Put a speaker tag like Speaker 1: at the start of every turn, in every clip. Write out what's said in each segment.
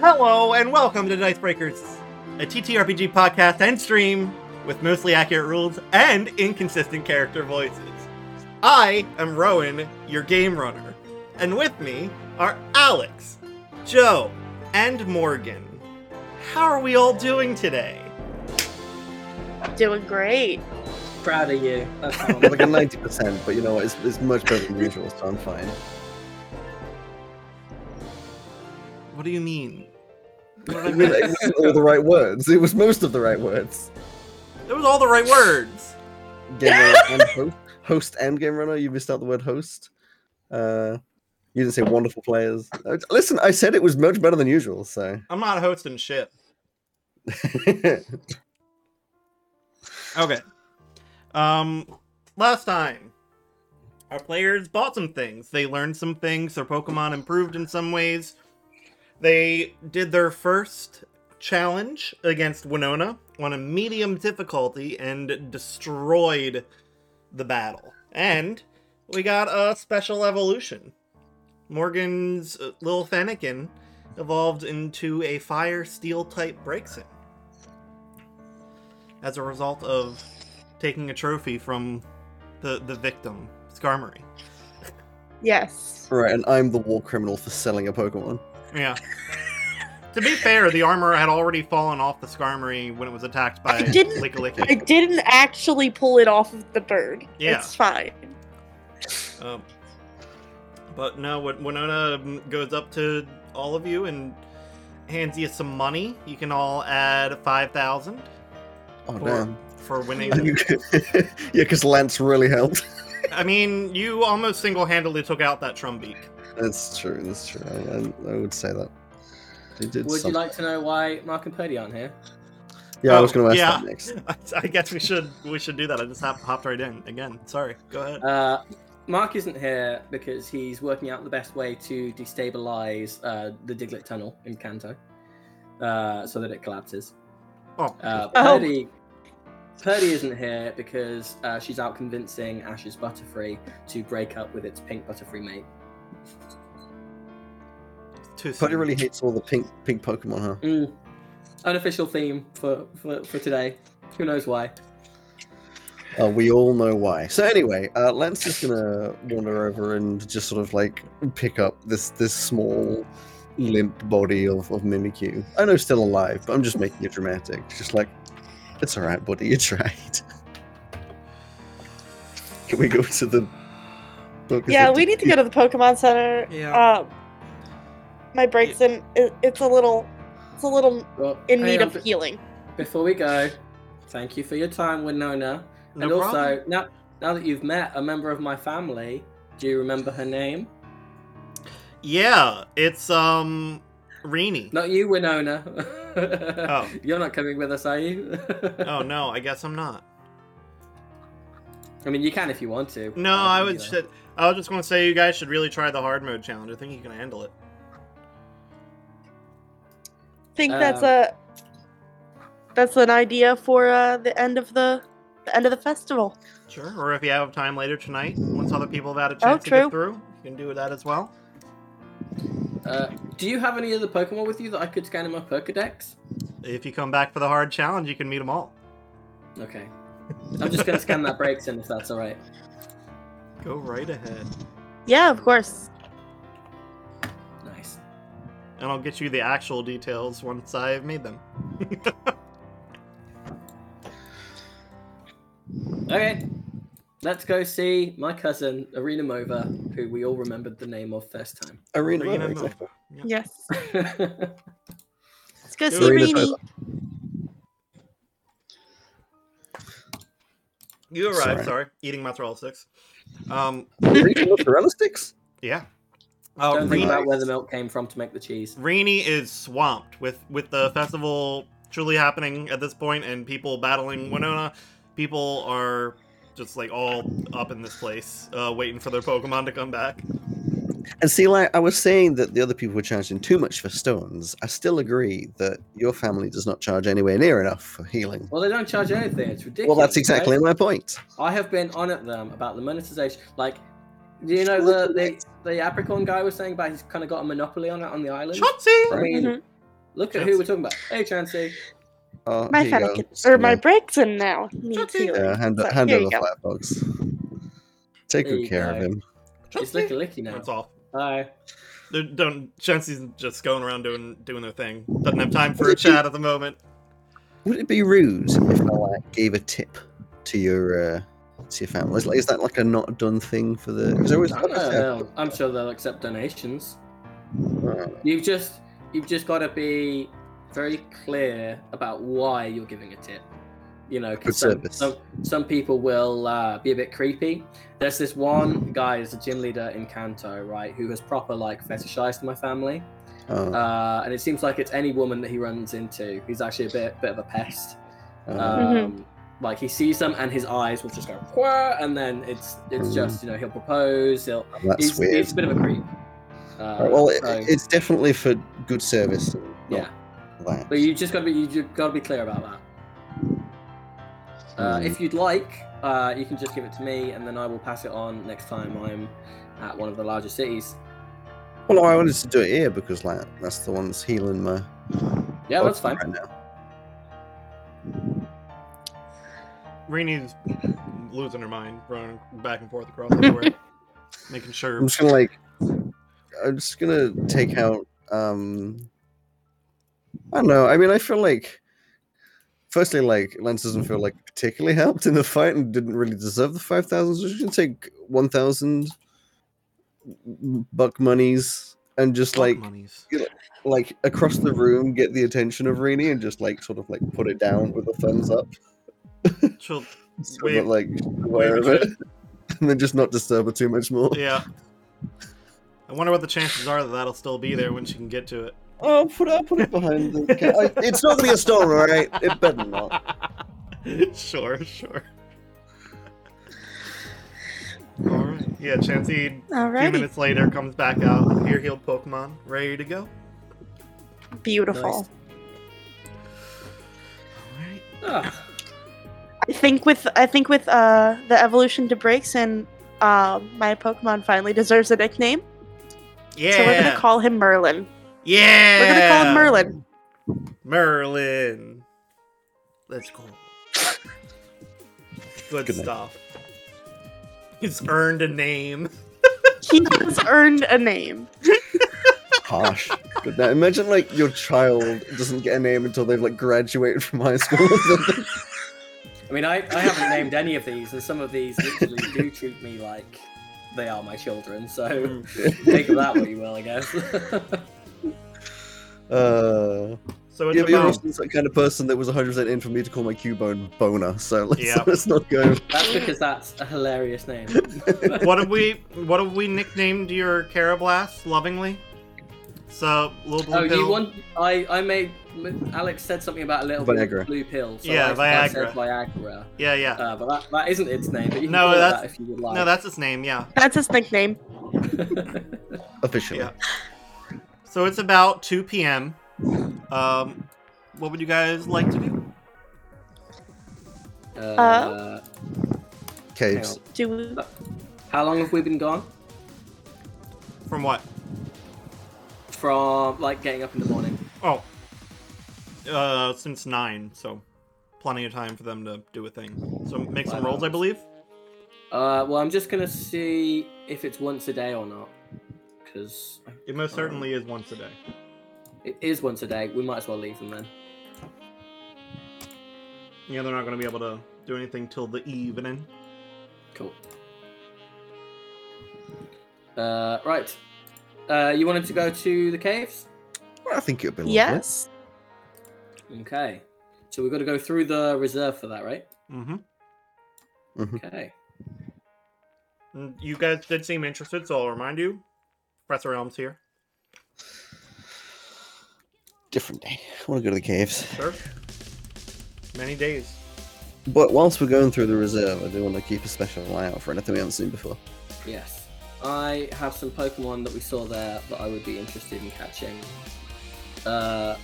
Speaker 1: Hello and welcome to Dice Breakers, a TTRPG podcast and stream with mostly accurate rules and inconsistent character voices. I am Rowan, your game runner, and with me are Alex, Joe, and Morgan. How are we all doing today?
Speaker 2: Doing great.
Speaker 3: Proud of you. That's how I'm-
Speaker 4: I'm like a ninety percent, but you know what, it's, it's much better than usual, so I'm fine.
Speaker 1: What do you mean? What
Speaker 4: I
Speaker 1: did I
Speaker 4: mean,
Speaker 1: miss?
Speaker 4: it wasn't all the right words. It was most of the right words.
Speaker 1: It was all the right words.
Speaker 4: Game runner and host, host and game runner. You missed out the word host. Uh, you didn't say wonderful players. Uh, Listen, I said it was much better than usual. So
Speaker 1: I'm not hosting shit.
Speaker 4: I
Speaker 1: Okay. Um, last time, our players bought some things. They learned some things. Their Pokemon improved in some ways. They did their first challenge against Winona on a medium difficulty and destroyed the battle. And we got a special evolution. Morgan's uh, little Fennekin evolved into a fire steel type Braixen as a result of taking a trophy from the the victim, Skarmory.
Speaker 2: Yes.
Speaker 4: right, and I'm the war criminal for selling a Pokemon.
Speaker 1: Yeah. to be fair, the armor had already fallen off the Skarmory when it was attacked by
Speaker 2: I didn't- I
Speaker 1: Lickalicky.
Speaker 2: didn't actually pull it off of the bird.
Speaker 1: Yeah.
Speaker 2: It's fine.
Speaker 1: Um, but no, when Winona um, goes up to all of you and hands you some money, you can all add five thousand
Speaker 4: Oh
Speaker 1: Or-
Speaker 4: damn!
Speaker 1: for winning.
Speaker 4: yeah, because Lance really helped.
Speaker 1: I mean, you almost single-handedly took out that Trumbeak.
Speaker 4: That's true. That's true. I, I, I would say that. They did
Speaker 3: Would you
Speaker 4: something.
Speaker 3: like to know why Mark and Purdy aren't here?
Speaker 4: Yeah, I
Speaker 1: Oh,
Speaker 4: was going to ask
Speaker 1: yeah.
Speaker 4: that next.
Speaker 1: I, I guess we should we should do that. I just hop, hopped right in again. Sorry. Go ahead.
Speaker 3: Uh, Mark isn't here because he's working out the best way to destabilize uh, the Diglett Tunnel in Kanto uh, so that it collapses.
Speaker 1: Oh,
Speaker 3: Uh,
Speaker 2: Oh.
Speaker 3: Purdy, Purdy isn't here because uh, she's out convincing Ash's Butterfree to break up with its pink Butterfree mate.
Speaker 1: too
Speaker 4: Putty
Speaker 1: soon.
Speaker 4: really hates all the pink pink Pokemon, huh?
Speaker 3: Mm. Unofficial theme for, for, for today. Who knows why?
Speaker 4: Uh, we all know why. So anyway, uh, Lance is gonna wander over and just sort of like pick up this this small limp body of, of Mimikyu. I know still alive, but I'm just making it dramatic. It's Just like it's all right, buddy. You tried. Can we go to the book? Is
Speaker 2: yeah,
Speaker 4: it-
Speaker 2: we need to go to the Pokemon Center.
Speaker 1: Yeah.
Speaker 2: Um, my break's in. It, it's a little. It's a little
Speaker 3: Well,
Speaker 2: in
Speaker 3: hang
Speaker 2: need
Speaker 3: on
Speaker 2: of
Speaker 3: for-
Speaker 2: healing.
Speaker 3: Before we go, thank you for your time, Winona.
Speaker 1: No
Speaker 3: and also,
Speaker 1: problem.
Speaker 3: now now that you've met a member of my family, do you remember her name?
Speaker 1: Yeah, it's um Reenie.
Speaker 3: Not you, Winona.
Speaker 1: Oh.
Speaker 3: You're not coming with us, are you?
Speaker 1: Oh no, I guess I'm not.
Speaker 3: I mean, you can if you want to.
Speaker 1: No, I
Speaker 3: would.
Speaker 1: was just, I was just gonna say you guys should really try the hard mode challenge. I think you can handle it. Uh,
Speaker 2: Think that's
Speaker 3: Um,
Speaker 2: a. That's an idea for uh, the end of the, the end of the festival.
Speaker 1: Sure. Or if you have time later tonight, once other people have had a
Speaker 2: Oh,
Speaker 1: chance to get
Speaker 2: true.
Speaker 1: through, you can do that as well.
Speaker 3: Uh, do you have any other Pokemon with you that I could scan in my Pokedex?
Speaker 1: If you come back for the hard challenge, you can meet them all.
Speaker 3: Okay. I'm just going to scan that breaks in if that's all right.
Speaker 1: Go right ahead,
Speaker 2: Yeah, of course.
Speaker 3: Nice.
Speaker 1: and I'll get you the actual details once I've made them.
Speaker 3: Okay. Let's go see my cousin, Arena Mova, who we all remembered the name of first time.
Speaker 4: Arena.
Speaker 1: Arena Mode.
Speaker 4: Mode, exactly.
Speaker 2: Yes.
Speaker 1: Oh,
Speaker 3: That's
Speaker 2: Let's go
Speaker 1: Do
Speaker 2: see
Speaker 1: it.
Speaker 4: Read it
Speaker 2: Rini.
Speaker 1: You arrived.
Speaker 4: Sorry.
Speaker 1: Sorry, eating mozzarella sticks. Um,
Speaker 4: Arena mozzarella sticks.
Speaker 1: yeah. Uh,
Speaker 3: Don't think
Speaker 1: Reenie-
Speaker 3: about where the milk came from to make the cheese.
Speaker 1: Rainy is swamped with with the festival truly happening at this point and people battling Winona. People are just like all up in this place, uh, waiting for their Pokemon to come back.
Speaker 4: And see, like I was saying that the other people were charging too much for stones. I still agree that your family does not charge anywhere near enough for healing.
Speaker 3: Well, they don't charge anything. It's ridiculous.
Speaker 4: Well, that's exactly
Speaker 3: right?
Speaker 4: my point.
Speaker 3: I have been on at them about the monetization. Like, do you know the the, the Apricorn guy was saying about he's kind of got a monopoly on it on the island?
Speaker 1: Chauncey!
Speaker 3: I mean,
Speaker 2: Mhm.
Speaker 3: Look at who we're talking about. Hey, Chansey.
Speaker 4: Uh,
Speaker 2: My
Speaker 4: here you
Speaker 2: fennel
Speaker 4: go.
Speaker 2: can- or my
Speaker 4: Yeah.
Speaker 2: brake's in now. Needs
Speaker 1: okay.
Speaker 2: healing.
Speaker 4: Yeah, hand,
Speaker 2: So,
Speaker 4: hand
Speaker 2: here
Speaker 4: over
Speaker 2: you go.
Speaker 4: Flatbox. Take
Speaker 3: There
Speaker 4: good
Speaker 3: you
Speaker 4: care of
Speaker 3: go.
Speaker 4: him.
Speaker 3: It's Licky Licky now.
Speaker 1: That's all.
Speaker 3: Hi.
Speaker 1: They're, don't. Chelsea's just going around doing doing their thing. Doesn't have time for a chat at the moment.
Speaker 4: Would it be rude if I like, gave a tip to your uh, to your family? Is, like, is that like a not done thing for the? Because always
Speaker 3: I don't know. I'm sure they'll accept donations. You've just you've just got to be very clear about why you're giving a tip. You know,
Speaker 4: Good
Speaker 3: because some,
Speaker 4: service.
Speaker 3: some some people will uh, be a bit creepy. There's this one guy who's a gym leader in Kanto, right, who has proper like fetishized my family,
Speaker 4: Oh,
Speaker 3: uh, and it seems like it's any woman that he runs into. He's actually a bit bit of a pest.
Speaker 4: oh.
Speaker 3: Um, Like he sees them, and his eyes will just go, "Wah," and then it's it's
Speaker 4: Mm.
Speaker 3: just you know he'll propose. He'll
Speaker 4: that's
Speaker 3: he's,
Speaker 4: weird.
Speaker 3: he's a bit of a creep. Uh,
Speaker 4: Alright, well, it,
Speaker 3: so-
Speaker 4: it's definitely for good service. and not
Speaker 3: Yeah.
Speaker 4: that.
Speaker 3: But you just gotta be you just gotta be clear about that. Uh,
Speaker 4: Hmm.
Speaker 3: if you'd like, uh, you can just give it to me, and then I will pass it on next time I'm at one of the larger cities.
Speaker 4: Well, I wanted to do it here because like that's the one that's healing my.
Speaker 3: Yeah, that's
Speaker 4: body
Speaker 3: fine.
Speaker 4: Right now.
Speaker 1: Rainey's losing her mind, running back and forth across everywhere, making sure.
Speaker 4: I'm just gonna like. I'm just gonna take out. um I don't know. I mean, I feel like. Firstly, like Lance doesn't feel like particularly helped in the fight and didn't really deserve the five thousand. So she's gonna take one thousand buck monies and just
Speaker 1: Fuck
Speaker 4: like
Speaker 1: monies.
Speaker 4: like across the room get the attention of Rini and just like sort of like put it down with a thumbs up.
Speaker 1: She'll,
Speaker 4: So
Speaker 1: Wave-
Speaker 4: that, like she's aware
Speaker 1: wave
Speaker 4: of
Speaker 1: it
Speaker 4: it. And then just not disturb her too much more.
Speaker 1: yeah. I wonder what the chances are that that'll still be there when she can get to it.
Speaker 4: Oh put it I'll put it behind the ca- I, it's not gonna get stolen, alright? It better not.
Speaker 1: sure, sure. All right. Yeah, Chansey. A few
Speaker 2: Alrighty.
Speaker 1: minutes later, comes back out. Here healed Pokemon, ready to go.
Speaker 2: Beautiful.
Speaker 1: All right.
Speaker 3: Ah,
Speaker 2: I think with I think with uh, the evolution to breaks and uh, my Pokemon finally deserves a nickname.
Speaker 1: Yeah.
Speaker 2: So we're gonna call him Merlin.
Speaker 1: yeah.
Speaker 2: We're gonna call him Merlin.
Speaker 1: Merlin. Let's go. Good,
Speaker 4: Good night.
Speaker 1: stuff. He's earned a name.
Speaker 2: He has earned a name.
Speaker 4: Harsh. Good night. Imagine like your child doesn't get a name until they've like graduated from high school or something.
Speaker 3: I mean, I, I haven't named any of these, and some of these literally do treat me like they are my children.
Speaker 4: Hmm.
Speaker 3: So take that what you will, I guess.
Speaker 4: Uh
Speaker 1: So it's
Speaker 4: yeah, but you're
Speaker 1: about
Speaker 4: also the kind of person that was 100% in for me to call my Cubone Boner, so let's,
Speaker 1: Yeah.
Speaker 4: let's not go
Speaker 3: that's because that's a hilarious name.
Speaker 1: what have we what have we nicknamed your Carablast lovingly? So little blue
Speaker 3: Oh,
Speaker 1: pill.
Speaker 3: you want? I I made Alex said something about a little blue-
Speaker 4: Viagra.
Speaker 3: blue pill. So
Speaker 1: Yeah,
Speaker 3: I, I said
Speaker 1: Viagra.
Speaker 3: Viagra.
Speaker 1: Yeah, yeah.
Speaker 3: Uh, but that, that isn't its name. But you can
Speaker 1: No,
Speaker 3: call it
Speaker 1: that's-
Speaker 3: that if you would like.
Speaker 1: no, that's his name. Yeah.
Speaker 2: That's his nickname.
Speaker 4: officially.
Speaker 1: Yeah. So it's about 2 p.m. Um, what would you guys like to do?
Speaker 3: Uh,
Speaker 2: Uh,
Speaker 3: hang
Speaker 4: Caves.
Speaker 3: on.
Speaker 2: Do we,
Speaker 3: How long have we been gone?
Speaker 1: From what?
Speaker 3: From like getting up in the morning.
Speaker 1: Oh, uh, since nine, so plenty of time for them to do a thing. So make some
Speaker 3: Five
Speaker 1: rolls, I
Speaker 3: hours.
Speaker 1: believe.
Speaker 3: Uh, well, I'm just gonna see if it's once a day or not, because
Speaker 1: It most certainly is once a day.
Speaker 3: it is once a day. We might as well leave them then.
Speaker 1: Yeah, they're not going to be able to do anything till the evening.
Speaker 3: Cool. Uh, right. Uh, you wanted to go to the caves?
Speaker 4: I think it'll be lovely.
Speaker 2: yes.
Speaker 3: Okay. So we've got to go through the reserve for that, right?
Speaker 1: Mm-hmm.
Speaker 3: Okay.
Speaker 1: Mm, You guys did seem interested, so I'll remind you. Professor Elm's here.
Speaker 4: Different day. I want to go to the caves.
Speaker 1: Sure. Many days.
Speaker 4: But whilst we're going through the reserve, I do want to keep a special eye out for anything we haven't seen before.
Speaker 3: Yes. I have some Pokemon that we saw there that I would be interested in catching. Uh,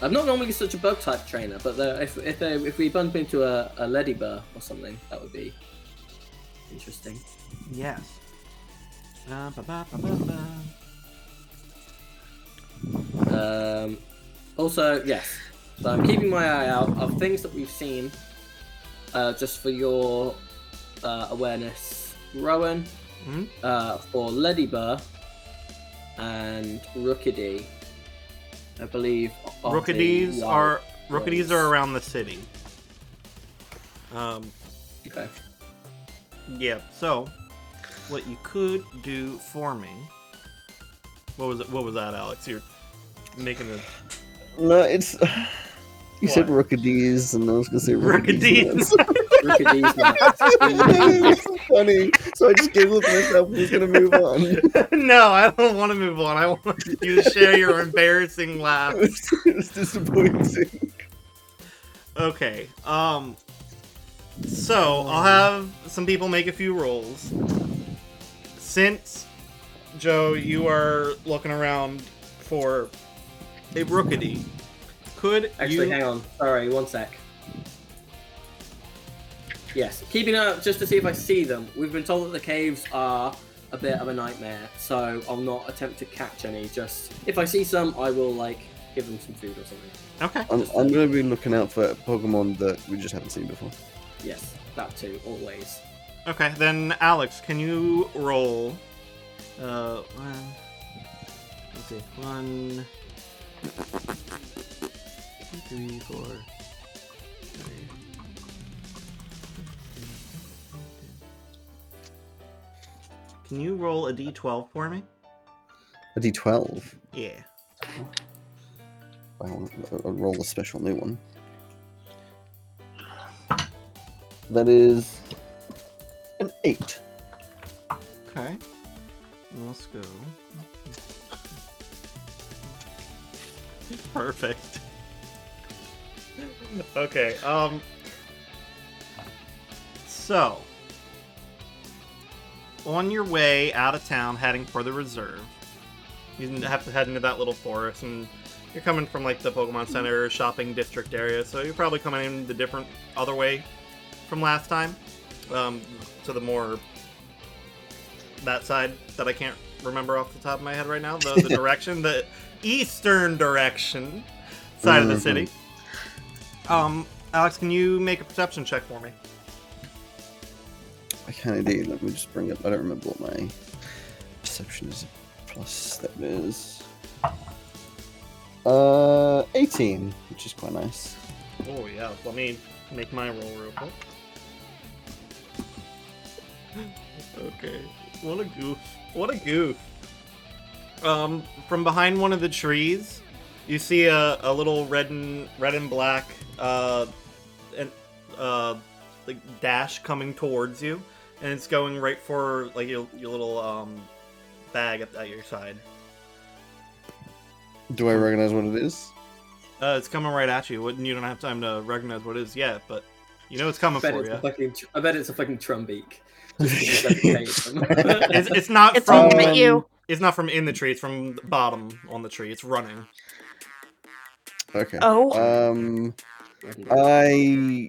Speaker 3: I'm not normally such a bug type trainer, but the, if if, they, if we bump into a, a Leddyburr or something, that would be interesting.
Speaker 1: Yes.
Speaker 3: Um, Also, yes. So I'm keeping my eye out of things that we've seen, uh, just for your uh, awareness, Rowan,
Speaker 1: Mhm.
Speaker 3: uh, for Ledibur and Rookity. I believe. are the
Speaker 1: Rookies
Speaker 3: wild
Speaker 1: are rookies
Speaker 3: ones.
Speaker 1: are around the city. Um,
Speaker 3: Okay.
Speaker 1: yeah. So, what you could do for me? What was it? What was that, Alex? You're making a
Speaker 4: No, it's. You said
Speaker 1: What?
Speaker 4: rookadees, and I was gonna say
Speaker 1: Rookadees.
Speaker 4: rookadees.
Speaker 3: Rookity's not-
Speaker 4: It's so funny. So I just giggled to myself. and was gonna move on.
Speaker 1: no, I don't want to move on. I want you to share your embarrassing laugh.
Speaker 4: It's it's disappointing.
Speaker 1: Okay. Um. So I'll have some people make a few rolls. Since Joe, you are looking around for a rookity, could
Speaker 3: Actually,
Speaker 1: you?
Speaker 3: hang on. Sorry, one sec. Yes, keeping an eye out just to see if I see them. We've been told that the caves are a bit of a nightmare, so I'll not attempt to catch any. Just if I see some, I will like give them some food or something.
Speaker 1: Okay.
Speaker 4: I'm, I'm gonna be looking out for Pokemon that we just haven't seen before.
Speaker 3: Yes, that too, always.
Speaker 1: Okay. Then Alex, can you roll? Uh, one. Let's see. One. Two, three, four. Three. Can you roll a d12 for me?
Speaker 4: A D12.
Speaker 1: Yeah.
Speaker 4: Well, I'll roll a special new one. That is an eight.
Speaker 1: Okay. Let's go. Perfect. Okay, um so on your way out of town heading for the reserve, you didn't have to head into that little forest and you're coming from like the Pokemon Center shopping district area, so you're probably coming in the different other way from last time. Um to the more that side that I can't remember off the top of my head right now. The, the direction, the eastern direction side of the
Speaker 4: Mhm.
Speaker 1: city. Um, Alex, can you make a perception check for me?
Speaker 4: I can indeed. Let me just bring up. I don't remember what my perception is. Plus, that is uh 18, which is quite nice.
Speaker 1: Oh yeah, let me make my roll real quick. Okay, what a goof! What a goof! Um, from behind one of the trees, you see a, a little red and red and black uh, and uh, like dash coming towards you, and it's going right for like your, your little um bag at, at your side.
Speaker 4: Do I recognize what it is?
Speaker 1: Uh, it's coming right at you. Wouldn't you don't have time to recognize what it is yet, but you know it's coming
Speaker 3: I bet,
Speaker 1: for
Speaker 3: it's
Speaker 1: you.
Speaker 3: a fucking, tr- I bet it's a fucking Trumbeak. Just let me take them.
Speaker 1: it's, it's not
Speaker 2: It's
Speaker 1: from
Speaker 2: all at you.
Speaker 1: it's not from in the tree. It's from the bottom on the tree. It's running.
Speaker 4: Okay.
Speaker 2: Oh.
Speaker 4: Um,
Speaker 3: Ah.
Speaker 4: I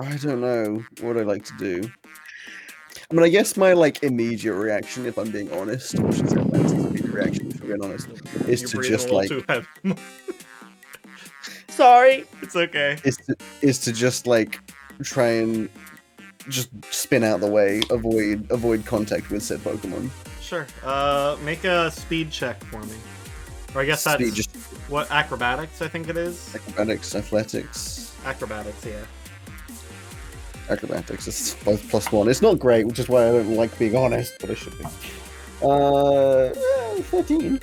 Speaker 4: I don't know what I like to do. I mean, I guess my like immediate reaction, if I'm being honest, which is Atlantic's immediate reaction, if I'm being honest, is
Speaker 1: You're
Speaker 4: to
Speaker 1: breathing
Speaker 4: just
Speaker 1: a little
Speaker 4: like
Speaker 1: too heavy.
Speaker 2: Sorry.
Speaker 1: it's okay.
Speaker 4: is to, is to just like try and just spin out the way, avoid avoid contact with said Pokemon.
Speaker 1: Sure. Uh, make a speed check for me. Or I guess that's
Speaker 4: Speed, just
Speaker 1: what acrobatics. I think it is
Speaker 4: acrobatics, athletics,
Speaker 1: acrobatics. Yeah.
Speaker 4: acrobatics. It's both plus one. It's not great, which is why I don't like being honest, but I should be. Uh, eh, thirteen.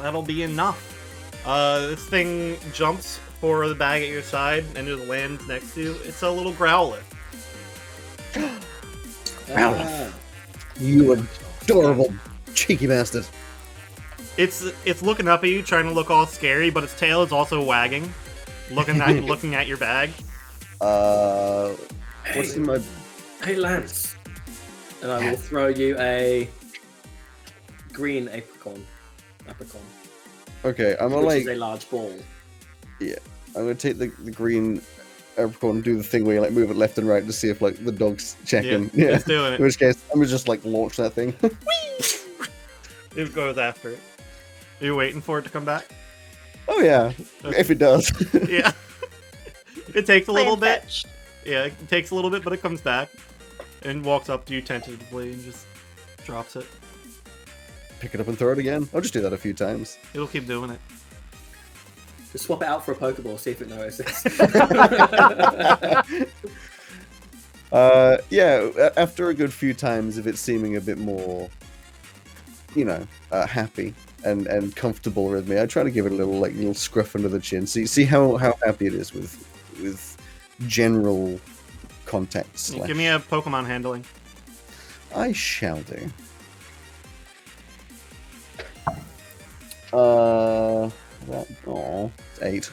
Speaker 1: That'll be enough. Uh, this thing jumps for the bag at your side and just lands next to you. It's a little growler.
Speaker 3: Ah,
Speaker 4: You adorable cheeky bastard.
Speaker 1: It's it's looking up at you, trying to look all scary, but its tail is also wagging, looking at looking at your bag.
Speaker 4: Uh, what's in my?
Speaker 3: hey, Lance. And I will throw you a green apricorn. Apricorn.
Speaker 4: Okay, I'm gonna
Speaker 3: which
Speaker 4: like,
Speaker 3: is a large ball.
Speaker 4: I'm gonna take the, the green apricorn and do the thing where you like move it left and right to see if like the dog's checking. Yeah.
Speaker 1: it's doing it.
Speaker 4: In which case, I'm gonna just like launch that thing.
Speaker 1: It goes after it. you waiting for it to come back?
Speaker 4: Oh yeah,
Speaker 1: Okay.
Speaker 4: if it does.
Speaker 1: Yeah. it takes a little
Speaker 2: Playing
Speaker 1: bit.
Speaker 2: fetch.
Speaker 1: Yeah, it takes a little bit, but it comes back and walks up to you tentatively and just drops it.
Speaker 4: Pick it up and throw it again. I'll just do that a few times.
Speaker 1: It'll keep doing it.
Speaker 3: Just swap it out for a Pokeball, see if it notices.
Speaker 4: Uh, yeah, a- after a good few times of it seeming a bit more, you know, uh, happy and, and comfortable with me, I try to give it a little like little scruff under the chin, see see how, how happy it is with with general contact. Slash.
Speaker 1: Give me a Pokemon handling.
Speaker 4: I shall do. Uh, that oh, eight.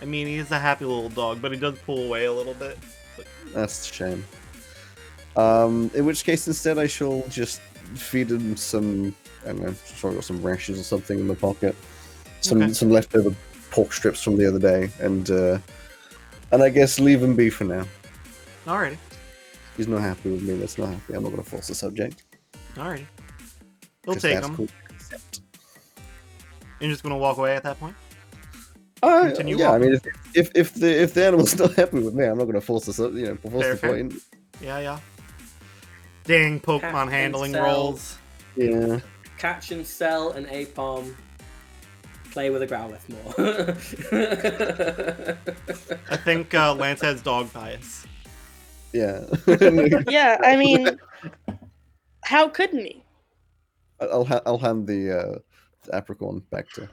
Speaker 1: I mean, he's a happy little dog, but he does pull away a little bit.
Speaker 4: That's a shame. Um, in which case, instead, I shall just feed him some. I don't know. Sure, got some rashes or something in the pocket. Some
Speaker 1: Okay.
Speaker 4: some leftover pork strips from the other day, and uh, and I guess leave him be for now.
Speaker 1: Alrighty,
Speaker 4: He's not happy with me. That's not happy. I'm not going to force the subject.
Speaker 1: alrighty. He'll
Speaker 4: 'cause
Speaker 1: take
Speaker 4: that's
Speaker 1: him.
Speaker 4: cool.
Speaker 1: You're just gonna walk away at that point.
Speaker 4: Uh,
Speaker 1: Continue
Speaker 4: yeah, I
Speaker 1: walking.
Speaker 4: mean, if, if if the if the animal's not happy with me, I'm not going to force the sub- you know force
Speaker 1: Fair,
Speaker 4: the
Speaker 1: fair.
Speaker 4: point.
Speaker 1: Yeah, yeah. Dang,
Speaker 3: Pack
Speaker 1: Pokemon
Speaker 3: and
Speaker 1: handling
Speaker 3: sell.
Speaker 1: rolls.
Speaker 4: Yeah.
Speaker 3: Catch and sell an Apom. Play with a Growlithe more.
Speaker 1: I think uh, Lance has dog bias.
Speaker 4: Yeah.
Speaker 2: Yeah, I mean, how couldn't he?
Speaker 4: I'll ha- I'll hand the, uh, the apricorn back to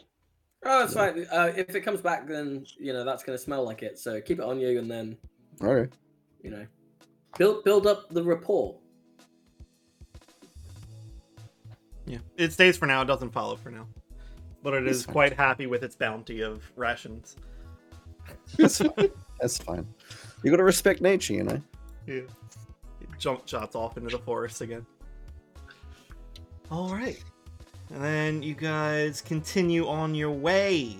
Speaker 3: oh, that's right. Uh, if it comes back, then you know that's gonna smell like it. So keep it on you, and then
Speaker 4: Okay.
Speaker 3: you know, build build up the rapport.
Speaker 1: Yeah, it stays for now. It doesn't follow for now, but it
Speaker 4: It's
Speaker 1: is
Speaker 4: fine.
Speaker 1: quite happy with its bounty of rations.
Speaker 4: That's fine. That's fine. You gotta respect nature, you know.
Speaker 1: Yeah. It jump shots off into the forest again. All right. And then you guys continue on your way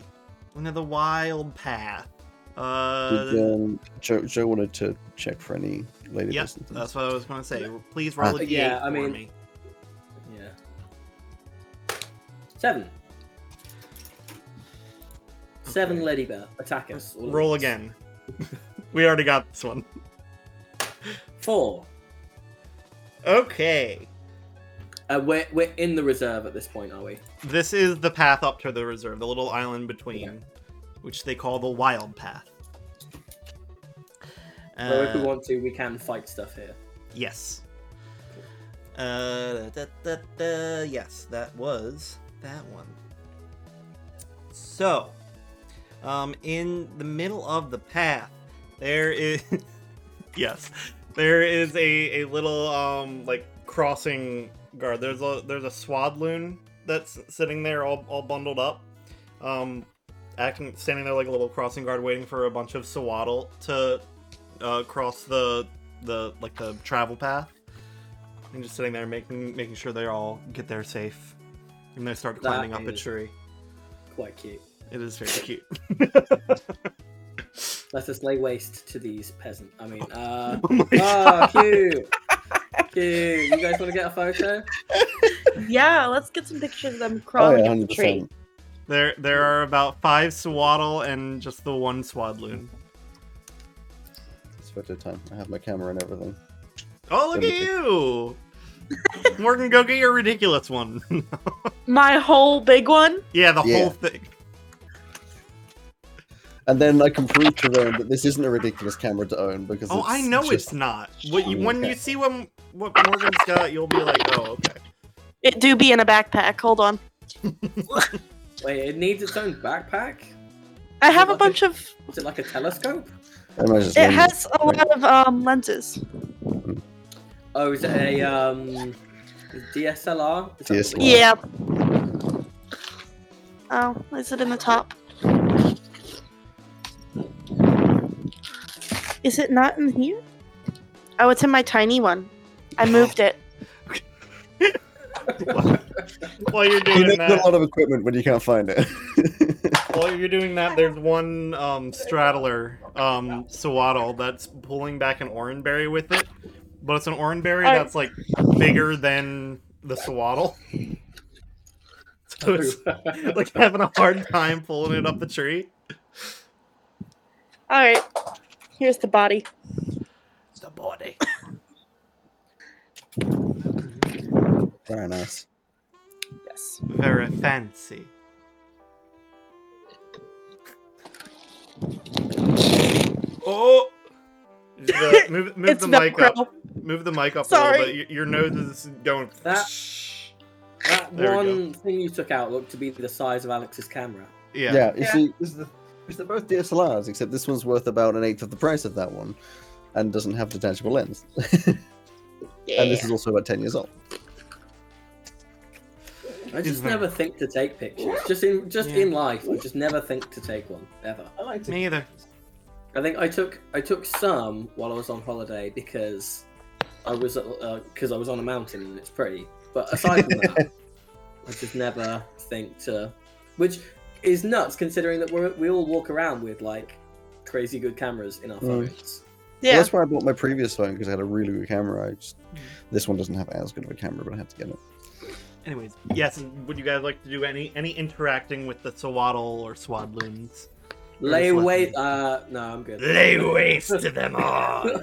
Speaker 1: into the wild path.
Speaker 4: Did,
Speaker 1: Uh,
Speaker 4: um, Joe, Joe wanted to check for any lady
Speaker 1: yep,
Speaker 4: business.
Speaker 1: that's what I was going to say. Please roll
Speaker 4: Ah.
Speaker 1: a d8
Speaker 3: Yeah, I
Speaker 1: for
Speaker 3: mean-
Speaker 1: me.
Speaker 3: Yeah. Seven. Seven
Speaker 1: Okay.
Speaker 3: Lady Bear attack us. all at
Speaker 1: Roll
Speaker 3: once.
Speaker 1: again. we already got this one.
Speaker 3: Four.
Speaker 1: Okay.
Speaker 3: Uh, we're we're in the reserve at this point, are we?
Speaker 1: This is the path up to the reserve, the little island between, which they call the wild path.
Speaker 3: Or if we
Speaker 1: Uh,
Speaker 3: want to, we can fight stuff here.
Speaker 1: Yes. Uh, da, da, da, yes, that was that one. So, um, in the middle of the path, there is, yes, there is a, a little um like crossing guard. There's a there's a swadloon that's sitting there all, all bundled up, um, acting standing there like a little crossing guard, waiting for a bunch of swaddle to uh, cross the the like the travel path and just sitting there making making sure they all get there safe and they start
Speaker 3: That
Speaker 1: climbing up a
Speaker 3: is-
Speaker 1: tree
Speaker 3: Quite cute.
Speaker 1: it is very cute
Speaker 3: Let us lay waste to these peasant. I mean, uh,
Speaker 1: oh my
Speaker 3: ah, cute, cute. You guys want to get a photo?
Speaker 2: Yeah, let's get some pictures of them
Speaker 4: Oh
Speaker 2: crawling up
Speaker 4: yeah,
Speaker 2: the
Speaker 4: hundred
Speaker 2: tree.
Speaker 4: percent.
Speaker 1: there there are about five swaddle and just the one swadloon
Speaker 4: It's photo time. I have my camera and everything.
Speaker 1: oh look at you morgan go get your ridiculous one
Speaker 2: My whole big one.
Speaker 1: yeah the
Speaker 4: Yeah.
Speaker 1: whole thing
Speaker 4: And then I can prove to them that this isn't a ridiculous camera to own because
Speaker 1: oh
Speaker 4: it's
Speaker 1: i know
Speaker 4: just-
Speaker 1: it's not what you,
Speaker 4: Oh,
Speaker 1: when
Speaker 4: okay.
Speaker 1: you see what, what morgan's got you'll be like oh okay
Speaker 2: It do be in a backpack. Hold on.
Speaker 3: Wait, it needs its own backpack.
Speaker 2: I have a bunch of.
Speaker 3: Is it like a telescope?
Speaker 4: I might as well-
Speaker 2: It has a lot of um, lenses.
Speaker 3: Oh, is it a um DSLR? Is that what we-
Speaker 4: DSLR.
Speaker 2: Yeah. Oh, is it in the top? Is it not in here? Oh, it's in my tiny one. I moved it.
Speaker 1: while you're
Speaker 4: You
Speaker 1: doing
Speaker 4: need
Speaker 1: that
Speaker 4: a lot of equipment when you can't find it.
Speaker 1: While you're doing that, there's one um, straddler, um, Swaddle, that's pulling back an oranberry with it. But it's an oranberry
Speaker 2: Alright.
Speaker 1: that's like bigger than the Swaddle. So it's like having a hard time pulling it up the tree.
Speaker 2: All right. Here's the body.
Speaker 1: It's the body.
Speaker 4: Very nice.
Speaker 2: Yes.
Speaker 1: Very fancy. Oh! The- move move
Speaker 2: It's
Speaker 1: the mic
Speaker 2: Velcro.
Speaker 1: up. Move the mic up a
Speaker 2: Sorry.
Speaker 1: little bit. Y- Your nose is going.
Speaker 3: That- That
Speaker 1: There we
Speaker 3: one thing you took out looked to be the size of Alex's camera.
Speaker 1: Yeah.
Speaker 4: Yeah. you
Speaker 2: Yeah.
Speaker 4: see, this is the, it's they're both DSLRs, except this one's worth about an eighth of the price of that one, and doesn't have detachable lens.
Speaker 2: Yeah.
Speaker 4: And this is also about ten years old.
Speaker 3: I
Speaker 1: It's
Speaker 3: just
Speaker 1: very-
Speaker 3: never think to take pictures. Just in just
Speaker 1: Yeah.
Speaker 3: in life, I just never think to take one ever.
Speaker 4: I like
Speaker 1: Me either.
Speaker 3: I think I took I took some while I was on holiday because I was because I was on a mountain and it's pretty. But aside from that, I just never think to, which is nuts considering that we we all walk around with like crazy good cameras in our
Speaker 4: Mm.
Speaker 3: phones.
Speaker 2: yeah. Hmm.
Speaker 4: that's why I bought my previous phone because I had a really good camera. I just, this one doesn't have as good of a camera, but I had to get it.
Speaker 1: Anyways, yes. And would you guys like to do any any interacting with the swaddle or swadloons?
Speaker 3: Lay
Speaker 1: Reflecting.
Speaker 3: wait, uh, no, I'm good.
Speaker 1: Lay waste to them all.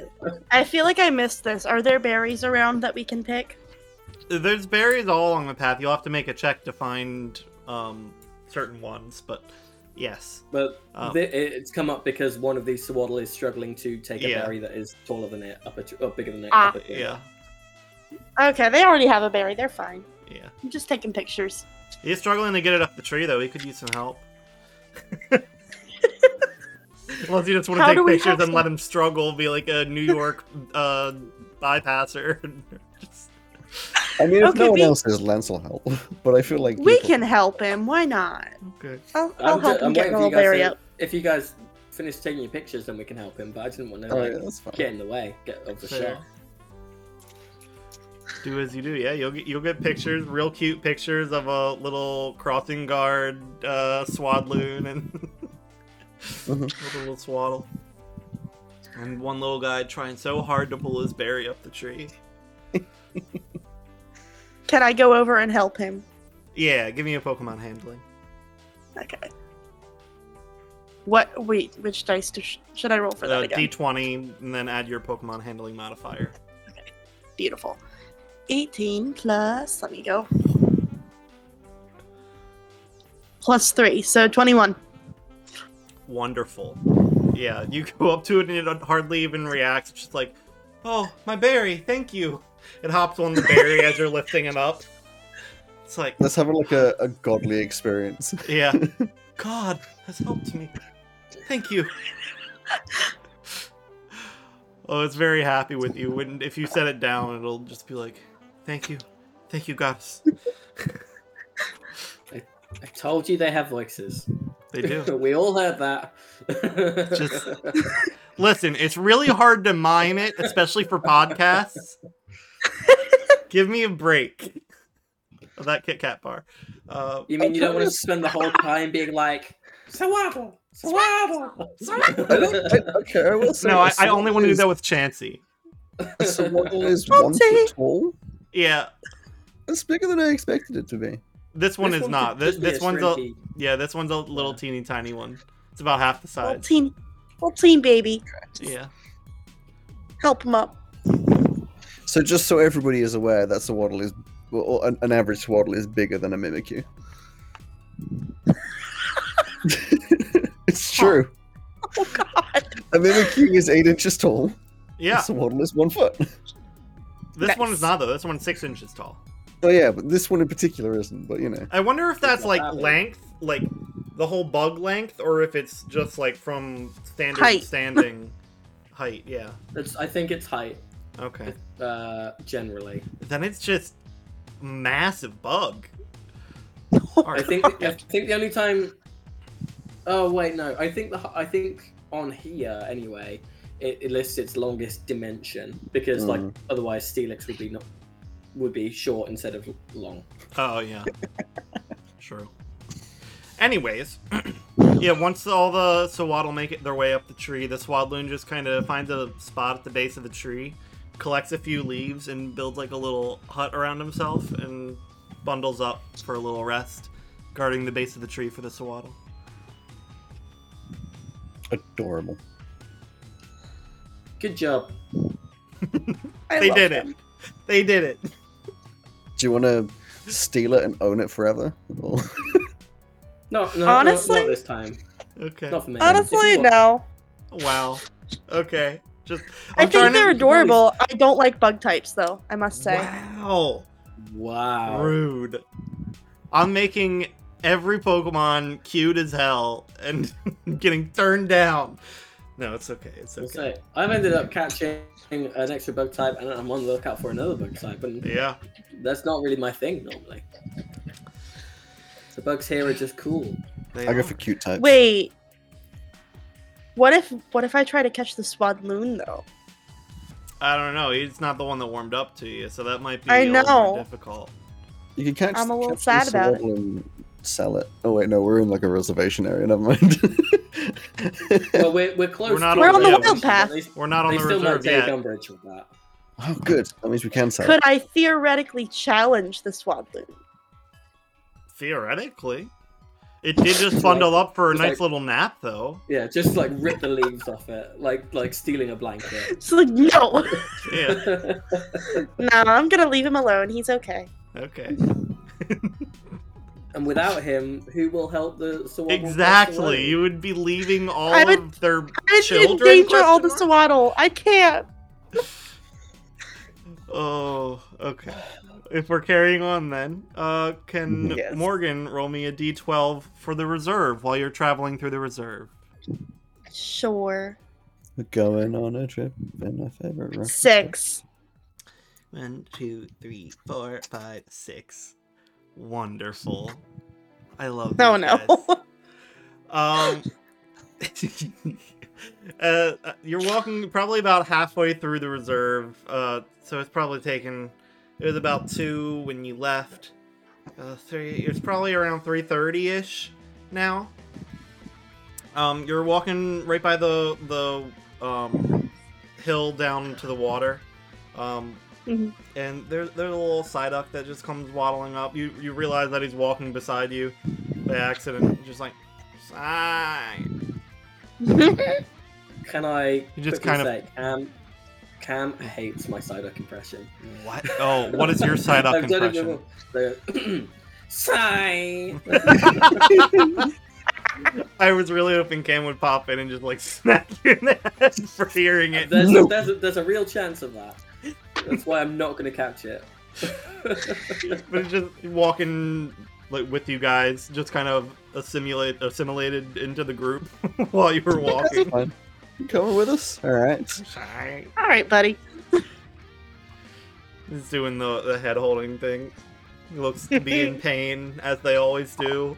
Speaker 2: I feel like I missed this. Are there berries around that we can pick?
Speaker 1: There's berries all along the path. You'll have to make a check to find um, certain ones, but yes.
Speaker 3: But
Speaker 1: Um,
Speaker 3: thi- it it's come up because one of these swaddle is struggling to take a
Speaker 1: Yeah.
Speaker 3: berry that is taller than it, up a tr- or bigger than it.
Speaker 2: Ah.
Speaker 3: up a tree.
Speaker 1: Yeah,
Speaker 2: Okay, they already have a berry. They're fine.
Speaker 1: yeah.
Speaker 2: I'm just taking pictures.
Speaker 1: He's struggling to get it up the tree, though. He could use some help. Unless you just want
Speaker 2: How
Speaker 1: to
Speaker 2: do
Speaker 1: take
Speaker 2: we
Speaker 1: pictures
Speaker 2: have
Speaker 1: and
Speaker 2: to-
Speaker 1: let him struggle, be like a New York uh, bypasser. Just-
Speaker 4: I mean, if
Speaker 2: Okay,
Speaker 4: no one
Speaker 2: we-
Speaker 4: else is, Lance will help. But I feel like
Speaker 2: We
Speaker 4: you
Speaker 2: can help him. Why not?
Speaker 1: okay.
Speaker 2: I'll,
Speaker 3: I'm
Speaker 2: I'll
Speaker 3: ju-
Speaker 2: help him
Speaker 3: I'm
Speaker 2: get
Speaker 3: waiting
Speaker 2: a
Speaker 3: for
Speaker 2: little
Speaker 3: you guys
Speaker 2: berry
Speaker 3: to-
Speaker 2: up.
Speaker 3: If you guys finish taking your pictures, then we can help him. But I didn't want to
Speaker 4: Oh,
Speaker 3: like,
Speaker 4: yeah, that's fine.
Speaker 3: get in the way, get off the
Speaker 1: Fair.
Speaker 3: show.
Speaker 1: Do as you do, yeah. You'll get you'll get pictures, real cute pictures of a little crossing guard uh, swadloon and with a little swaddle, and one little guy trying so hard to pull his berry up the tree.
Speaker 2: Can I go over and help him?
Speaker 1: Yeah, give me a Pokemon handling.
Speaker 2: Okay. What? Wait, which dice do sh- should I roll for that
Speaker 1: Uh,
Speaker 2: again?
Speaker 1: D twenty, and then add your Pokemon handling modifier.
Speaker 2: Beautiful. 18 plus, let me go. Plus three, so 21.
Speaker 1: Wonderful. Yeah, you go up to it and it hardly even reacts. It's just like, oh, my berry, thank you. It hops on the berry as you're lifting it up. It's like,
Speaker 4: Let's have like a, a godly experience.
Speaker 1: yeah, God has helped me. Thank you. Oh, it's very happy with you. When if you set it down, it'll just be like, thank you, thank you, guys.
Speaker 3: I told you they have voices.
Speaker 1: They do.
Speaker 3: we all heard that.
Speaker 1: Just- Listen, it's really hard to mime it, especially for podcasts. Give me a break of that Kit Kat bar. Uh,
Speaker 3: you mean you don't want to spend the whole time being like swaddle, swaddle?
Speaker 4: I don't- I- okay, I will say.
Speaker 1: no,
Speaker 4: a
Speaker 1: I, I only
Speaker 4: swaddle
Speaker 1: want to do
Speaker 4: is-
Speaker 1: that with Chansey.
Speaker 4: A swaddle is one
Speaker 2: Auntie.
Speaker 4: foot tall.
Speaker 1: Yeah,
Speaker 4: It's bigger than I expected it to be.
Speaker 1: this one
Speaker 3: This
Speaker 1: is
Speaker 3: one
Speaker 1: not.
Speaker 3: could
Speaker 1: This,
Speaker 3: just be
Speaker 1: this
Speaker 3: a
Speaker 1: one's a
Speaker 3: shrinky.
Speaker 1: yeah. This one's a little
Speaker 3: Yeah.
Speaker 1: teeny tiny one. It's about half the
Speaker 2: Little
Speaker 1: size.
Speaker 2: teen, little teen baby.
Speaker 1: Yeah.
Speaker 2: Help him up.
Speaker 4: So just so everybody is aware, that swaddle is well, or an, an average swaddle is bigger than a mimikyu. it's true.
Speaker 2: Oh, God.
Speaker 4: A mimikyu is eight inches tall. A
Speaker 1: Yeah.
Speaker 4: swaddle is one foot.
Speaker 1: This one is
Speaker 2: Nice.
Speaker 1: not though. This one's six inches tall.
Speaker 4: Oh yeah, but this one in particular isn't. But you know,
Speaker 1: I wonder if that's
Speaker 3: not
Speaker 1: like
Speaker 3: that big.
Speaker 1: length, like the whole bug length, or if it's just like from standard
Speaker 2: Height.
Speaker 1: standing height. Yeah.
Speaker 3: It's, I think it's height
Speaker 1: Okay.
Speaker 3: uh, generally.
Speaker 1: then it's just massive bug.
Speaker 3: I think I think the only time. Oh wait, no. I think the I think on here anyway, it, it lists its longest dimension because like
Speaker 4: Mm.
Speaker 3: otherwise Steelix would be not would be short instead of long.
Speaker 1: Oh yeah, true. Anyways, yeah. Once all the Swaddle make it their way up the tree, the Swadloon just kind of finds a spot at the base of the tree, collects a few leaves, and builds like a little hut around himself and bundles up for a little rest. guarding the base of the tree for the Sawaddle.
Speaker 4: Adorable.
Speaker 3: Good job.
Speaker 2: I
Speaker 1: They
Speaker 2: love
Speaker 1: did
Speaker 2: him.
Speaker 1: it. They did it.
Speaker 4: Do you want to steal it and own it forever? Or-
Speaker 3: No, no,
Speaker 2: Honestly?
Speaker 3: not, not this time.
Speaker 1: Okay.
Speaker 3: Not for me.
Speaker 2: Honestly,
Speaker 3: If you-
Speaker 2: no.
Speaker 1: Wow. Okay. Just.
Speaker 2: i
Speaker 1: I'm
Speaker 2: think
Speaker 1: trying
Speaker 2: they're
Speaker 1: to...
Speaker 2: adorable. I don't like bug types though. I must say.
Speaker 1: Wow.
Speaker 3: Wow.
Speaker 1: Rude. I'm making every Pokemon cute as hell and getting turned down. No, it's okay. It's
Speaker 3: We'll
Speaker 1: okay.
Speaker 3: say, I've ended up catching an extra bug type, and I'm on the lookout for another bug type, and
Speaker 1: Yeah.
Speaker 3: that's not really my thing normally. The bugs here are just cool.
Speaker 1: they
Speaker 4: I go
Speaker 1: are.
Speaker 4: for cute types.
Speaker 2: Wait. What if what if I try to catch the Swadloon though?
Speaker 1: I don't know. He's not the one that warmed up to you, so that might be
Speaker 2: I
Speaker 1: a little more
Speaker 2: know.
Speaker 1: difficult.
Speaker 4: You can catch.
Speaker 2: I'm a little
Speaker 4: catch the
Speaker 2: sad about it.
Speaker 4: swaddle and Sell it. Oh wait, no, we're in like a reservation area. Never mind.
Speaker 3: Well, we're, we're close.
Speaker 1: We're not
Speaker 3: to
Speaker 1: on
Speaker 3: it,
Speaker 1: the
Speaker 3: but
Speaker 1: wild
Speaker 2: path.
Speaker 3: They,
Speaker 1: We're not on
Speaker 3: they
Speaker 1: the
Speaker 3: still might
Speaker 1: reserve
Speaker 3: take
Speaker 1: yet.
Speaker 3: umbrage with that.
Speaker 4: oh, good. That means we can sell
Speaker 2: Could
Speaker 4: it.
Speaker 2: I theoretically challenge the Swadloon?
Speaker 1: Theoretically. It did just bundle up for a
Speaker 3: It's
Speaker 1: nice
Speaker 3: like-
Speaker 1: little nap, though.
Speaker 3: Yeah, just like rip the leaves off it, like like stealing a blanket.
Speaker 2: It's like no,
Speaker 1: Yeah.
Speaker 2: no, I'm gonna leave him alone. He's okay.
Speaker 1: Okay.
Speaker 3: and without him, who will help the Sawabble?
Speaker 1: Exactly. You would be leaving all
Speaker 2: I would-
Speaker 1: of their
Speaker 2: I didn't
Speaker 1: children.
Speaker 2: endanger all the
Speaker 1: question
Speaker 2: Swaddle. I can't.
Speaker 1: mark? Oh, okay. If we're carrying on, then uh, can
Speaker 2: Yes.
Speaker 1: Morgan roll me a d12 for the reserve while you're traveling through the reserve?
Speaker 2: Sure.
Speaker 4: We're going on a trip in my favorite rock.
Speaker 2: Six.
Speaker 1: One, two, three, four, five, six. Wonderful. I love.
Speaker 2: No,
Speaker 1: these
Speaker 2: Oh, no.
Speaker 1: guys. Um, uh, uh, you're walking probably about halfway through the reserve, uh, so it's probably taken. It was about two when you left. Uh, three. It's probably around three thirty ish now. Um, you're walking right by the the um, hill down to the water. Um,
Speaker 2: Mhm.
Speaker 1: and there's there's a little Psyduck that just comes waddling up. You you realize that he's walking beside you by accident, just like. Sign.
Speaker 3: Can I?
Speaker 1: You just
Speaker 3: quickly
Speaker 1: kind of-
Speaker 3: say, Cam, Cam hates my Psyduck impression.
Speaker 1: What? Oh, what is your side up
Speaker 3: I've done it
Speaker 1: impression?
Speaker 3: before. The- Sigh.
Speaker 1: I was really hoping Cam would pop in and just like smack you in the head for hearing it.
Speaker 3: There's,
Speaker 4: Nope.
Speaker 3: there's, a, there's a real chance of that. That's why I'm not going to catch it.
Speaker 1: but it's just walking like with you guys, just kind of assimilate assimilated into the group while you were walking.
Speaker 4: You coming with us? All right.
Speaker 1: Sigh.
Speaker 2: All right, buddy.
Speaker 1: He's doing the, the head holding thing. He looks to be in pain as they always do.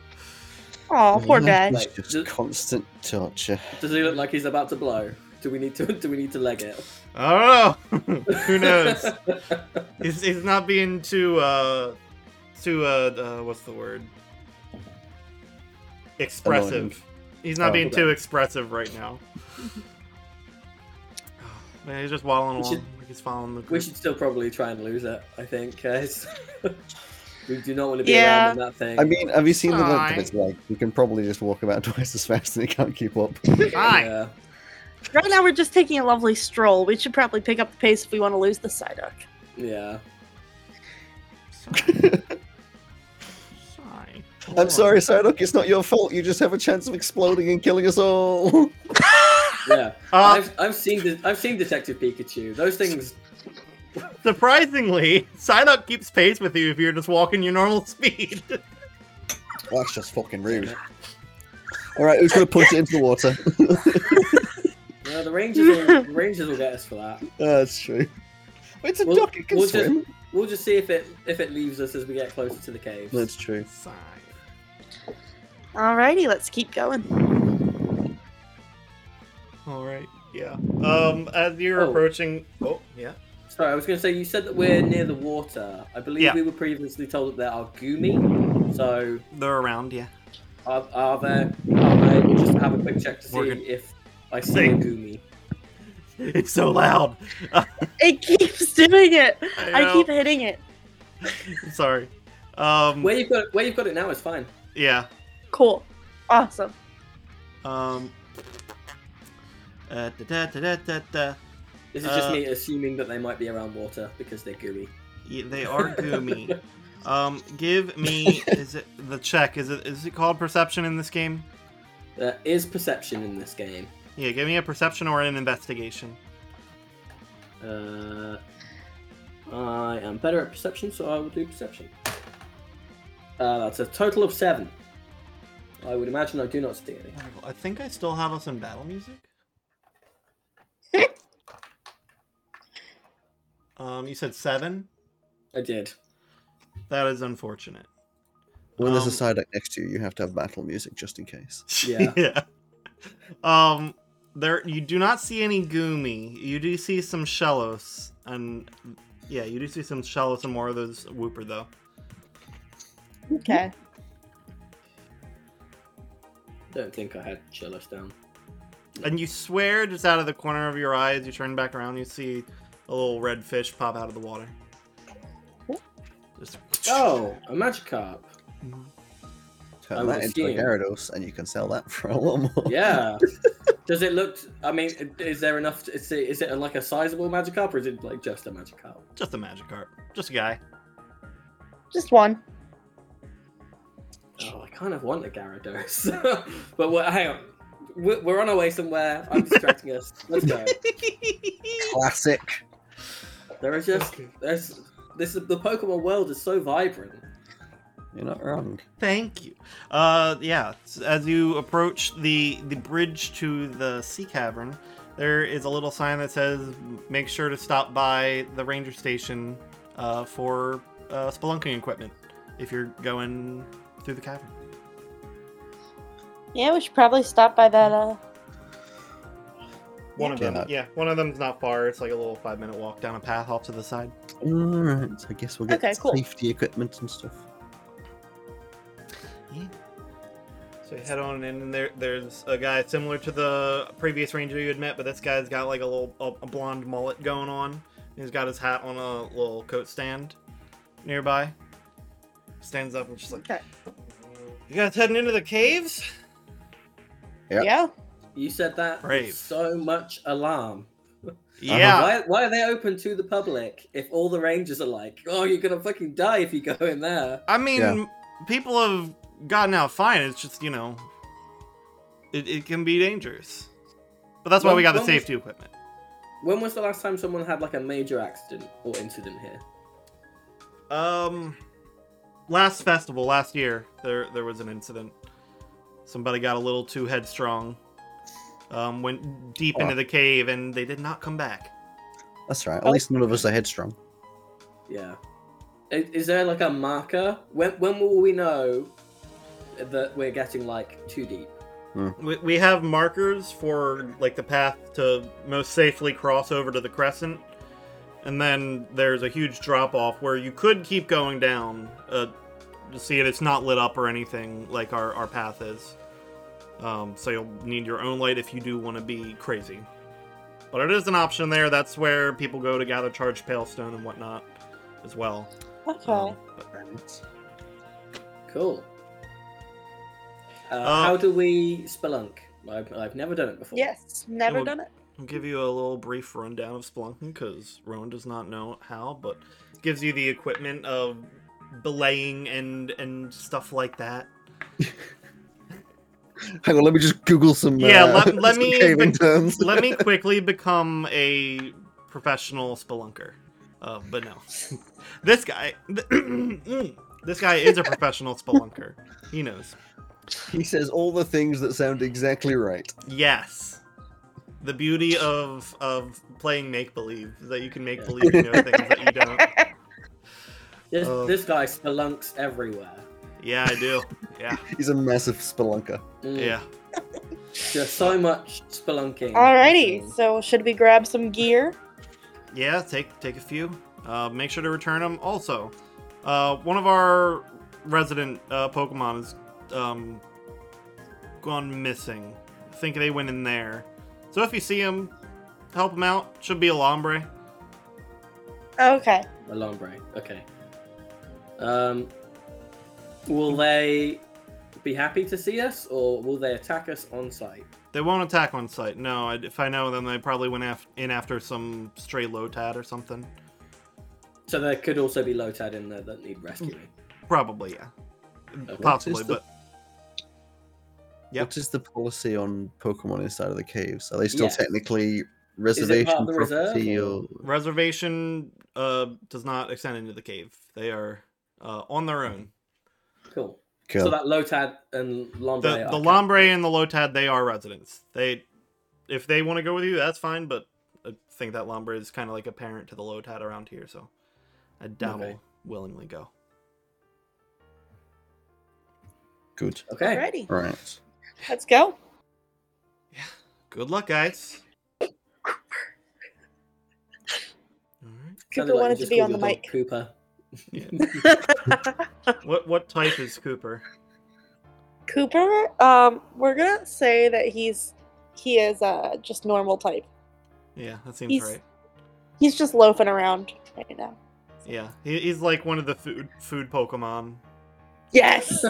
Speaker 2: Oh, poor guy.
Speaker 4: It's
Speaker 3: Like,
Speaker 4: just
Speaker 3: just-
Speaker 4: constant torture.
Speaker 3: Does he look like he's about to blow? Do we need to? Do we need to leg it?
Speaker 1: I don't know. Who knows? he's, he's not being too uh too uh, uh what's the word expressive
Speaker 4: Annoying.
Speaker 1: he's not
Speaker 4: Oh.
Speaker 1: being too expressive right now man he's just waddling
Speaker 3: We
Speaker 1: along
Speaker 3: should-
Speaker 1: like he's following the
Speaker 3: we
Speaker 1: group.
Speaker 3: should still probably try and lose it. I think, guys. we do not want to be
Speaker 2: Yeah.
Speaker 3: around when that thing.
Speaker 4: I mean, have you seen the look
Speaker 1: Aye.
Speaker 4: that it's like? You can probably just walk about twice as fast and you can't keep up.
Speaker 1: Hi.
Speaker 3: Yeah.
Speaker 2: Right now, we're just taking a lovely stroll. We should probably pick up the pace if we want to lose the Psyduck.
Speaker 3: Yeah.
Speaker 1: Sigh.
Speaker 4: I'm sorry, Psyduck, it's not your fault. You just have a chance of exploding and killing us all.
Speaker 3: Yeah.
Speaker 1: uh,
Speaker 3: I've, I've seen the, I've seen Detective Pikachu. Those things.
Speaker 1: surprisingly Psyduck keeps pace with you if you're just walking your normal speed
Speaker 4: Well, that's just fucking rude. All right, who's going to punch it into the water?
Speaker 3: Yeah, the Rangers. Will, the Rangers will get us for that.
Speaker 4: Uh, that's true. It's a
Speaker 3: We'll-
Speaker 4: duck, it can
Speaker 3: we'll just-
Speaker 4: swim.
Speaker 3: We'll just see if it if it leaves us as we get closer to the caves.
Speaker 4: That's true.
Speaker 1: Sigh.
Speaker 2: Alrighty, let's keep going.
Speaker 1: all right yeah um as you're
Speaker 3: Oh.
Speaker 1: approaching oh yeah
Speaker 3: Sorry, I was going to say you said that we're near the water. I believe
Speaker 1: Yeah.
Speaker 3: we were previously told that there are Gumi. So
Speaker 1: they're around yeah
Speaker 3: are, are there? Are they, just have a quick check to see
Speaker 1: Morgan.
Speaker 3: if I see
Speaker 1: Say-
Speaker 3: a Gumi.
Speaker 1: it's so loud
Speaker 2: It keeps doing it. I
Speaker 1: know.
Speaker 2: keep hitting it.
Speaker 1: Sorry. Um,
Speaker 3: Where you've got it, where you've got it now is fine.
Speaker 1: Yeah.
Speaker 2: Cool. Awesome.
Speaker 1: Um. Uh, da, da, da, da, da.
Speaker 3: This is just
Speaker 1: Uh,
Speaker 3: me assuming that they might be around water because they're gooey.
Speaker 1: Yeah, they are goomy. um, give me is it the check? Is it is it called perception in this game?
Speaker 3: There is perception in this game.
Speaker 1: Yeah, give me a perception or an investigation.
Speaker 3: Uh, I am better at perception, so I will do perception. Uh, that's a total of seven. I would imagine I do not see any.
Speaker 1: I think I still have us in battle music. um, you said seven.
Speaker 3: I did.
Speaker 1: That is unfortunate.
Speaker 4: When there's
Speaker 1: Um,
Speaker 4: a side deck next to you, you have to have battle music just in case.
Speaker 3: Yeah.
Speaker 1: yeah. Um, there you do not see any Goomy. You do see some Shellos, and yeah, you do see some Shellos and more of those Whooper though.
Speaker 2: Okay.
Speaker 3: Don't think I had Shellos down.
Speaker 1: And you swear, just out of the corner of your eye, as you turn back around, you see a little red fish pop out of the water. Just
Speaker 3: Oh, a Magikarp. I
Speaker 4: Turn
Speaker 3: would
Speaker 4: that into a
Speaker 3: assume.
Speaker 4: Gyarados, and you can sell that for a lot more.
Speaker 3: Yeah. Does it look? I mean, is there enough? Is it, is it like a sizable Magikarp, or is it like just a Magikarp?
Speaker 1: just a magic carp, just a guy.
Speaker 2: Just one.
Speaker 3: Oh, I kind of want a Gyarados. but we hang on. We're, we're on our way somewhere. I'm distracting us. Let's go.
Speaker 4: Classic.
Speaker 3: There are just there's this the Pokemon world is so vibrant.
Speaker 4: You're not wrong.
Speaker 1: Thank you. Uh, yeah. s- As you approach the the bridge to the sea cavern, there is a little sign that says, "Make sure to stop by the ranger station uh, for uh, spelunking equipment if you're going through the cavern."
Speaker 2: Yeah, we should probably stop by that. Uh,
Speaker 1: One of
Speaker 4: Okay,
Speaker 1: them.
Speaker 4: that-
Speaker 1: Yeah, one of them's not far. It's like a little five minute walk down a path off to the side.
Speaker 4: All right, so I guess we'll get
Speaker 2: Okay, cool.
Speaker 4: safety equipment and stuff.
Speaker 1: So you head on in, and there, there's a guy similar to the previous ranger you had met, but this guy's got like a little a, a blonde mullet going on. And he's got his hat on a little coat stand nearby. Stands up and just like,
Speaker 2: okay.
Speaker 1: "You guys heading into the caves?"
Speaker 4: Yeah.
Speaker 2: Yeah.
Speaker 3: You said that with
Speaker 1: Brave.
Speaker 3: so much alarm.
Speaker 1: Yeah,
Speaker 3: Why, why are they open to the public if all the rangers are like, oh, you're gonna fucking die if you go in there?
Speaker 1: I mean,
Speaker 4: Yeah.
Speaker 1: people have gotten out fine. It's just you know, it, it can be dangerous. But that's why
Speaker 3: When-
Speaker 1: we got the
Speaker 3: when was-
Speaker 1: safety equipment.
Speaker 3: When was the last time someone had like a major accident or incident here?
Speaker 1: Um, last festival last year, there there was an incident. Somebody got a little too headstrong. Um, went deep into
Speaker 4: Oh.
Speaker 1: the cave and they did not come back.
Speaker 4: That's right. At
Speaker 2: Oh.
Speaker 4: least none of us are headstrong.
Speaker 3: Yeah. Is, is there like a marker? When when will we know that we're getting like too deep?
Speaker 1: We, we have markers for like the path to most safely cross over to the crescent, and then there's a huge drop off where you could keep going down. Uh, to see it, it's not lit up or anything like our our path is. Um, so you'll need your own light if you do want to be crazy. But it is an option there. That's where people go to gather charged pale stone and whatnot, as well.
Speaker 2: Okay.
Speaker 1: Um, but-
Speaker 3: Cool. Uh,
Speaker 1: Uh,
Speaker 3: how do we spelunk? I've, I've never done it before.
Speaker 2: yes. Never
Speaker 1: Well-
Speaker 2: done it.
Speaker 1: I'll give you a little brief rundown of Splunking because Rowan does not know how, but it gives you the equipment of belaying and and stuff like that.
Speaker 4: Hang on, let me just Google some.
Speaker 1: Yeah,
Speaker 4: uh,
Speaker 1: let- let
Speaker 4: some
Speaker 1: me-
Speaker 4: caving terms.
Speaker 1: Let me quickly become a professional spelunker, uh, but no, this guy, mm, this guy is a professional spelunker. He knows.
Speaker 4: He says all the things that sound exactly right.
Speaker 1: Yes. The beauty of of playing make believe is that you can make believe you know things that you don't.
Speaker 3: This,
Speaker 1: Uh,
Speaker 3: this guy spelunks everywhere.
Speaker 1: Yeah, I do. Yeah,
Speaker 4: He's a massive spelunker.
Speaker 3: Mm,
Speaker 1: yeah.
Speaker 3: There's so much spelunking.
Speaker 2: Alrighty.
Speaker 3: Mm.
Speaker 2: So should we grab some gear?
Speaker 1: Yeah, take take a few. Uh, make sure to return them. Also, uh, one of our resident uh, Pokemon has um, gone missing. I think they went in there. So if you see him, help him out. Should be a Lombre.
Speaker 2: Okay.
Speaker 3: A long break. Okay. Um, will they be happy to see us, or will they attack us on sight?
Speaker 1: They won't attack on sight. No, I, if I know them, they probably went af- in after some stray Lotad or something.
Speaker 3: So there could also be Lotad in there that need rescuing.
Speaker 1: Probably, yeah. Mm.
Speaker 3: Okay.
Speaker 1: Possibly,
Speaker 4: the-
Speaker 1: but Yep.
Speaker 4: What is the policy on Pokemon inside of the caves? Are they still
Speaker 3: Yeah.
Speaker 4: technically reservation
Speaker 3: part of the reserve,
Speaker 4: property?
Speaker 3: or-
Speaker 4: Or...
Speaker 1: reservation uh, does not extend into the cave. They are uh, on their own.
Speaker 3: cool.
Speaker 4: Cool.
Speaker 3: So that Lotad and Lombre.
Speaker 1: The
Speaker 3: are
Speaker 1: the
Speaker 3: kind-
Speaker 1: Lombre and the Lotad, they are residents. They, if they want to go with you, that's fine. But I think that Lombre is kind of like a parent to the Lotad around here, so I doubt
Speaker 3: Okay.
Speaker 1: will willingly go.
Speaker 4: Good.
Speaker 3: Okay.
Speaker 2: Alrighty,
Speaker 4: All right.
Speaker 2: let's go.
Speaker 1: Good luck, guys. All right.
Speaker 2: Cooper
Speaker 3: Sounded like you
Speaker 2: wanted to
Speaker 3: just
Speaker 2: be on
Speaker 3: called
Speaker 2: the
Speaker 3: your dog
Speaker 2: mic.
Speaker 3: Cooper.
Speaker 1: What what type is Cooper?
Speaker 2: Cooper, um, we're gonna say that he's he is uh just normal type.
Speaker 1: Yeah, that seems
Speaker 2: He's-
Speaker 1: right.
Speaker 2: He's just loafing around right now.
Speaker 1: Yeah, he, he's like one of the food food Pokemon,
Speaker 2: Yes.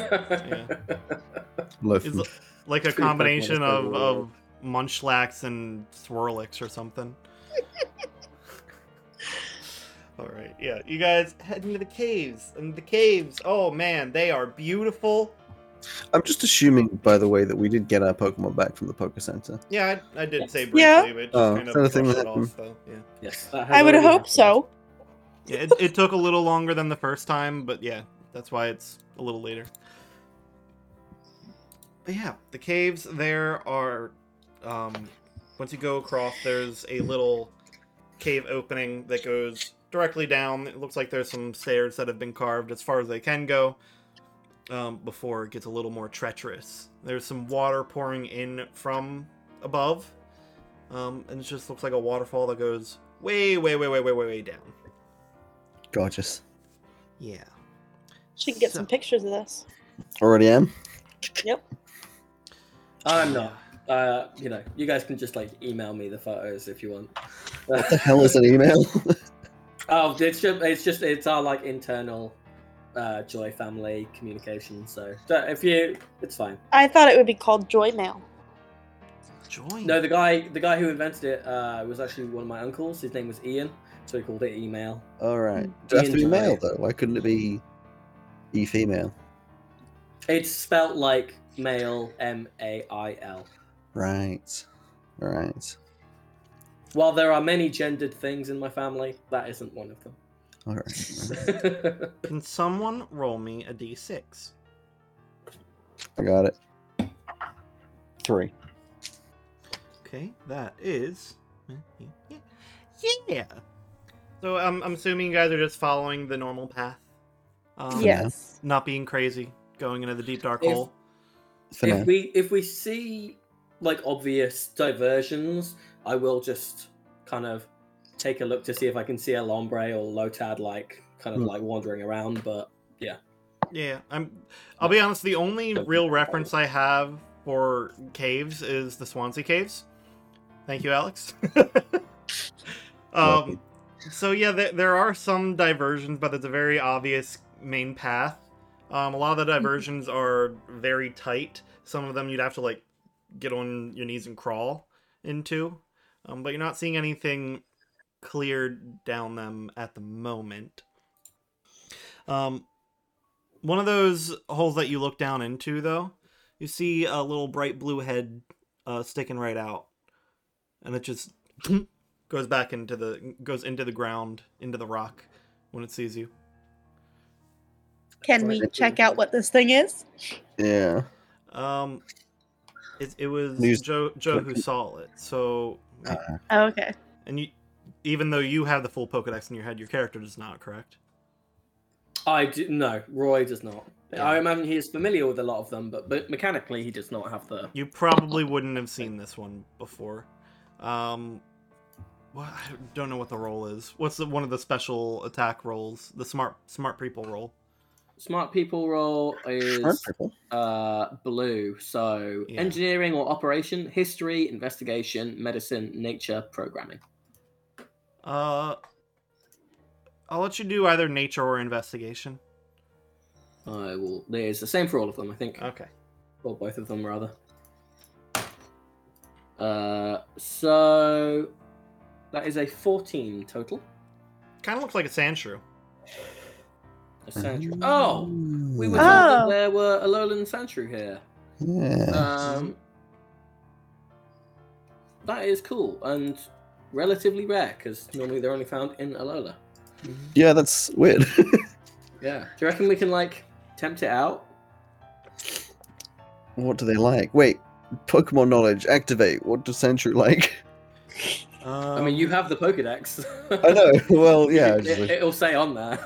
Speaker 4: Loaf.
Speaker 1: Is- like a
Speaker 3: Food Pokemon
Speaker 1: combination
Speaker 3: is
Speaker 1: of
Speaker 3: Pokemon.
Speaker 1: of Munchlax and Swirlix or something. All right, yeah, you guys heading to the caves, and the caves. Oh man, they are beautiful.
Speaker 4: I'm just assuming, by the way, that we did get our Pokemon back from the Poké Center.
Speaker 1: Yeah, I, I did
Speaker 3: Yes.
Speaker 1: say briefly,
Speaker 2: Yeah.
Speaker 1: but just
Speaker 4: Oh,
Speaker 1: kind of
Speaker 4: is that a thing
Speaker 1: brushed
Speaker 4: that
Speaker 1: it
Speaker 4: happened?
Speaker 1: off, though. Yeah.
Speaker 3: yes. that has
Speaker 2: I would
Speaker 3: already
Speaker 2: hope
Speaker 3: happened.
Speaker 2: so.
Speaker 1: Yeah, it, it took a little longer than the first time, but yeah, that's why it's a little later. But yeah, the caves there are. Um, once you go across, there's a little cave opening that goes directly down. It looks like there's some stairs that have been carved as far as they can go um, before it gets a little more treacherous. There's some water pouring in from above, um, and it just looks like a waterfall that goes way, way, way, way, way, way, way down.
Speaker 4: Gorgeous.
Speaker 1: Yeah.
Speaker 2: She can get
Speaker 1: So-
Speaker 2: some pictures of this.
Speaker 4: Already am.
Speaker 3: I'm not. Uh, you know, you guys can just like email me the photos if you want.
Speaker 4: What the hell is an email?
Speaker 3: oh, it's just it's just it's our like internal uh, joy family communication. So, so if you, it's fine.
Speaker 2: I thought it would be called Joy Mail.
Speaker 1: Join.
Speaker 3: No, the guy the guy who invented it uh, was actually one of my uncles. His name was Ian, so he called it email.
Speaker 4: All right. Do I have to be
Speaker 3: Enjoy.
Speaker 4: male though? Why couldn't it be e female?
Speaker 3: It's spelt like male, M A I L.
Speaker 4: Right. Right.
Speaker 3: While there are many gendered things in my family, that isn't one of
Speaker 4: All right.
Speaker 3: them.
Speaker 1: Can someone roll me a d6?
Speaker 4: I got it. Three.
Speaker 1: Okay, that is. eh, Yeah. So I'm, I'm assuming you guys are just following the normal path. Um,
Speaker 2: yes.
Speaker 1: Not being crazy, going into the deep dark
Speaker 3: If-
Speaker 1: hole.
Speaker 4: For now.
Speaker 3: if we if we see like obvious diversions, I will just kind of take a look to see if I can see a Lombre or Lotad like kind of
Speaker 4: Hmm.
Speaker 3: like wandering around. But
Speaker 1: Yeah, I'm. I'll be honest. The only real reference I have for caves is the Swansea caves. Thank you, Alex. um, so yeah, there, there are some diversions, but it's a very obvious main path. Um, a lot of the diversions are very tight. Some of them you'd have to like get on your knees and crawl into. Um, but you're not seeing anything cleared down them at the moment. Um, one of those holes that you look down into, though, you see a little bright blue head uh, sticking right out, and it just goes back into the goes into the ground, into the rock, when it sees you.
Speaker 2: Can we check out what this thing is?
Speaker 4: Yeah.
Speaker 1: Um, it, it was
Speaker 4: News-
Speaker 1: Joe Joe who saw it. So,
Speaker 2: Oh, okay.
Speaker 1: and you, even though you have the full Pokedex in your head, your character does not. Correct?
Speaker 3: I do no, Roy does not.
Speaker 1: Yeah.
Speaker 3: I imagine he is familiar with a lot of them, but but mechanically he does not have the.
Speaker 1: You probably wouldn't have seen this one before. Um, well, I don't know what the role is. What's the, one of the special attack rolls? The smart smart people roll.
Speaker 3: Smart people roll
Speaker 4: Smart
Speaker 3: is
Speaker 4: people.
Speaker 3: uh, blue. So
Speaker 1: Yeah.
Speaker 3: engineering or operation, history, investigation, medicine, nature, programming.
Speaker 1: Uh, I'll let you do either nature or investigation.
Speaker 3: I will. It's the same for all of them, I think.
Speaker 1: Okay.
Speaker 3: or both of them rather. Uh, so that is a fourteen total.
Speaker 1: Kind of looks like a sand shrew.
Speaker 3: A Sandshrew. Oh, we were told
Speaker 2: Ah.
Speaker 3: that
Speaker 2: Oh.
Speaker 3: there were a lowland Sandshrew here.
Speaker 4: Yeah.
Speaker 3: Um, that is cool and relatively rare because normally they're only found in Alola.
Speaker 4: yeah, that's weird.
Speaker 3: Yeah. Do you reckon we can like tempt it out?
Speaker 4: what do they like? Wait, Pokemon knowledge, activate. What does Sandshrew like?
Speaker 1: Um,
Speaker 3: I mean, you have the Pokedex.
Speaker 4: I know. Well, yeah.
Speaker 3: It,
Speaker 4: just-
Speaker 3: it, will say on there.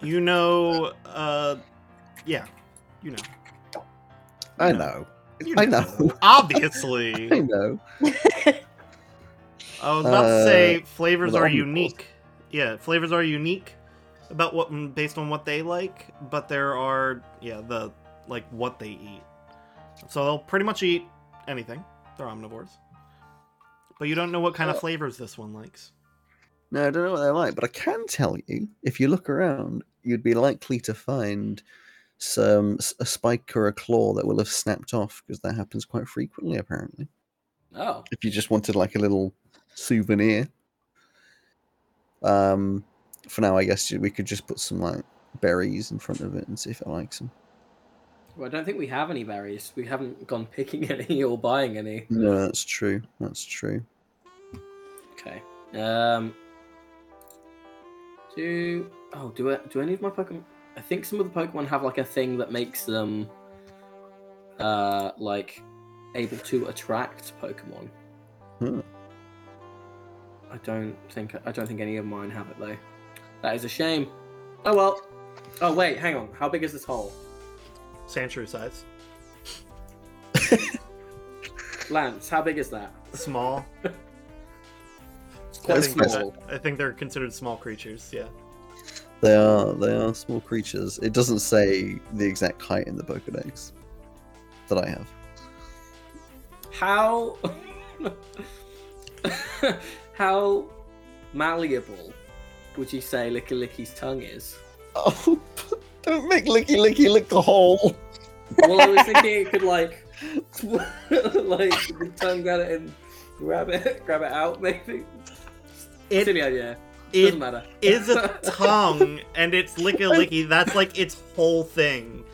Speaker 1: You know, uh, yeah, you know.
Speaker 4: I know.
Speaker 1: You
Speaker 4: I know.
Speaker 1: Obviously.
Speaker 4: I know.
Speaker 1: I was about to say flavors
Speaker 4: the
Speaker 1: are
Speaker 4: omnivores.
Speaker 1: unique. Yeah, flavors are unique about what mm, based on what they like, but there are yeah the like what they eat. So they'll pretty much eat anything. They're omnivores. But you don't know what kind of
Speaker 4: Oh.
Speaker 1: flavors this one likes.
Speaker 4: No, I don't know what they're like, but I can tell you if you look around, you'd be likely to find some s- a spike or a claw that will have snapped off because that happens quite frequently, apparently.
Speaker 3: oh,
Speaker 4: If you just wanted like a little souvenir, um, for now, I guess you- we could just put some like berries in front of it and see if it likes them.
Speaker 3: well, I don't think we have any berries. We haven't gone picking any or buying any.
Speaker 4: No, that's true. That's true.
Speaker 3: Okay. Um. Do oh do it? Do any of my Pokemon? I think some of the Pokemon have like a thing that makes them, uh, like able to attract Pokemon.
Speaker 4: Hmm.
Speaker 3: I don't think I don't think any of mine have it though. That is a shame. Oh well. Oh wait, hang on. How big is this hole?
Speaker 1: Sandshrew size.
Speaker 3: Lance, how big is that?
Speaker 1: Small.
Speaker 4: Quite
Speaker 1: I think they're-
Speaker 4: small.
Speaker 1: I think they're considered small creatures, yeah.
Speaker 4: They are they are small creatures. It doesn't say the exact height in the Pokedex that I have.
Speaker 3: How how malleable would you say Licky Licky's tongue is?
Speaker 4: Oh, don't make Licky Licky lick the hole.
Speaker 3: Well, I was thinking it could like like the tongue grab it and grab it grab it out maybe. Silly idea. Doesn't
Speaker 1: it
Speaker 3: matter.
Speaker 1: is a tongue and it's licky licky. That's like its whole thing.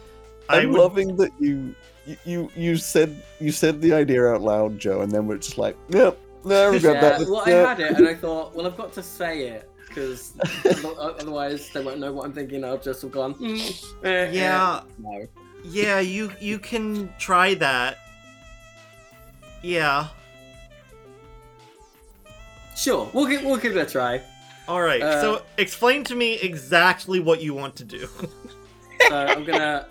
Speaker 1: I
Speaker 4: I'm
Speaker 1: would-
Speaker 4: loving that you you- you you said you said the idea out loud, Joe, and then we're just like, yep, there we got
Speaker 3: Yeah,
Speaker 4: that.
Speaker 3: well, I
Speaker 4: yeah."
Speaker 3: had it and I thought, well, I've got to say it because otherwise they won't know what I'm thinking. I'll just have gone. "Mm, eh, eh."
Speaker 1: yeah.
Speaker 3: No.
Speaker 1: Yeah, you you can try that. Yeah.
Speaker 3: Sure, we'll give we'll give it a try.
Speaker 1: All right.
Speaker 3: Uh,
Speaker 1: so explain to me exactly what you want to do.
Speaker 3: So I'm gonna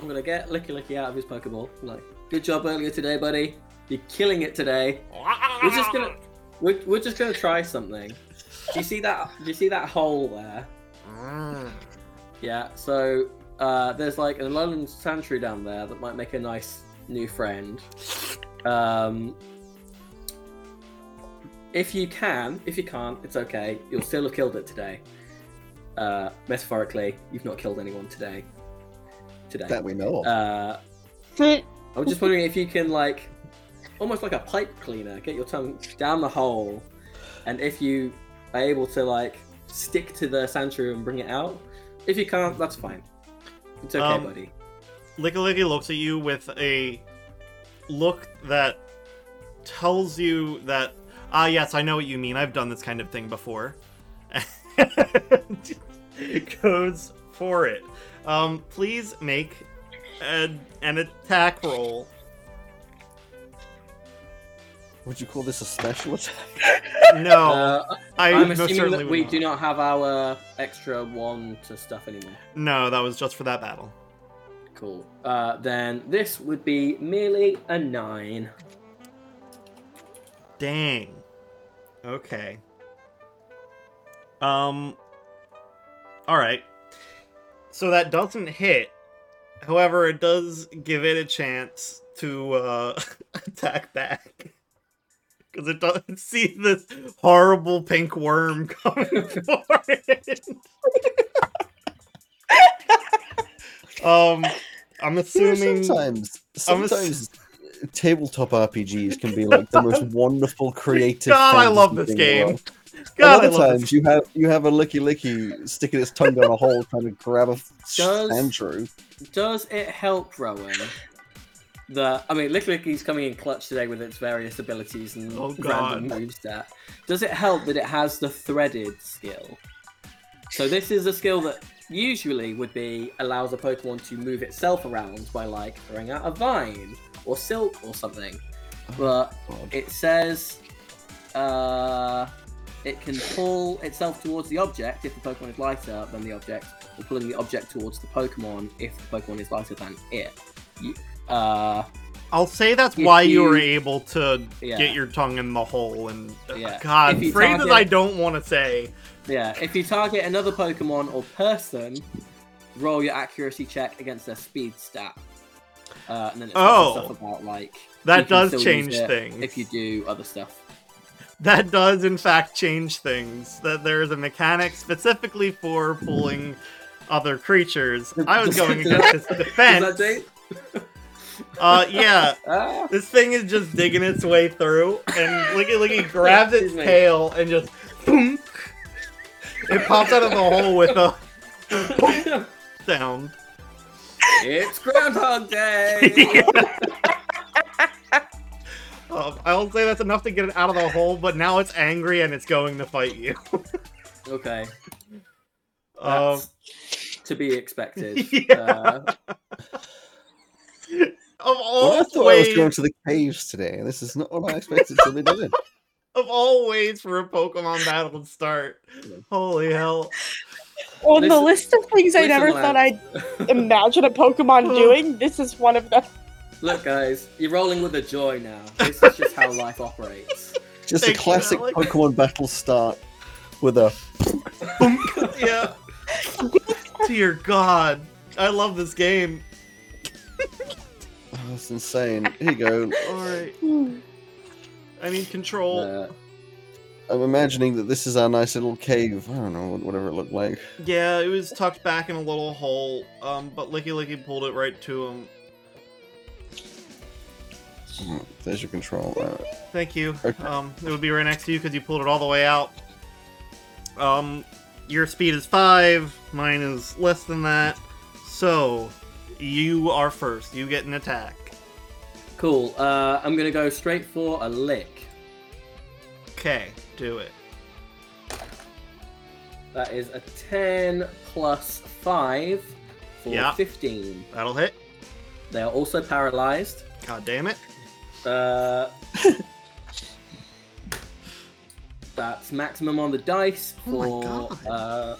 Speaker 3: I'm gonna get Licky Licky out of his Pokeball. I'm like, good job earlier today, buddy. You're killing it today. We're just gonna we're, we're just gonna try something. Do you see that do you see that hole there?
Speaker 1: Mm.
Speaker 3: Yeah, so uh, there's like an Alolan Sandshrew down there that might make a nice new friend. Um, if you can, if you can't, it's okay. You'll still have killed it today. Uh, metaphorically, you've not killed anyone today. Today.
Speaker 4: that we know of.
Speaker 3: Uh, I was just wondering if you can like, almost like a pipe cleaner, get your tongue down the hole, and if you are able to like stick to the sandshrew and bring it out. If you can't, that's fine. It's okay,
Speaker 1: Um,
Speaker 3: buddy.
Speaker 1: Licky Licky looks at you with a look that tells you that ah yes, I know what you mean. I've done this kind of thing before. And goes for it. Um, please make an, an attack roll.
Speaker 4: Would you call this a special attack?
Speaker 1: No,
Speaker 3: Uh,
Speaker 1: I
Speaker 3: I'm
Speaker 1: most
Speaker 3: assuming
Speaker 1: oh, certainly
Speaker 3: that
Speaker 1: would
Speaker 3: we
Speaker 1: not.
Speaker 3: do not have our extra one to stuff anymore.
Speaker 1: No, that was just for that battle.
Speaker 3: Cool. Uh, then this would be merely a nine.
Speaker 1: Dang. Okay. Um. All right. So that doesn't hit. However, it does give it a chance to uh, attack back because it doesn't see this horrible pink worm coming for it. um, I'm assuming
Speaker 4: sometimes
Speaker 1: I'm a-
Speaker 4: sometimes tabletop RPGs can be like the most wonderful creative.
Speaker 1: God, I
Speaker 4: fantasy
Speaker 1: love this
Speaker 4: thing in the
Speaker 1: game.
Speaker 4: world.
Speaker 1: God,
Speaker 4: a
Speaker 1: I
Speaker 4: lot of
Speaker 1: love
Speaker 4: times
Speaker 1: this.
Speaker 4: you have you have a licky licky sticking its tongue down a hole trying to grab a
Speaker 3: Does-
Speaker 4: Andrew.
Speaker 3: Does it help Rowan? That I mean, Licky Licky's coming in clutch today with its various abilities and
Speaker 1: Oh, God.
Speaker 3: random moves. That does it help that it has the threaded skill? So this is a skill that usually would be allows a Pokemon to move itself around by like throwing out a vine or silk or something, but it says uh, it can pull itself towards the object if the Pokemon is lighter than the object, or pulling the object towards the Pokemon if the Pokemon is lighter than it. You- Uh,
Speaker 1: I'll say that's
Speaker 3: If
Speaker 1: why you were
Speaker 3: you-
Speaker 1: able to
Speaker 3: Yeah.
Speaker 1: get your tongue in the hole. And uh,
Speaker 3: Yeah.
Speaker 1: God,
Speaker 3: If you
Speaker 1: phrases
Speaker 3: target-
Speaker 1: I don't want to say.
Speaker 3: yeah, if you target another Pokemon or person, roll your accuracy check against their speed stat. Uh, and then it's
Speaker 1: Oh.
Speaker 3: stuff about like
Speaker 1: That
Speaker 3: you can
Speaker 1: does
Speaker 3: still use
Speaker 1: change
Speaker 3: it
Speaker 1: things.
Speaker 3: if you do other stuff.
Speaker 1: That does, in fact, change things. That there is a mechanic specifically for pulling other creatures. I was going against its
Speaker 3: Does
Speaker 1: defense.
Speaker 3: that do?
Speaker 1: Uh, yeah,
Speaker 3: Ah,
Speaker 1: this thing is just digging its way through, and Licky Licky grabs its
Speaker 3: Excuse me.
Speaker 1: tail and just boom. It pops out of the hole with a sound.
Speaker 3: it's Groundhog Day.
Speaker 1: Um, I'll say that's enough to get it out of the hole, but now it's angry and it's going to fight you.
Speaker 3: okay.
Speaker 1: Um,
Speaker 3: That's to be expected.
Speaker 1: Yeah.
Speaker 3: uh,
Speaker 1: of
Speaker 4: Well, I
Speaker 1: all
Speaker 4: thought I was
Speaker 1: ways,
Speaker 4: going to the caves today, and this is not what I expected to be doing.
Speaker 1: of all ways for a Pokemon battle to start. Holy hell!
Speaker 2: On the
Speaker 3: Listen-
Speaker 2: list of things I
Speaker 3: listen,
Speaker 2: never thought
Speaker 3: lads.
Speaker 2: I'd imagine a Pokemon doing, this is one of them.
Speaker 3: Look, guys, you're rolling with a joy now. This is just how life operates.
Speaker 4: Just
Speaker 1: Thank
Speaker 4: a
Speaker 1: you,
Speaker 4: classic
Speaker 1: Alex.
Speaker 4: Pokemon battle start with a
Speaker 1: Yeah. Dear God, I love this game.
Speaker 4: oh, that's insane. Here you go.
Speaker 1: All right,
Speaker 2: Hmm.
Speaker 1: I need control.
Speaker 3: Uh,
Speaker 4: I'm imagining that this is our nice little cave. I don't know, whatever it looked like.
Speaker 1: Yeah, it was tucked back in a little hole, um, but Licky Licky pulled it right to him.
Speaker 4: Mm, There's your control. Uh,
Speaker 1: Thank you.
Speaker 4: Okay.
Speaker 1: Um, it would be right next to you because you pulled it all the way out. Um, your speed is five. Mine is less than that. So, you are first. You get an attack.
Speaker 3: cool. Uh, I'm gonna go straight for a lick.
Speaker 1: Okay, do it.
Speaker 3: That is a 10 plus 5 for
Speaker 1: Yeah.
Speaker 3: 15.
Speaker 1: That'll hit.
Speaker 3: They are also paralyzed.
Speaker 1: God damn it.
Speaker 3: Uh, that's maximum on the dice
Speaker 1: Oh my
Speaker 3: for
Speaker 1: God.
Speaker 3: uh,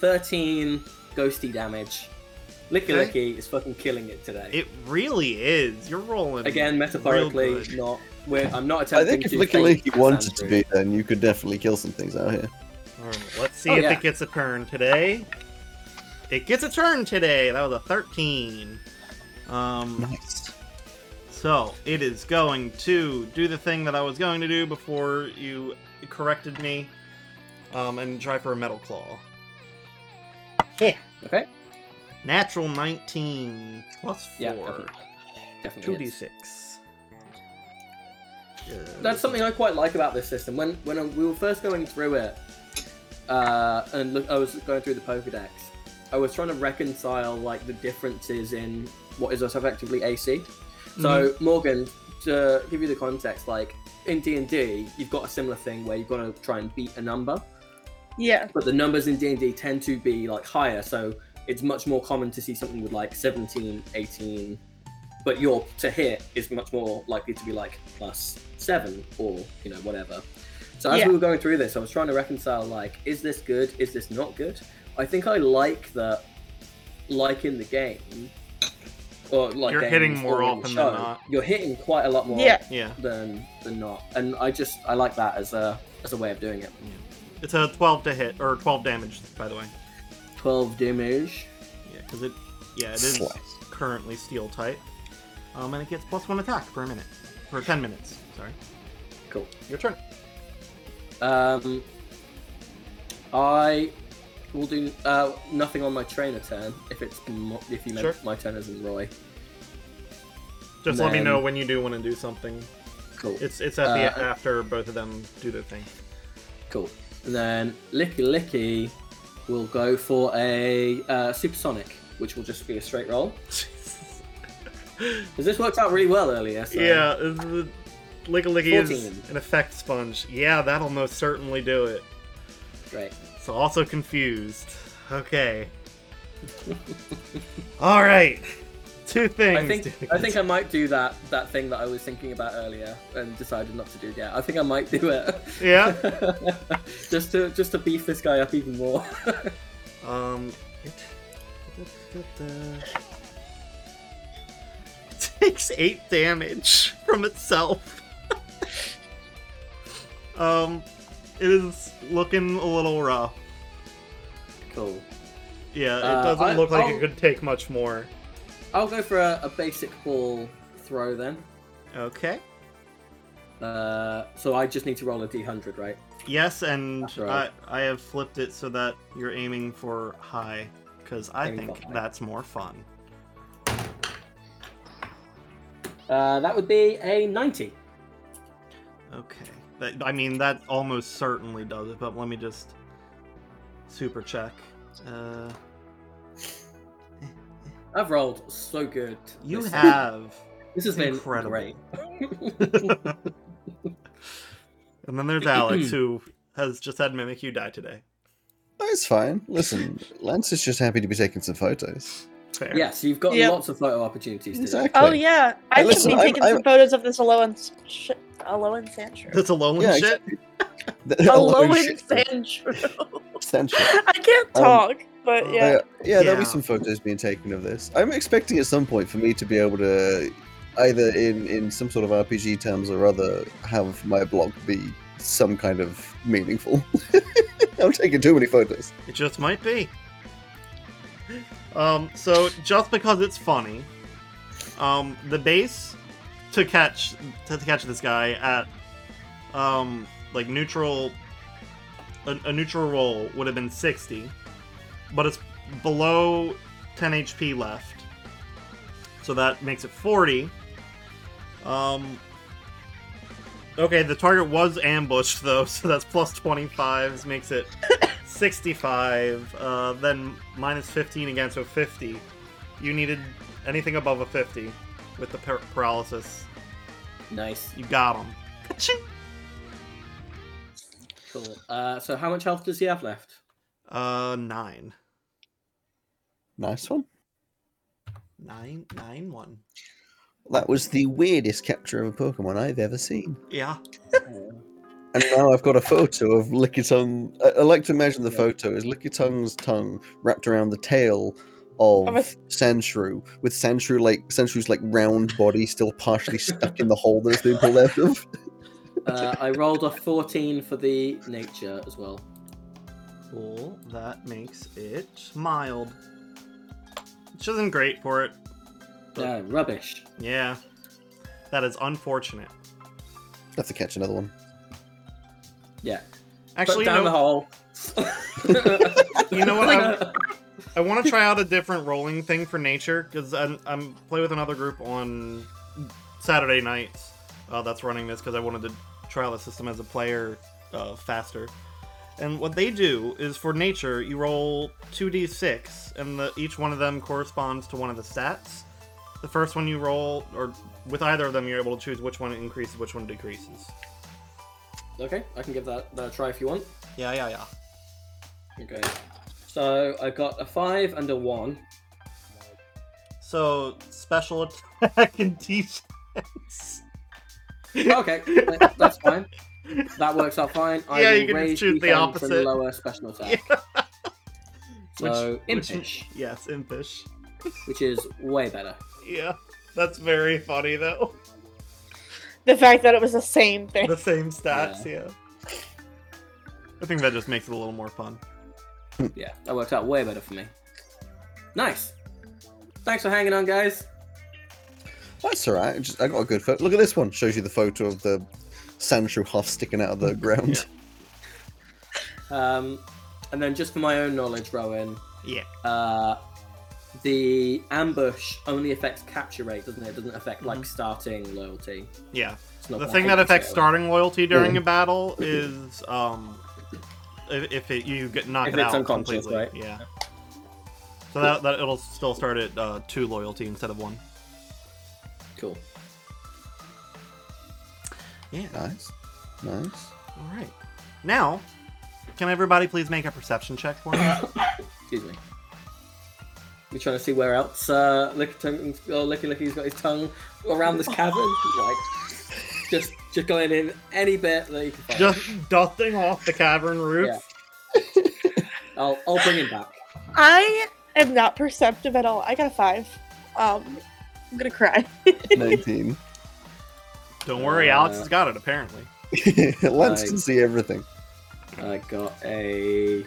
Speaker 3: 13 ghosty damage. Licky
Speaker 1: Okay.
Speaker 3: Licky is fucking killing it today.
Speaker 1: It really is. You're rolling
Speaker 3: Again,
Speaker 1: real
Speaker 3: metaphorically,
Speaker 1: good.
Speaker 3: not. We're, I'm not
Speaker 4: I
Speaker 3: attempting
Speaker 4: think if
Speaker 3: to.
Speaker 4: Licky
Speaker 3: fake
Speaker 4: Licky wanted to
Speaker 3: Sandra.
Speaker 4: be, then you could definitely kill some things out here.
Speaker 1: All right, Um, let's see
Speaker 3: Oh,
Speaker 1: if
Speaker 3: yeah.
Speaker 1: it gets a turn today. It gets a turn today. That was a 13. Um,
Speaker 4: Nice.
Speaker 1: So it is going to do the thing that I was going to do before you corrected me, um, and try for a metal claw.
Speaker 3: Okay.
Speaker 1: Natural nineteen plus
Speaker 3: Yeah,
Speaker 1: four, two
Speaker 3: Definitely.
Speaker 1: d
Speaker 3: is.
Speaker 1: six.
Speaker 3: That's something I quite like about this system. When when I- we were first going through it, uh, and look, I was going through the Pokedex, I was trying to reconcile like the differences in what is effectively AC. So
Speaker 1: Mm-hmm.
Speaker 3: Morgan, to give you the context, like in D and D, you've got a similar thing where you've got to try and beat a number.
Speaker 2: Yeah.
Speaker 3: but the numbers in D&D tend to be like higher so it's much more common to see something with like 17 18 but your to hit is much more likely to be like plus 7 or you know whatever so as
Speaker 2: Yeah.
Speaker 3: we were going through this i was trying to reconcile like is this good is this not good i think i like that like in the game or like
Speaker 1: You're hitting
Speaker 3: games
Speaker 1: more
Speaker 3: or in the
Speaker 1: often than
Speaker 3: show,
Speaker 1: not.
Speaker 3: you're hitting quite a lot more
Speaker 2: Yeah.
Speaker 1: yeah,
Speaker 3: than than not and i just i like that as a as a way of doing it
Speaker 1: it's a twelve to hit or twelve damage, by the way.
Speaker 3: 12 damage
Speaker 1: Yeah, because it, yeah, it is
Speaker 4: Slice.
Speaker 1: currently steel type, um, and it gets plus one attack per minute, for ten minutes. Sorry,
Speaker 3: cool
Speaker 1: your turn.
Speaker 3: Um, I will do uh, nothing on my trainer turn if it's mo- if you meant
Speaker 1: Sure.
Speaker 3: my turn as in Roy.
Speaker 1: Just let me
Speaker 3: Then-
Speaker 1: know when you do want to do something.
Speaker 3: Cool.
Speaker 1: It's it's at the
Speaker 3: Uh,
Speaker 1: after both of them do their thing.
Speaker 3: Cool. And then Licky Licky will go for a uh, supersonic, which will just be a straight roll. Because this worked out really well earlier. So.
Speaker 1: Yeah, uh, the Licky Licky is
Speaker 3: 14.
Speaker 1: an effect sponge. Yeah, that'll most certainly do it.
Speaker 3: Great.
Speaker 1: So also confused. Okay. All right. Two things.
Speaker 3: I think
Speaker 1: dude.
Speaker 3: I think I might do that that thing that I was thinking about earlier and decided not to do yet. I think I might do it.
Speaker 1: yeah.
Speaker 3: just to just to beef this guy up even more.
Speaker 1: Um. Takes eight damage from itself. um, it is looking a little rough.
Speaker 3: cool.
Speaker 1: Yeah, it
Speaker 3: Uh,
Speaker 1: doesn't
Speaker 3: I-
Speaker 1: look like
Speaker 3: I'll-
Speaker 1: it could take much more.
Speaker 3: I'll go for a, a basic ball throw then.
Speaker 1: Okay.
Speaker 3: Uh, so I just need to roll a d100, right?
Speaker 1: Yes, and
Speaker 3: That's right.
Speaker 1: I, I have flipped it so that you're aiming for high, because I
Speaker 3: Aiming for
Speaker 1: think
Speaker 3: high.
Speaker 1: that's more fun.
Speaker 3: Uh, that would be a 90.
Speaker 1: Okay. That, I mean, that almost certainly does it, but let me just super check. Uh,
Speaker 3: I've rolled so good.
Speaker 1: you
Speaker 3: this-
Speaker 1: have.
Speaker 3: This has been
Speaker 1: incredible.
Speaker 3: great.
Speaker 1: And then there's Alex, who has just had Mimic You die today.
Speaker 4: That's fine. Listen, Lance is just happy to be taking some photos.
Speaker 1: Fair.
Speaker 3: Yes, you've got
Speaker 2: Yep.
Speaker 3: lots of photo opportunities. dude.
Speaker 4: Exactly.
Speaker 2: Oh yeah, I
Speaker 4: Hey, listen,
Speaker 2: should be
Speaker 4: I'm-
Speaker 2: taking
Speaker 4: I'm-
Speaker 2: some photos of this Alolan sh- Alolan Sandshrew.
Speaker 1: That's a lone
Speaker 4: Yeah,
Speaker 1: shit.
Speaker 4: The- Hello,
Speaker 2: Alolan
Speaker 4: Oh, shit.
Speaker 2: Sandshrew.
Speaker 4: Essentially.
Speaker 2: I can't
Speaker 4: Um,
Speaker 2: talk, but yeah.
Speaker 4: Uh, yeah, there'll be
Speaker 1: Yeah.
Speaker 4: some photos being taken of this. I'm expecting at some point for me to be able to, either in, in some sort of RPG terms or other, have my blog be some kind of meaningful. I'm taking too many photos.
Speaker 1: It just might be. Um, so just because it's funny, um, the base to catch to, to catch this guy at um like neutral a, a neutral roll would have been 60, but it's below 10 HP left, so that makes it 40. Um. Okay, the target was ambushed though, so that's plus 25s makes it 65, uh, then minus 15 again, so 50. You needed anything above a 50 with the par- paralysis.
Speaker 3: Nice.
Speaker 1: You got him.
Speaker 3: Cool. Uh, so how much health does he have left?
Speaker 1: Uh, nine.
Speaker 4: Nice one.
Speaker 1: Nine, nine, one.
Speaker 4: That was the weirdest capture of a Pokemon I've ever seen.
Speaker 1: Yeah.
Speaker 3: Uh,
Speaker 4: And now I've got a photo of Lickitung. I, I like to imagine the
Speaker 3: Yeah.
Speaker 4: photo is Lickitung's tongue wrapped around the tail of
Speaker 2: Of a s-
Speaker 4: Sandshrew, with Sandshrew like Sandshru's like round body still partially stuck in the hole that's been pulled out of.
Speaker 3: Uh, I rolled a 14 for the nature as well.
Speaker 1: Cool. That makes it mild. Which isn't great for it.
Speaker 3: Yeah, Uh, rubbish.
Speaker 1: Yeah. That is unfortunate.
Speaker 4: Have to catch another one.
Speaker 3: Yeah.
Speaker 1: Actually,
Speaker 3: Put
Speaker 1: you
Speaker 3: down
Speaker 1: know,
Speaker 3: the hole.
Speaker 1: You know what, I'm-
Speaker 3: Like-
Speaker 1: I want to try out a different rolling thing for nature because I'm, I'm play with another group on Saturday nights. Uh, that's running this because I wanted to try out the system as a player uh, faster. And what they do is for nature, you roll two d6, and the, each one of them corresponds to one of the stats. The first one you roll, or with either of them, you're able to choose which one increases, which one decreases.
Speaker 3: okay, I can give that, that a try if you want.
Speaker 1: Yeah, yeah, yeah.
Speaker 3: Okay. So I got a 5 and a 1.
Speaker 1: So special attack and defense.
Speaker 3: Okay, that- that's fine. That works out fine. I
Speaker 1: Yeah,
Speaker 3: will
Speaker 1: you can
Speaker 3: raise
Speaker 1: just choose the
Speaker 3: defense and
Speaker 1: opposite.
Speaker 3: Lower special attack. So
Speaker 1: Which-
Speaker 3: impish,
Speaker 1: Yes, impish.
Speaker 3: which is way better.
Speaker 1: Yeah, that's very funny though.
Speaker 2: The fact that it was the same thing.
Speaker 1: The same stats, yeah. I think that just makes it a little more fun. Hmm.
Speaker 3: Yeah, that worked out way better for me. Nice. Thanks for hanging on, guys.
Speaker 4: That's all right. Just, I got a good photo. Look at this one. Shows you the photo of the Sandshrew half sticking out of the ground.
Speaker 3: Um, and then just for my own knowledge, Rowan,
Speaker 1: Yeah.
Speaker 3: uh, the ambush only affects capture rate, doesn't it? It doesn't affect like starting loyalty.
Speaker 1: Yeah.
Speaker 3: It's not
Speaker 1: Mm-hmm. The
Speaker 3: like
Speaker 1: thing
Speaker 3: it
Speaker 1: that
Speaker 3: was
Speaker 1: affects
Speaker 3: there.
Speaker 1: starting loyalty during a battle is um, if, if it, you get knocked
Speaker 3: If it's
Speaker 1: out
Speaker 3: unconscious,
Speaker 1: completely.
Speaker 3: right?
Speaker 1: Yeah. So that, that it'll still start at uh, two loyalty instead of one.
Speaker 3: Cool.
Speaker 1: Yeah.
Speaker 4: Nice. Nice.
Speaker 1: All right. Now, can everybody please make a perception check for me?
Speaker 3: Excuse me. We're trying to see where else uh, Licky Tongue, oh, Licky Licky's got his tongue around this cavern. like, just just going in any bit that you can find.
Speaker 1: Just dusting off the cavern roof.
Speaker 3: Yeah. I'll, I'll bring him back.
Speaker 2: I am not perceptive at all. I got a five. Um, I'm gonna cry.
Speaker 4: 19.
Speaker 1: Don't worry, Alex
Speaker 3: Uh,
Speaker 1: has got it apparently.
Speaker 4: Lance
Speaker 3: Nice.
Speaker 4: can see everything.
Speaker 3: I got a.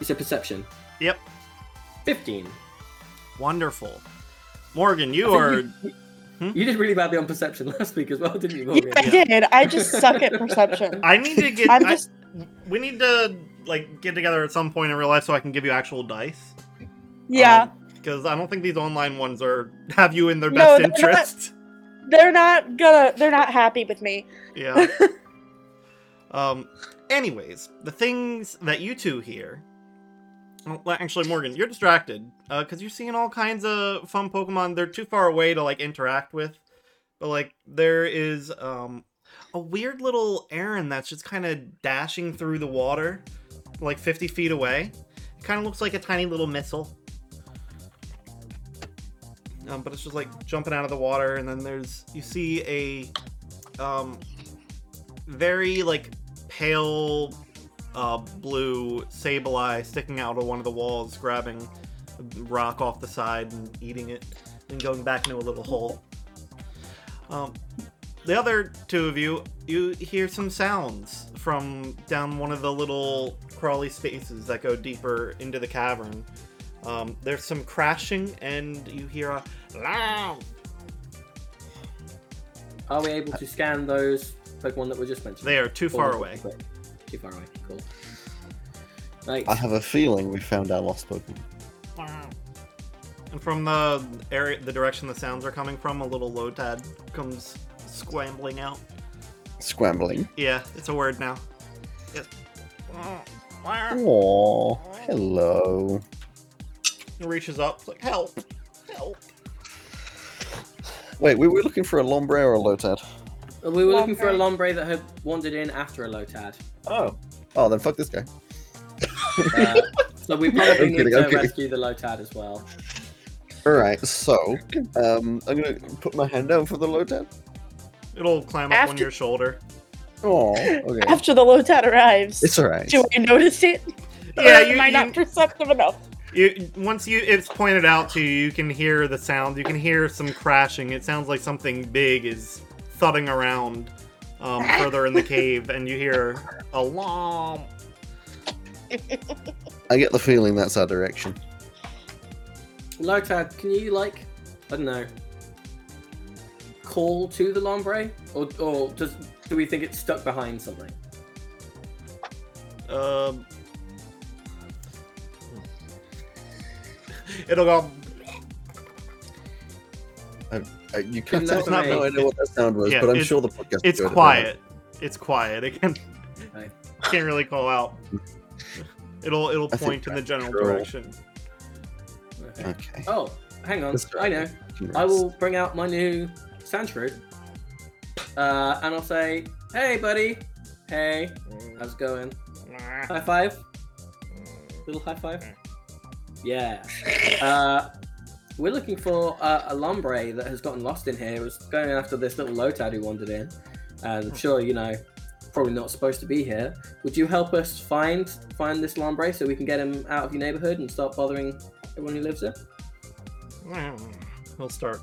Speaker 3: It's a perception.
Speaker 1: Yep.
Speaker 3: 15.
Speaker 1: Wonderful. Morgan,
Speaker 3: I
Speaker 1: you
Speaker 3: think
Speaker 1: are
Speaker 3: You,
Speaker 1: Hmm?
Speaker 3: you did really badly on perception last week as well, didn't you,
Speaker 2: Yeah,
Speaker 3: Morgan?
Speaker 2: I did. I just suck at perception.
Speaker 1: I need to get
Speaker 2: I'm
Speaker 1: I-
Speaker 2: just.
Speaker 1: we need to like get together at some point in real life so I can give you actual dice.
Speaker 2: Yeah,
Speaker 4: um,
Speaker 1: Because I don't think these online ones are have you in their best
Speaker 2: No, they're not.
Speaker 1: interest.
Speaker 2: they're not gonna. They're not happy with me.
Speaker 1: Yeah. um. Anyways, the things that you two hear. Well, actually, Morgan, you're distracted because you're seeing all kinds of fun Pokemon. They're too far away to like interact with, but like there is um a weird little Aaron that's just kind of dashing through the water, like 50 feet away. It kind of looks like a tiny little missile. Um, but it's just like jumping out of the water, and then there's you see a um, very like pale uh, blue Sableye sticking out of one of the walls, grabbing a rock off the side and eating it, and going back into a little hole. Um, the other two of you, you hear some sounds from down one of the little crawly spaces that go deeper into the cavern. Um, there's some crashing, and you hear a loud
Speaker 3: Are we able to scan those Pokemon that were just mentioned?
Speaker 1: They are too
Speaker 3: Or-
Speaker 1: far away.
Speaker 3: Too far away. Cool. Right.
Speaker 4: I have a feeling we found our lost Pokemon.
Speaker 1: And from the area, the direction the sounds are coming from, a little Lotad comes scrambling out.
Speaker 4: Scrambling.
Speaker 1: Yeah, it's a word now. Yes. Ah.
Speaker 4: Aww. Hello.
Speaker 1: He reaches up, like help, help.
Speaker 4: Wait, we were looking for a Lombre or a Lotad?
Speaker 3: we were looking for a Lombre that had wandered in after a Lotad.
Speaker 4: Oh. Oh, then fuck this guy.
Speaker 3: Uh, so we probably
Speaker 4: I'm
Speaker 3: need
Speaker 4: kidding,
Speaker 3: to
Speaker 4: I'm kidding.
Speaker 3: rescue the Lotad as well.
Speaker 4: All right, so um, I'm gonna put my hand down for the Lotad.
Speaker 1: It'll climb up on
Speaker 2: After-
Speaker 1: your shoulder.
Speaker 4: Oh, okay.
Speaker 2: After the low tide arrives,
Speaker 4: It's all right.
Speaker 2: do I notice it?
Speaker 1: Yeah,
Speaker 2: Or
Speaker 1: you-
Speaker 2: am I
Speaker 1: you-
Speaker 2: not perceptive enough?
Speaker 1: You, once you, it's pointed out to you. You can hear the sound. You can hear some crashing. It sounds like something big is thudding around um, further in the cave, and you hear alarm.
Speaker 4: I get the feeling that's our direction.
Speaker 3: Lotad, can you like, I don't know, call to the Lombre, or or does do we think it's stuck behind something?
Speaker 1: Um, it'll go.
Speaker 4: Uh, you
Speaker 3: Couldn't
Speaker 4: can't tell
Speaker 1: that
Speaker 4: no, I
Speaker 3: be-
Speaker 4: know what that sound was,
Speaker 1: Yeah,
Speaker 4: but I'm
Speaker 1: it's-
Speaker 4: sure the podcast.
Speaker 1: It's
Speaker 4: enjoyed it.
Speaker 1: quiet. It's quiet. It can
Speaker 3: Okay.
Speaker 1: can't really call out. It'll it'll
Speaker 4: I think
Speaker 1: point in the general
Speaker 4: control.
Speaker 1: direction.
Speaker 3: Okay.
Speaker 4: Okay.
Speaker 3: Oh, hang on,
Speaker 4: Let's try
Speaker 3: I know.
Speaker 4: it. You can
Speaker 3: I
Speaker 4: rest.
Speaker 3: will bring out my new Sandshrew, uh, and I'll say, "Hey, buddy. Hey, how's it going? High five. Little high five. Yeah. Uh, we're looking for uh, a lombre that has gotten lost in here. It was going after this little lotad who wandered in. And sure, you know, probably not supposed to be here. Would you help us find find this lombre so we can get him out of your neighborhood and stop bothering everyone who lives here?
Speaker 1: He'll start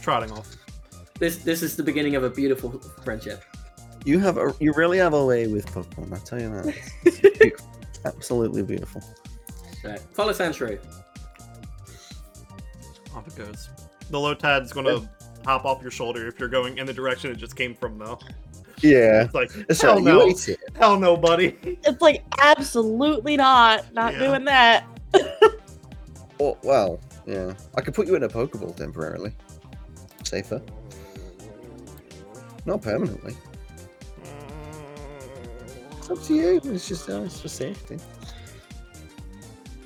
Speaker 1: trotting off.
Speaker 3: This this is the beginning of a beautiful friendship.
Speaker 4: You have a, you really have a way with Pokemon. I tell you that. It's beautiful. Absolutely beautiful.
Speaker 3: Right. Follow Sandshrew.
Speaker 1: Off it goes. The low tad's gonna hop off your shoulder if you're going in the direction it just came from, though.
Speaker 4: Yeah.
Speaker 1: It's like
Speaker 4: It's
Speaker 1: hell
Speaker 4: right,
Speaker 1: no,
Speaker 4: You ate it.
Speaker 1: hell no, buddy.
Speaker 2: It's like absolutely not. Not
Speaker 1: Yeah.
Speaker 2: doing that.
Speaker 4: Oh, well, Yeah, I could put you in a Pokeball temporarily. Safer. Not permanently. It's up to you. It's just, uh, it's for safety.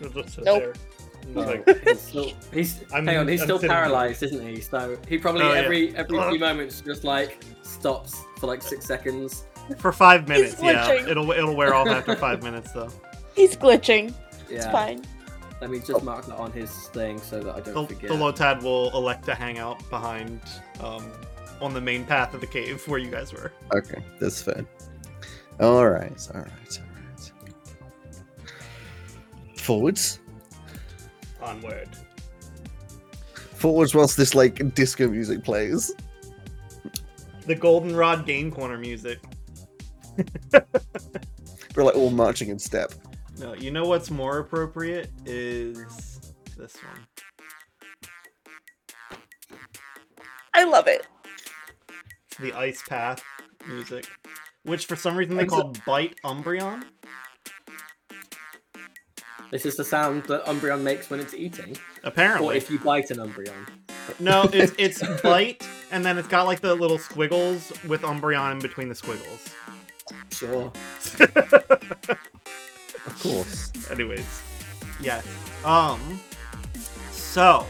Speaker 1: It just sits
Speaker 2: Nope.
Speaker 1: there. It's
Speaker 3: No,
Speaker 1: like,
Speaker 3: he's still, he's,
Speaker 1: I'm-
Speaker 3: hang on, he's
Speaker 1: I'm
Speaker 3: still
Speaker 1: sitting here.
Speaker 3: paralyzed, isn't he? So he probably
Speaker 1: Oh, yeah.
Speaker 3: every every
Speaker 1: Ugh.
Speaker 3: few moments just like stops for like six seconds.
Speaker 1: for five minutes, yeah.
Speaker 2: glitching.
Speaker 1: It'll it'll wear off after five minutes though.
Speaker 2: He's glitching.
Speaker 3: Yeah,
Speaker 2: It's fine.
Speaker 3: let me just mark that on his thing so that I don't
Speaker 1: Oh. The,
Speaker 3: forget.
Speaker 1: the Lotad will elect to hang out behind, um, on the main path of the cave where you guys were.
Speaker 4: Okay, that's fair. All right, all right, all right. Forwards,
Speaker 1: Onward.
Speaker 4: forwards. Whilst this like disco music plays.
Speaker 1: The Goldenrod Game Corner music.
Speaker 4: We're like all marching in step.
Speaker 1: No, you know what's more appropriate is this one.
Speaker 2: I love it.
Speaker 1: the ice path music, which for some reason they
Speaker 4: Exa-
Speaker 1: called Bite Umbreon.
Speaker 3: This is the sound that Umbreon makes when it's eating, or
Speaker 1: Apparently,
Speaker 3: if you bite an Umbreon.
Speaker 1: no, it's it's Bite, and then it's got like the little squiggles with Umbreon in between the squiggles.
Speaker 3: Sure.
Speaker 4: Of course.
Speaker 1: Anyways, yeah. Um, so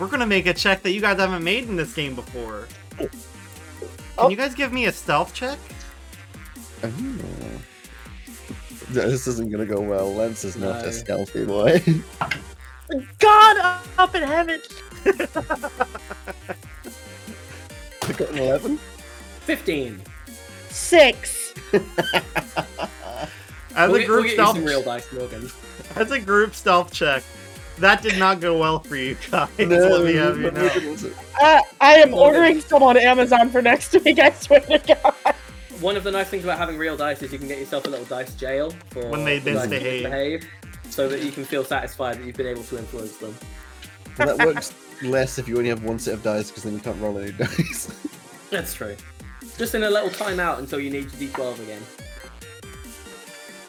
Speaker 1: we're gonna make a check that you guys haven't made in this game before. Can
Speaker 2: Oh.
Speaker 1: you guys give me a stealth check?
Speaker 4: Oh. No, this isn't gonna go well. Lance is not
Speaker 3: No.
Speaker 4: a stealthy boy.
Speaker 2: God up in heaven.
Speaker 4: I got an eleven.
Speaker 3: Fifteen.
Speaker 2: Six.
Speaker 1: As
Speaker 3: we'll
Speaker 1: a
Speaker 3: get,
Speaker 1: group
Speaker 3: we'll get you
Speaker 1: stealth,
Speaker 3: some real dice, Morgan.
Speaker 1: as a group stealth check, that did not go well for you guys. Let me have you know.
Speaker 2: Uh, I am
Speaker 3: Love it.
Speaker 2: ordering some on Amazon for next week. I swear to God.
Speaker 3: One of the nice things about having real dice is you can get yourself a little dice jail for
Speaker 1: When they
Speaker 3: for, like,
Speaker 1: misbehave.
Speaker 3: misbehave, so that you can feel satisfied that you've been able to influence them.
Speaker 4: Well, that works less if you only have one set of dice because then you can't roll any dice.
Speaker 3: That's true. Just in a little timeout until you need your D12 again.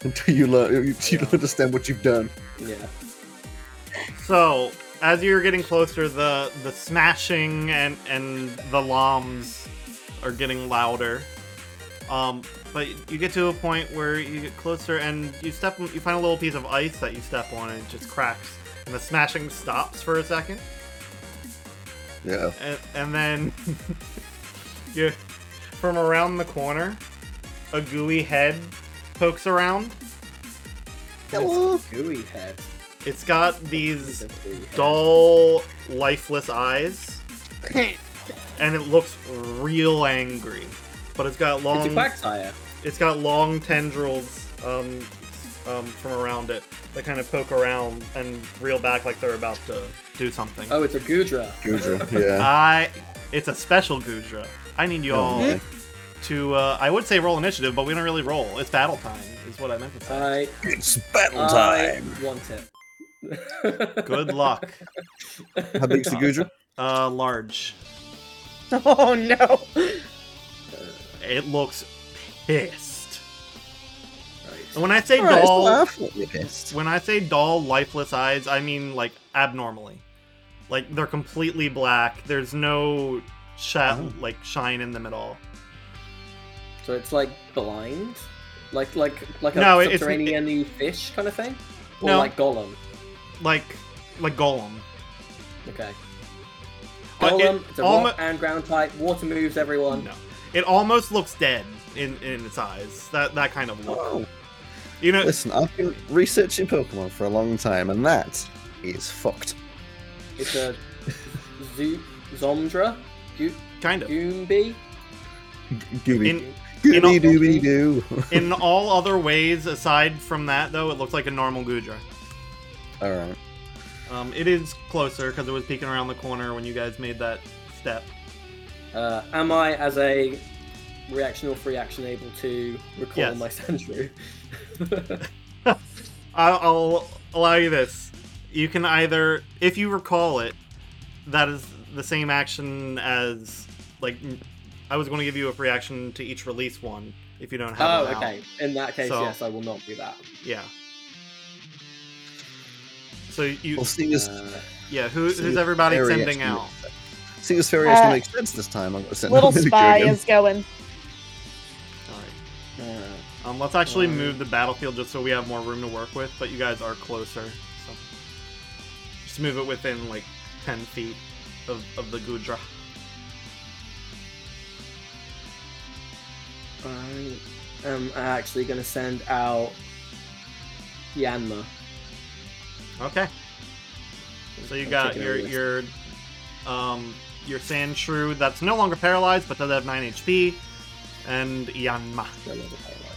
Speaker 4: Until you learn, you, you don't understand what you've done.
Speaker 3: Yeah.
Speaker 1: So, as you're getting closer, the the smashing and and the loms are getting louder. Um, but you get to a point where you get closer and you step, you find a little piece of ice that you step on and it just cracks, and the smashing stops for a second,
Speaker 4: Yeah.
Speaker 1: and, and then you, from around the corner, a gooey head pokes around.
Speaker 2: Oh,
Speaker 4: Hello.
Speaker 3: Gooey head.
Speaker 1: It's got these
Speaker 3: It's a gooey head.
Speaker 1: dull, lifeless eyes, and it looks real angry. But it's got
Speaker 3: It's a
Speaker 1: long,
Speaker 3: quagsire.
Speaker 1: it's got long tendrils um, um, from around it that kind of poke around and reel back like they're about to do something.
Speaker 3: Oh, it's a Gudra.
Speaker 4: Gudra, yeah.
Speaker 1: I, it's a special Gudra. I need you all
Speaker 4: Okay.
Speaker 1: to. Uh, I would say roll initiative, but we don't really roll. It's battle time, is what I meant to say.
Speaker 3: I,
Speaker 4: It's
Speaker 1: Oh,
Speaker 4: battle
Speaker 3: I
Speaker 4: time.
Speaker 3: want it.
Speaker 1: Good luck.
Speaker 4: How big's the Gudra?
Speaker 1: Uh, large.
Speaker 2: Oh no.
Speaker 1: It looks pissed.
Speaker 3: Right.
Speaker 1: And when I say
Speaker 4: Alright, it's
Speaker 1: doll,
Speaker 4: laughing at your best.
Speaker 1: When I say doll lifeless eyes, I mean like abnormally. Like they're completely black. There's no sh-
Speaker 4: Oh.
Speaker 1: like shine in them at all.
Speaker 3: So it's like blind? Like like like a
Speaker 1: No, it's-
Speaker 3: subterranean fish kind of thing? Or
Speaker 1: No.
Speaker 3: like Gollum.
Speaker 1: Like like golem.
Speaker 3: Okay.
Speaker 1: Uh, it
Speaker 3: Golem, it's a
Speaker 1: almo-
Speaker 3: rock and ground type, water moves everyone.
Speaker 1: No. It almost looks dead in in its eyes. That that kind of look.
Speaker 4: Whoa.
Speaker 1: You know,
Speaker 4: Listen, I've been researching Pokemon for a long time, and that is fucked.
Speaker 3: It's a Zo- Zomdra? Go-
Speaker 1: kind of.
Speaker 3: Goombi?
Speaker 4: Gooby.
Speaker 1: In
Speaker 4: Gooby
Speaker 1: in-
Speaker 4: dooby doo.
Speaker 1: in all other ways aside from that though, it looks like a normal Gudra.
Speaker 4: Alright.
Speaker 1: Um, it is closer because it was peeking around the corner when you guys made that step.
Speaker 3: Uh, am I, as a reaction or free action, able to recall
Speaker 1: Yes.
Speaker 3: my Sandshrew?
Speaker 1: I'll, I'll allow you this. You can either, if you recall it, that is the same action as like m- I was going to give you a free action to each release one if you don't have.
Speaker 3: oh,
Speaker 1: one out.
Speaker 3: okay. In that case,
Speaker 1: So-
Speaker 3: yes, I will not do that.
Speaker 1: Yeah. So you,
Speaker 4: Well, seeing as
Speaker 3: Uh,
Speaker 1: yeah, who,
Speaker 4: see
Speaker 1: who's
Speaker 4: if
Speaker 1: everybody
Speaker 4: Fairy
Speaker 1: sending
Speaker 4: actually-
Speaker 1: out?
Speaker 4: seeing as Fairy actually
Speaker 2: Uh,
Speaker 4: makes sense this time, I'm gonna send
Speaker 2: Little
Speaker 4: out Mimikyu
Speaker 2: spy
Speaker 4: again.
Speaker 2: is going.
Speaker 1: All right.
Speaker 3: uh,
Speaker 1: Um, let's actually
Speaker 3: Um,
Speaker 1: move the battlefield just so we have more room to work with. But you guys are closer, so just move it within like ten feet of, of the Gudra.
Speaker 3: I am actually going to send out Yanma.
Speaker 1: Okay. So you
Speaker 3: I'm
Speaker 1: got
Speaker 3: taking
Speaker 1: your
Speaker 3: over this.
Speaker 1: your um your sand shrew that's no longer paralyzed but does have nine HP, and Yanma.
Speaker 3: No longer paralyzed.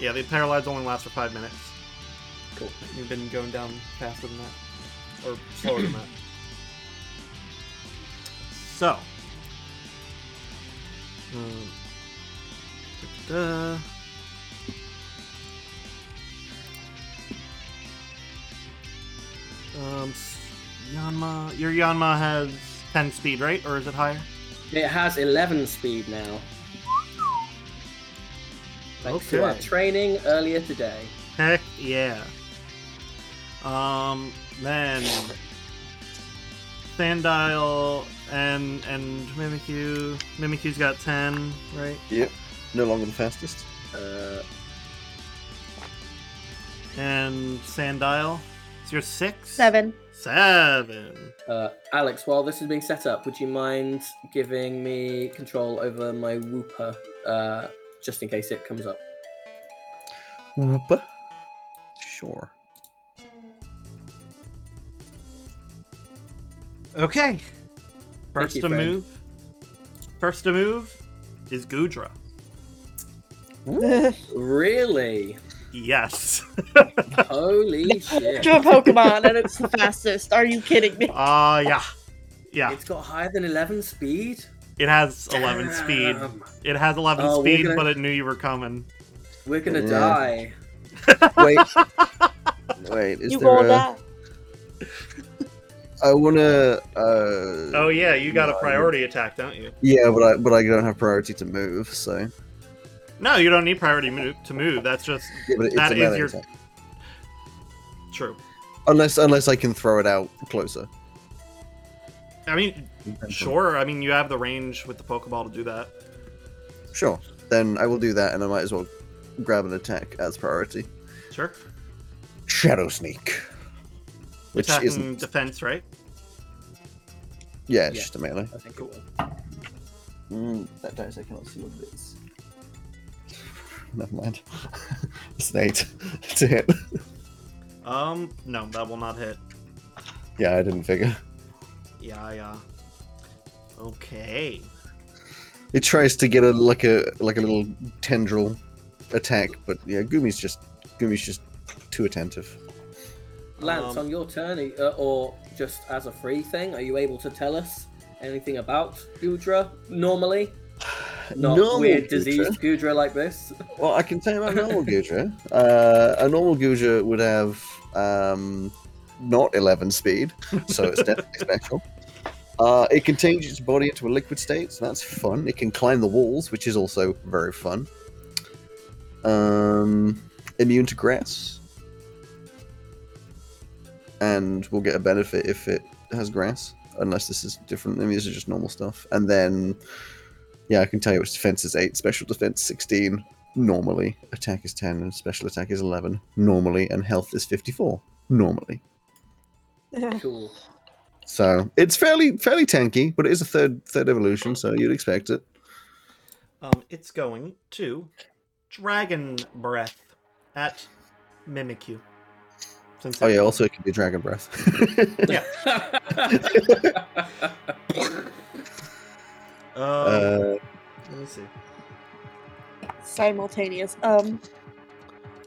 Speaker 1: Yeah, the paralyzed only lasts for five minutes.
Speaker 3: Cool.
Speaker 1: You've been going down faster than that, or slower than that. So. Hmm. Da-da-da. Um, s- Yanma, your Yanma has 10 speed, right? Or is it higher?
Speaker 3: It has 11 speed now. Thanks to our
Speaker 1: Okay.
Speaker 3: training earlier today.
Speaker 1: Heck yeah. Um, then Sandile and and Mimikyu. Mimikyu's got ten, right?
Speaker 4: No longer the fastest.
Speaker 3: Uh,
Speaker 1: And Sandile, it's your six,
Speaker 2: Seven.
Speaker 1: seven.
Speaker 3: uh, Alex, while this is being set up, would you mind giving me control over my Whooper uh, just in case it comes up?
Speaker 4: Whoop. Sure.
Speaker 1: Okay. First
Speaker 3: you,
Speaker 1: to
Speaker 3: friend.
Speaker 1: move. First to move is Gudra.
Speaker 3: Really?
Speaker 1: Yes.
Speaker 3: Holy shit.
Speaker 2: to a Pokemon and it's the fastest. Are you kidding me?
Speaker 1: Ah, yeah, yeah.
Speaker 3: It's got higher than 11 speed?
Speaker 1: It has eleven speed.
Speaker 3: Damn.
Speaker 1: It has eleven
Speaker 3: Oh, we're
Speaker 1: speed,
Speaker 3: gonna-
Speaker 1: but it knew you were coming.
Speaker 3: We're gonna
Speaker 4: Yeah.
Speaker 3: die.
Speaker 4: Wait. Wait. Is
Speaker 2: you
Speaker 4: there
Speaker 2: rolled
Speaker 4: a? I
Speaker 2: that.
Speaker 4: wanna. Uh,
Speaker 1: Oh yeah, you got a
Speaker 4: no, I-
Speaker 1: priority attack, don't you?
Speaker 4: Yeah, but I but I don't have priority to move, so
Speaker 1: No, you don't need priority move to move. That's just
Speaker 4: yeah, but it's
Speaker 1: That
Speaker 4: a
Speaker 1: is
Speaker 4: melee
Speaker 1: your-
Speaker 4: attack.
Speaker 1: true.
Speaker 4: Unless unless I can throw it out closer.
Speaker 1: I mean, sure. I mean, you have the range with the Pokeball to do that.
Speaker 4: Sure. Then I will do that, and I might as well grab an attack as priority.
Speaker 1: Sure.
Speaker 4: Shadow sneak, which
Speaker 1: Attack
Speaker 4: isn't.
Speaker 1: and defense, right?
Speaker 4: Yeah, it's
Speaker 3: Yeah.
Speaker 4: just a melee.
Speaker 3: I think it will.
Speaker 4: Mm, that dice I cannot see what it is. Never mind. it's an eight. It's a hit.
Speaker 1: Um, no, that will not hit.
Speaker 4: Yeah, I didn't figure.
Speaker 1: Yeah, yeah. Okay.
Speaker 4: It tries to get a like a like a little tendril attack, but yeah, Gumi's just Gumi's just too attentive.
Speaker 3: Lance,
Speaker 1: Um,
Speaker 3: on your turn, are- uh, or just as a free thing, are you able to tell us anything about Gudra normally? Not
Speaker 4: Normal
Speaker 3: weird
Speaker 4: Gudra.
Speaker 3: diseased Gudra like this.
Speaker 4: Well, I can tell you about normal Guja. Uh, a normal Guja would have um, not 11 speed, so it's definitely special. Uh, it can change its body into a liquid state, so that's fun. It can climb the walls, which is also very fun. Um, immune to grass. And we'll get a benefit if it has grass, unless this is different. I mean, this is just normal stuff. And then, yeah, I can tell you its defense is 8, special defense 16 normally attack is 10 and special attack is 11 normally and health is 54 normally
Speaker 3: Cool.
Speaker 4: so it's fairly fairly tanky but it is a third third evolution so you'd expect it
Speaker 1: Um, it's going to Dragon Breath at Mimikyu. Since
Speaker 4: oh
Speaker 1: it-
Speaker 4: yeah also it can be dragon breath
Speaker 1: Uh,
Speaker 4: uh,
Speaker 1: let me see.
Speaker 2: Simultaneous. Um,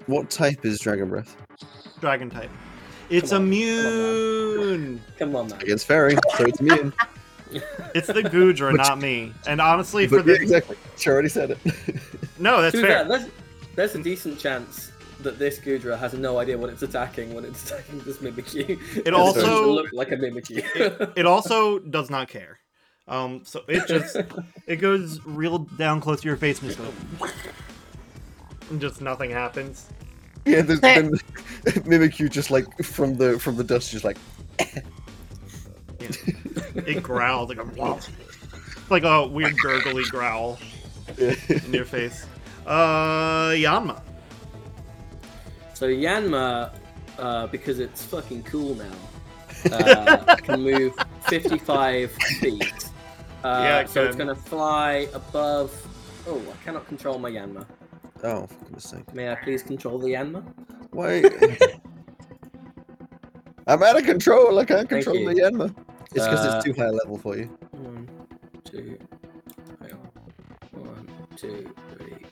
Speaker 4: what type is dragon breath
Speaker 1: Dragon type. It's
Speaker 3: on, come on,
Speaker 1: immune.
Speaker 3: Come on, man.
Speaker 4: against fairy so it's immune
Speaker 1: It's the Gudra,
Speaker 4: Which-
Speaker 1: not me. And honestly, for
Speaker 4: but yeah,
Speaker 1: the
Speaker 4: exactly she already said it
Speaker 1: no, that's
Speaker 3: To be
Speaker 1: fair.
Speaker 3: fair, there's, there's a decent chance that this Gudra has no idea what it's attacking when it's attacking this Mimikyu. It
Speaker 1: also-
Speaker 3: look like a Mimikyu.
Speaker 1: it also does not care. Um, so it just it goes real down close to your face and just goes, and just nothing happens.
Speaker 4: Yeah, there's then Mimikyu just like from the from the dust just like
Speaker 1: It growls like a like a weird gurgly growl
Speaker 4: oh,
Speaker 1: in your face. Uh, Yanma.
Speaker 3: So Yanma, uh, because it's fucking cool now, uh, can move 55 feet. Uh,
Speaker 1: Yeah, it
Speaker 3: so it's
Speaker 1: can.
Speaker 3: going to fly above. Oh, I cannot control my Yanma.
Speaker 4: Oh for goodness sake.
Speaker 3: May I please control the Yanma?
Speaker 4: Why I'm out of control, I can't
Speaker 3: Thank
Speaker 4: control
Speaker 3: you.
Speaker 4: the Yanma. It's because
Speaker 3: Uh,
Speaker 4: it's too high level for you.
Speaker 3: One, two, hang on. One, two, three,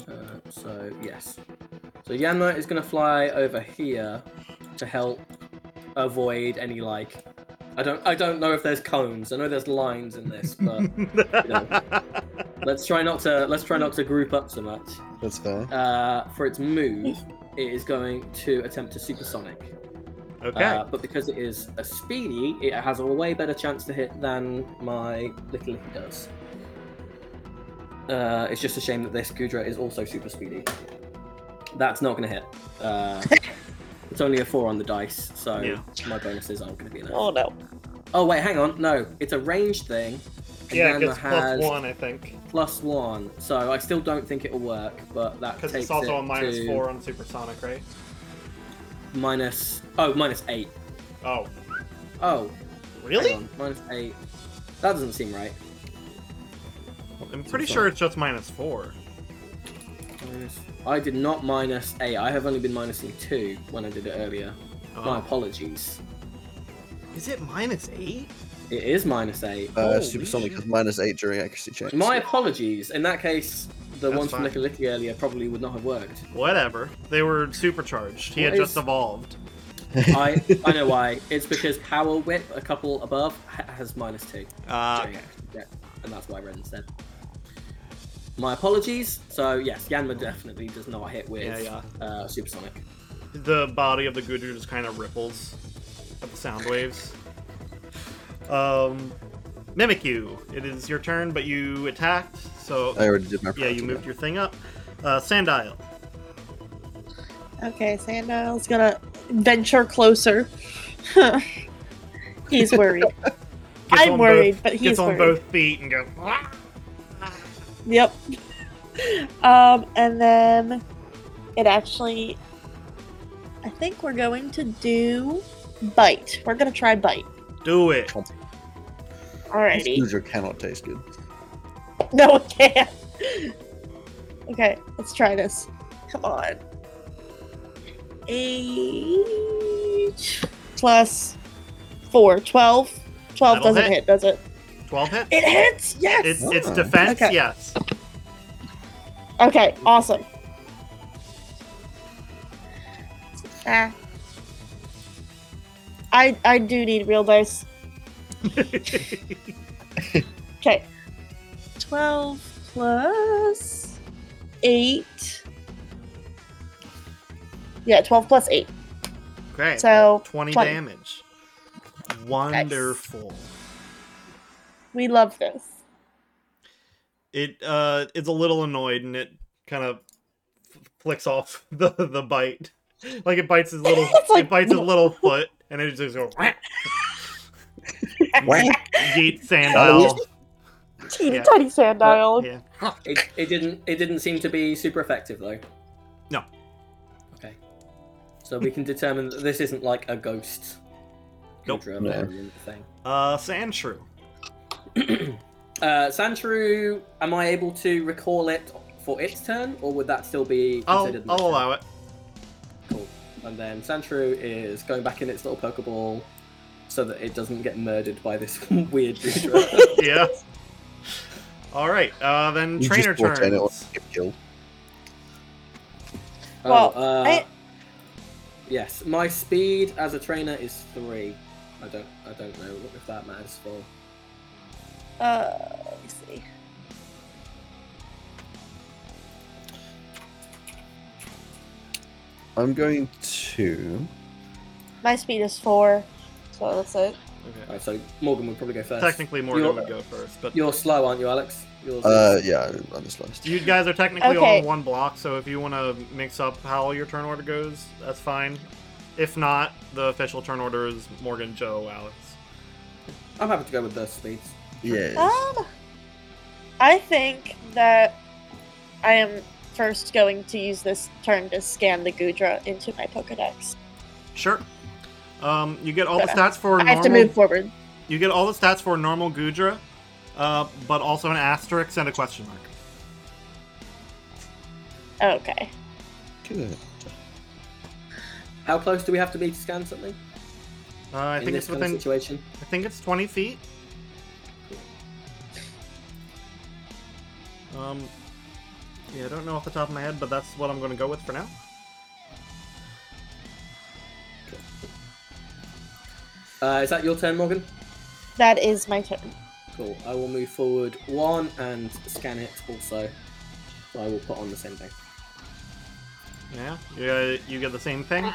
Speaker 3: four. five. Uh, so yes. So Yanma is gonna fly over here to help avoid any like. I don't. I don't know if there's cones. I know there's lines in this, but let's try not to. Let's try not to group up so much.
Speaker 4: That's fair.
Speaker 3: Uh, for its move, it is going to attempt to supersonic.
Speaker 1: okay.
Speaker 3: Uh, but because it is a speedy, it has a way better chance to hit than my little Licky does. Uh, it's just a shame that this Gudra is also super speedy. That's not going to hit. Uh, it's only a four on the dice, so
Speaker 1: Yeah.
Speaker 3: my bonuses aren't going to be enough.
Speaker 2: Oh no.
Speaker 3: Oh wait, hang on. No, it's a ranged thing. and
Speaker 1: yeah, it
Speaker 3: Yanma
Speaker 1: gets
Speaker 3: has
Speaker 1: plus one, I think,
Speaker 3: plus one, so I still don't think it'll work. But that
Speaker 1: because
Speaker 3: takes
Speaker 1: it's also
Speaker 3: it
Speaker 1: a minus
Speaker 3: to
Speaker 1: four on supersonic, right?
Speaker 3: Minus oh, minus eight.
Speaker 1: Oh,
Speaker 3: Oh, Hang
Speaker 1: really?
Speaker 3: on, minus eight. That doesn't seem right.
Speaker 1: I'm pretty sure it's just minus four.
Speaker 3: Minus- I did not minus eight. I have only been minusing two when I did it earlier. My
Speaker 1: Oh.
Speaker 3: apologies.
Speaker 1: Is it minus eight?
Speaker 3: It is minus eight.
Speaker 4: Uh,
Speaker 1: holy
Speaker 4: supersonic
Speaker 1: shit.
Speaker 4: has minus eight during accuracy checks.
Speaker 3: My apologies. In that case, the
Speaker 1: That's
Speaker 3: ones from
Speaker 1: fine.
Speaker 3: Licky Licky earlier probably would not have worked.
Speaker 1: Whatever. They were supercharged. He had
Speaker 3: What
Speaker 1: just
Speaker 3: is-
Speaker 1: evolved.
Speaker 3: I I know why. It's because Power Whip, a couple above, ha- has minus two.
Speaker 1: Uh,
Speaker 3: during action. Yeah, and that's why Ren said. My apologies. So yes, Yanma definitely does not hit with
Speaker 1: Yeah, yeah.
Speaker 3: Uh, supersonic.
Speaker 1: the body of the Gudru just kind of ripples at the sound waves. Um, Mimikyu, it is your turn, but you attacked, so
Speaker 4: I already did my
Speaker 1: yeah, you moved your thing up. Uh, Sandile.
Speaker 2: Okay, Sandile's gonna venture closer. he's worried.
Speaker 1: Gets
Speaker 2: I'm
Speaker 1: on
Speaker 2: worried,
Speaker 1: both-
Speaker 2: but he's
Speaker 1: gets on
Speaker 2: worried.
Speaker 1: both feet and "Ah, goes.
Speaker 2: Yep. Um, and then it actually. I think we're going to do bite. We're gonna try bite.
Speaker 1: Do it.
Speaker 2: Alrighty.
Speaker 4: Gudra cannot taste good.
Speaker 2: No, it can't. Okay, let's try this. Come on. Eight plus four. Twelve. Twelve
Speaker 1: That'll
Speaker 2: doesn't
Speaker 1: hit.
Speaker 2: hit. does it?
Speaker 1: Twelve hit.
Speaker 2: It hits! Yes!
Speaker 1: It's
Speaker 4: Oh.
Speaker 1: it's defense.
Speaker 2: Okay.
Speaker 1: Yes.
Speaker 2: Okay, awesome. Ah. I I do need real dice. Okay. 12 plus 8. Yeah, 12 plus 8.
Speaker 1: Great.
Speaker 2: So,
Speaker 1: 20,
Speaker 2: 20.
Speaker 1: damage. Wonderful.
Speaker 2: We love this.
Speaker 1: It uh is a little annoyed and it kind of flicks off the the bite. Like it bites his little
Speaker 2: It's like-
Speaker 1: it bites his little foot and it just goes whack.
Speaker 4: Whack. Oh,
Speaker 1: Yeet Sandile.
Speaker 2: Teeny
Speaker 1: Yeah.
Speaker 2: tiny sandile.
Speaker 1: Yeah.
Speaker 3: It, it didn't it didn't seem to be super effective though.
Speaker 1: No.
Speaker 3: Okay. So we can determine that this isn't like a ghost
Speaker 1: Nope.
Speaker 3: Gudra
Speaker 4: No.
Speaker 3: variant thing.
Speaker 1: Uh Sandshrew.
Speaker 3: Uh Santru, am I able to recall it for its turn, or would that still be
Speaker 1: I'll
Speaker 3: considered my
Speaker 1: I'll
Speaker 3: turn?
Speaker 1: allow it.
Speaker 3: Cool. And then Santru is going back in its little Pokeball so that it doesn't get murdered by this weird Gudra.
Speaker 1: Yeah. Alright, uh then
Speaker 4: You
Speaker 1: trainer
Speaker 4: just brought in it.
Speaker 1: turns.
Speaker 4: Get killed.
Speaker 2: Well,
Speaker 3: oh, uh,
Speaker 2: I-
Speaker 3: yes, my speed as a trainer is three. I don't, I don't know if that matters for.
Speaker 2: Uh, let me see.
Speaker 4: I'm going to
Speaker 2: My speed is 4. So that's it.
Speaker 1: Okay.
Speaker 3: All right, so Morgan would probably go first.
Speaker 1: Technically, Morgan
Speaker 3: You're-
Speaker 1: would go first, but
Speaker 3: You're slow, aren't you, Alex? You're
Speaker 4: Uh, yeah, I'm- I'm just lost.
Speaker 1: you guys are technically
Speaker 2: Okay.
Speaker 1: on one block. So if you want to mix up how your turn order goes, that's fine. If not, the official turn order is Morgan, Joe, Alex.
Speaker 3: I'm happy to go with the speeds.
Speaker 4: Yes.
Speaker 2: Um, I think that I am first going to use this turn to scan the Gudra into my Pokedex.
Speaker 1: Sure. Um, you get all the
Speaker 2: Okay.
Speaker 1: stats for
Speaker 2: I have to
Speaker 1: normal-
Speaker 2: move forward.
Speaker 1: You get all the stats for normal Gudra, uh, but also an asterisk and a question mark.
Speaker 2: Okay.
Speaker 4: Good.
Speaker 3: How close do we have to be to scan something?
Speaker 1: Uh, I
Speaker 3: in
Speaker 1: think
Speaker 3: this
Speaker 1: it's
Speaker 3: kind
Speaker 1: within.
Speaker 3: of situation.
Speaker 1: I think it's twenty feet. Um, yeah, I don't know off the top of my head, but that's what I'm going to go with for now.
Speaker 3: Uh, is that your turn, Morgan?
Speaker 2: That is my turn.
Speaker 3: Cool. I will move forward one and scan it also. So I will put on the same thing.
Speaker 1: Yeah, you get, you get the same thing.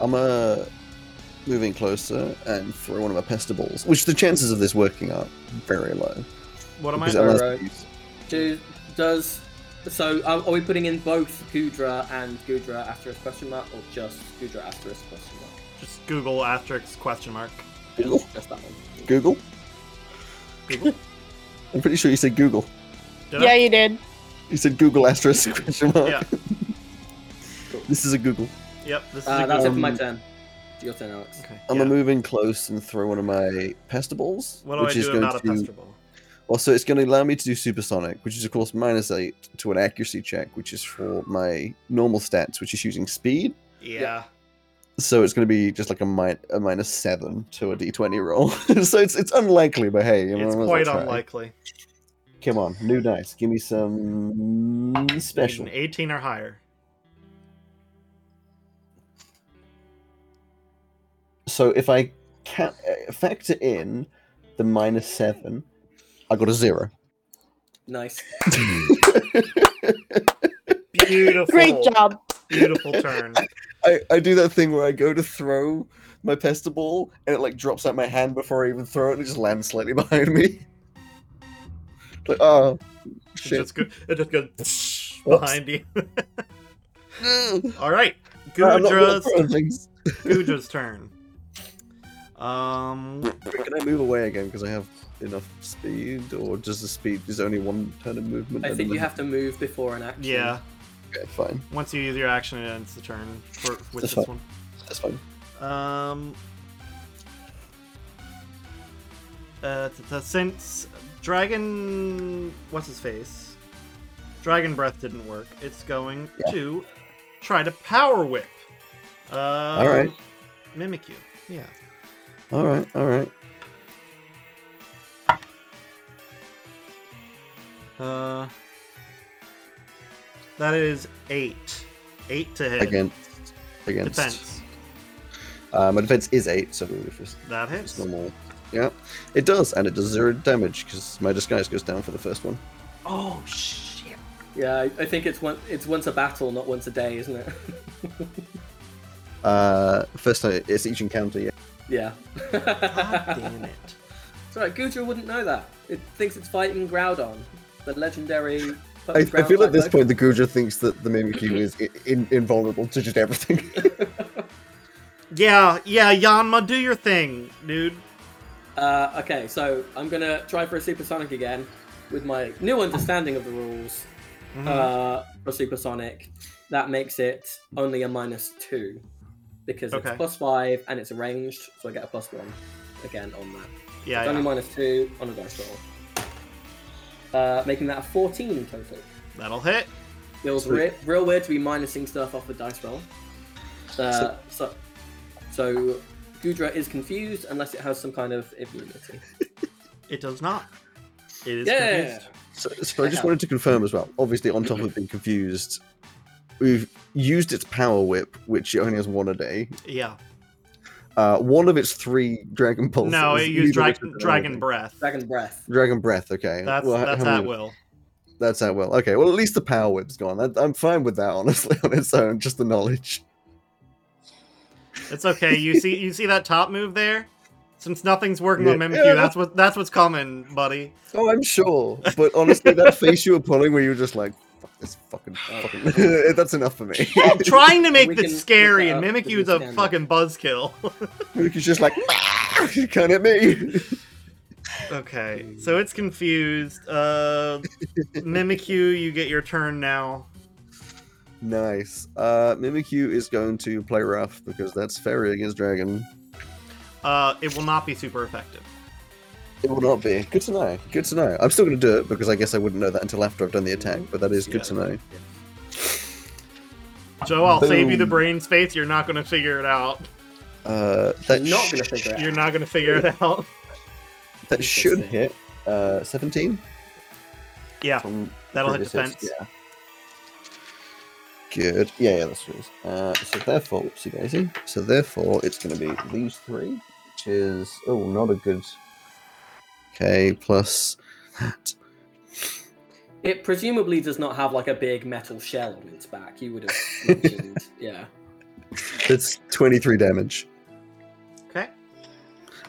Speaker 4: I'm uh, moving closer and throw one of my pester balls, which the chances of this working are very low.
Speaker 1: What am I?
Speaker 4: because it allows me
Speaker 3: Alright.
Speaker 4: to use-
Speaker 3: Do, does so? Are, are we putting in both Gudra and Gudra asterisk question mark, or just Gudra asterisk question mark?
Speaker 1: Just Google asterisk question mark.
Speaker 4: Google?
Speaker 3: Just that one.
Speaker 4: Google?
Speaker 1: Google.
Speaker 4: I'm pretty sure you said Google.
Speaker 1: Did
Speaker 2: Yeah,
Speaker 1: I?
Speaker 2: you did.
Speaker 4: You said Google asterisk question mark.
Speaker 1: Yeah.
Speaker 4: This is a Google.
Speaker 1: Yep. This is
Speaker 3: Uh,
Speaker 1: a
Speaker 3: that's it
Speaker 1: Google.
Speaker 3: for my
Speaker 4: Um,
Speaker 3: turn. It's your turn, Alex.
Speaker 1: Okay.
Speaker 4: I'm
Speaker 1: yeah.
Speaker 4: gonna move in close and throw one of my pester balls,
Speaker 1: What do I
Speaker 4: which is
Speaker 1: do
Speaker 4: going
Speaker 1: about a
Speaker 4: to
Speaker 1: pester ball?
Speaker 4: Also, it's going to allow me to do supersonic, which is of course minus eight to an accuracy check, which is for my normal stats, which is using speed.
Speaker 1: Yeah.
Speaker 4: So it's going to be just like a, mi- a minus seven to a d20 roll. so it's it's unlikely, but hey, you know,
Speaker 1: It's
Speaker 4: I might as well
Speaker 1: quite
Speaker 4: try.
Speaker 1: unlikely.
Speaker 4: Come on, new dice. Give me some special.
Speaker 1: An 18 or higher.
Speaker 4: So if I can uh, factor in the minus seven, I got a zero.
Speaker 3: Nice.
Speaker 1: Beautiful.
Speaker 2: Great job.
Speaker 1: Beautiful turn.
Speaker 4: I, I do that thing where I go to throw my pester ball and it like drops out my hand before I even throw it and it just lands slightly behind me. Like, oh,
Speaker 1: It
Speaker 4: shit.
Speaker 1: just, go, it just goes behind you. All right,
Speaker 4: I'm not good at
Speaker 1: Gudra's
Speaker 4: throwing things.
Speaker 1: Gudra's turn. Um,
Speaker 4: Can I move away again because I have enough speed, or just the speed is only one turn of movement?
Speaker 3: I
Speaker 4: at
Speaker 3: think
Speaker 4: the
Speaker 3: you have to move before an action.
Speaker 1: yeah.
Speaker 4: minute? Okay, fine.
Speaker 1: Once you use your action, it ends the turn for, with this
Speaker 4: That's fine.
Speaker 1: one.
Speaker 4: That's fine.
Speaker 1: Um, uh, t- t- since Dragon, what's his face? Dragon Breath didn't work. It's going
Speaker 4: Yeah.
Speaker 1: to try to Power Whip. Um, All
Speaker 4: right.
Speaker 1: Mimic you. Yeah.
Speaker 4: All right, all right.
Speaker 1: Uh, that is eight. Eight to hit.
Speaker 4: Against. Against.
Speaker 1: Defense.
Speaker 4: Uh, my defense is eight, so if it's,
Speaker 1: That
Speaker 4: it's
Speaker 1: hits.
Speaker 4: normal. Yeah, it does, and it does zero damage because my disguise goes down for the first one.
Speaker 1: Oh shit.
Speaker 3: Yeah, I, I think it's one. It's once a battle, not once a day, isn't it?
Speaker 4: Uh, first time it's each encounter. Yeah.
Speaker 3: yeah.
Speaker 1: God damn it.
Speaker 3: It's alright, Gudra wouldn't know that. It thinks it's fighting Groudon, the legendary.
Speaker 4: I, I feel at
Speaker 3: ground-type
Speaker 4: this point
Speaker 3: Pokemon.
Speaker 4: the Guja thinks that the Mimikyu is i- in, invulnerable to just everything.
Speaker 1: Yeah, yeah, Yanma, do your thing, dude.
Speaker 3: Uh, okay, so I'm gonna try for a supersonic again with my new understanding of the rules
Speaker 1: Mhm.
Speaker 3: uh, for supersonic. That makes it only a minus two because
Speaker 1: Okay.
Speaker 3: it's plus five and it's arranged, so I get a plus one again on that.
Speaker 1: yeah,
Speaker 3: It's only
Speaker 1: yeah.
Speaker 3: minus two on a dice roll, uh, making that a 14 total.
Speaker 1: That'll hit.
Speaker 3: Feels
Speaker 4: Sweet.
Speaker 3: re- real weird to be minusing stuff off the dice roll. Uh, so, so Gudra is confused unless it has some kind of immunity.
Speaker 1: It does not. It is
Speaker 3: Yeah.
Speaker 1: confused.
Speaker 4: so, so I just wanted to confirm as well. Obviously, on top of being confused, we've used its power whip, which it only has one a day.
Speaker 1: Yeah.
Speaker 4: Uh, one of its three dragon pulses.
Speaker 1: No, it used
Speaker 4: neither of
Speaker 1: drag-
Speaker 4: which is an
Speaker 1: dragon
Speaker 4: amazing.
Speaker 1: breath.
Speaker 3: Dragon breath.
Speaker 4: Dragon breath. Okay,
Speaker 1: That's
Speaker 4: Well, how-
Speaker 1: that's
Speaker 4: how
Speaker 1: at
Speaker 4: many-
Speaker 1: will.
Speaker 4: That's at will. Okay, well, at least the power whip's gone. That, I'm fine with that, honestly, on its own. Just the knowledge.
Speaker 1: It's okay. You see, you see that top move there. Since nothing's working on
Speaker 4: Yeah.
Speaker 1: Mimikyu, that's what that's what's coming, buddy.
Speaker 4: Oh, I'm sure. But honestly, that face you were pulling where you were just like, fuck this fucking. fucking that's enough for me.
Speaker 1: I'm trying to make
Speaker 3: We can
Speaker 1: this scary, and
Speaker 3: look that up,
Speaker 1: Mimikyu's
Speaker 3: but
Speaker 1: a
Speaker 3: we can't.
Speaker 1: fucking buzzkill.
Speaker 4: He's just like, "Ah, you can't hit me.
Speaker 1: okay,
Speaker 4: Mm.
Speaker 1: so it's confused. Uh, Mimikyu, you get your turn now.
Speaker 4: nice. Uh, Mimikyu is going to play rough because that's fairy against dragon.
Speaker 1: Uh, it will not be super effective.
Speaker 4: It will not be. Good to know. Good to know. I'm still going to do it because I guess I wouldn't know that until after I've done the attack, but that is good to know.
Speaker 1: Joe, I'll save you the
Speaker 4: Boom.
Speaker 1: brain space. You're not going to figure it out.
Speaker 4: Uh, that
Speaker 3: I'm not
Speaker 4: sh-
Speaker 3: gonna figure it out.
Speaker 1: You're not going to figure it out.
Speaker 4: that should
Speaker 3: Interesting.
Speaker 4: hit uh, 17.
Speaker 1: Yeah,
Speaker 4: from
Speaker 1: that'll hit
Speaker 4: previous
Speaker 1: defense.
Speaker 4: hits, Yeah. Good. Yeah, yeah, that's what it is. Uh, so therefore, oopsie daisy. So therefore, it's going to be these three, which is oh, not a good. Okay, plus that.
Speaker 3: It presumably does not have like a big metal shell on its back. You would have mentioned, yeah.
Speaker 4: That's twenty-three damage,
Speaker 1: Okay.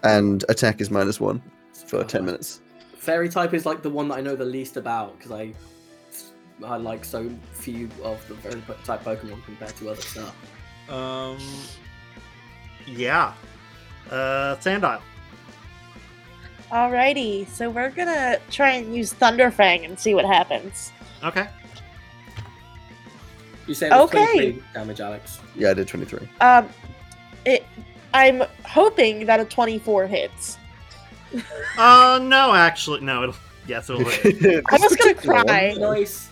Speaker 4: and attack is minus one for ten minutes.
Speaker 3: Fairy type is like the one that I know the least about because I, I like so few of the fairy po- type Pokemon compared to other stuff.
Speaker 1: Um. Yeah. Uh, Sandile.
Speaker 2: Alrighty, so we're gonna try and use Thunderfang and see what happens.
Speaker 1: Okay.
Speaker 3: You say it was
Speaker 2: Okay.
Speaker 3: 23 damage, Alex.
Speaker 4: Yeah, I did twenty-three.
Speaker 2: Um, it. I'm hoping that a 24 hits.
Speaker 1: Uh, no, actually, no. It'll, yes, it'll hit.
Speaker 2: I was gonna cry.
Speaker 3: Nice.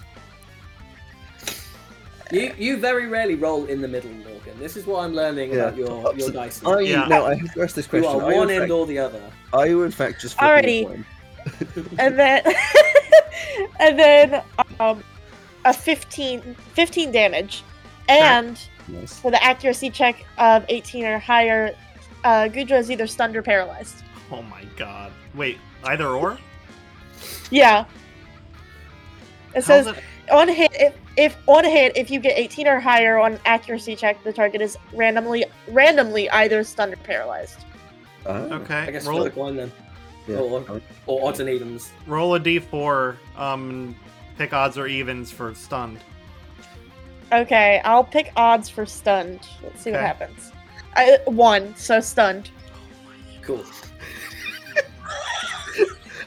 Speaker 3: You you very rarely roll in the middle, Morgan. This is what I'm learning
Speaker 4: Yeah.
Speaker 3: about your your
Speaker 4: Absolutely.
Speaker 3: dice.
Speaker 4: Are you,
Speaker 1: Yeah.
Speaker 4: No, I have to ask this
Speaker 3: You
Speaker 4: question.
Speaker 3: are
Speaker 4: Are you,
Speaker 3: one
Speaker 4: in
Speaker 3: end
Speaker 4: fact,
Speaker 3: or the other.
Speaker 4: are you in fact just
Speaker 2: Alrighty.
Speaker 4: flipping a coin?
Speaker 2: and then and then um a 15 15 damage and
Speaker 4: Nice.
Speaker 2: with an accuracy check of 18 or higher uh gudra is either stunned or paralyzed
Speaker 1: Oh my god. Wait, either or?
Speaker 2: yeah it
Speaker 1: How's
Speaker 2: says
Speaker 1: it-
Speaker 2: on hit if, if on hit if you get 18 or higher on an accuracy check the target is randomly randomly either stunned or paralyzed
Speaker 4: Ah.
Speaker 1: Okay.
Speaker 3: I guess
Speaker 1: roll,
Speaker 3: roll one then,
Speaker 4: Yeah.
Speaker 3: or or odds and evens.
Speaker 1: roll a d4. Um, pick odds or evens for stunned.
Speaker 2: okay i'll pick odds for stunned let's see
Speaker 1: Okay.
Speaker 2: what happens I, one so stunned
Speaker 3: Cool.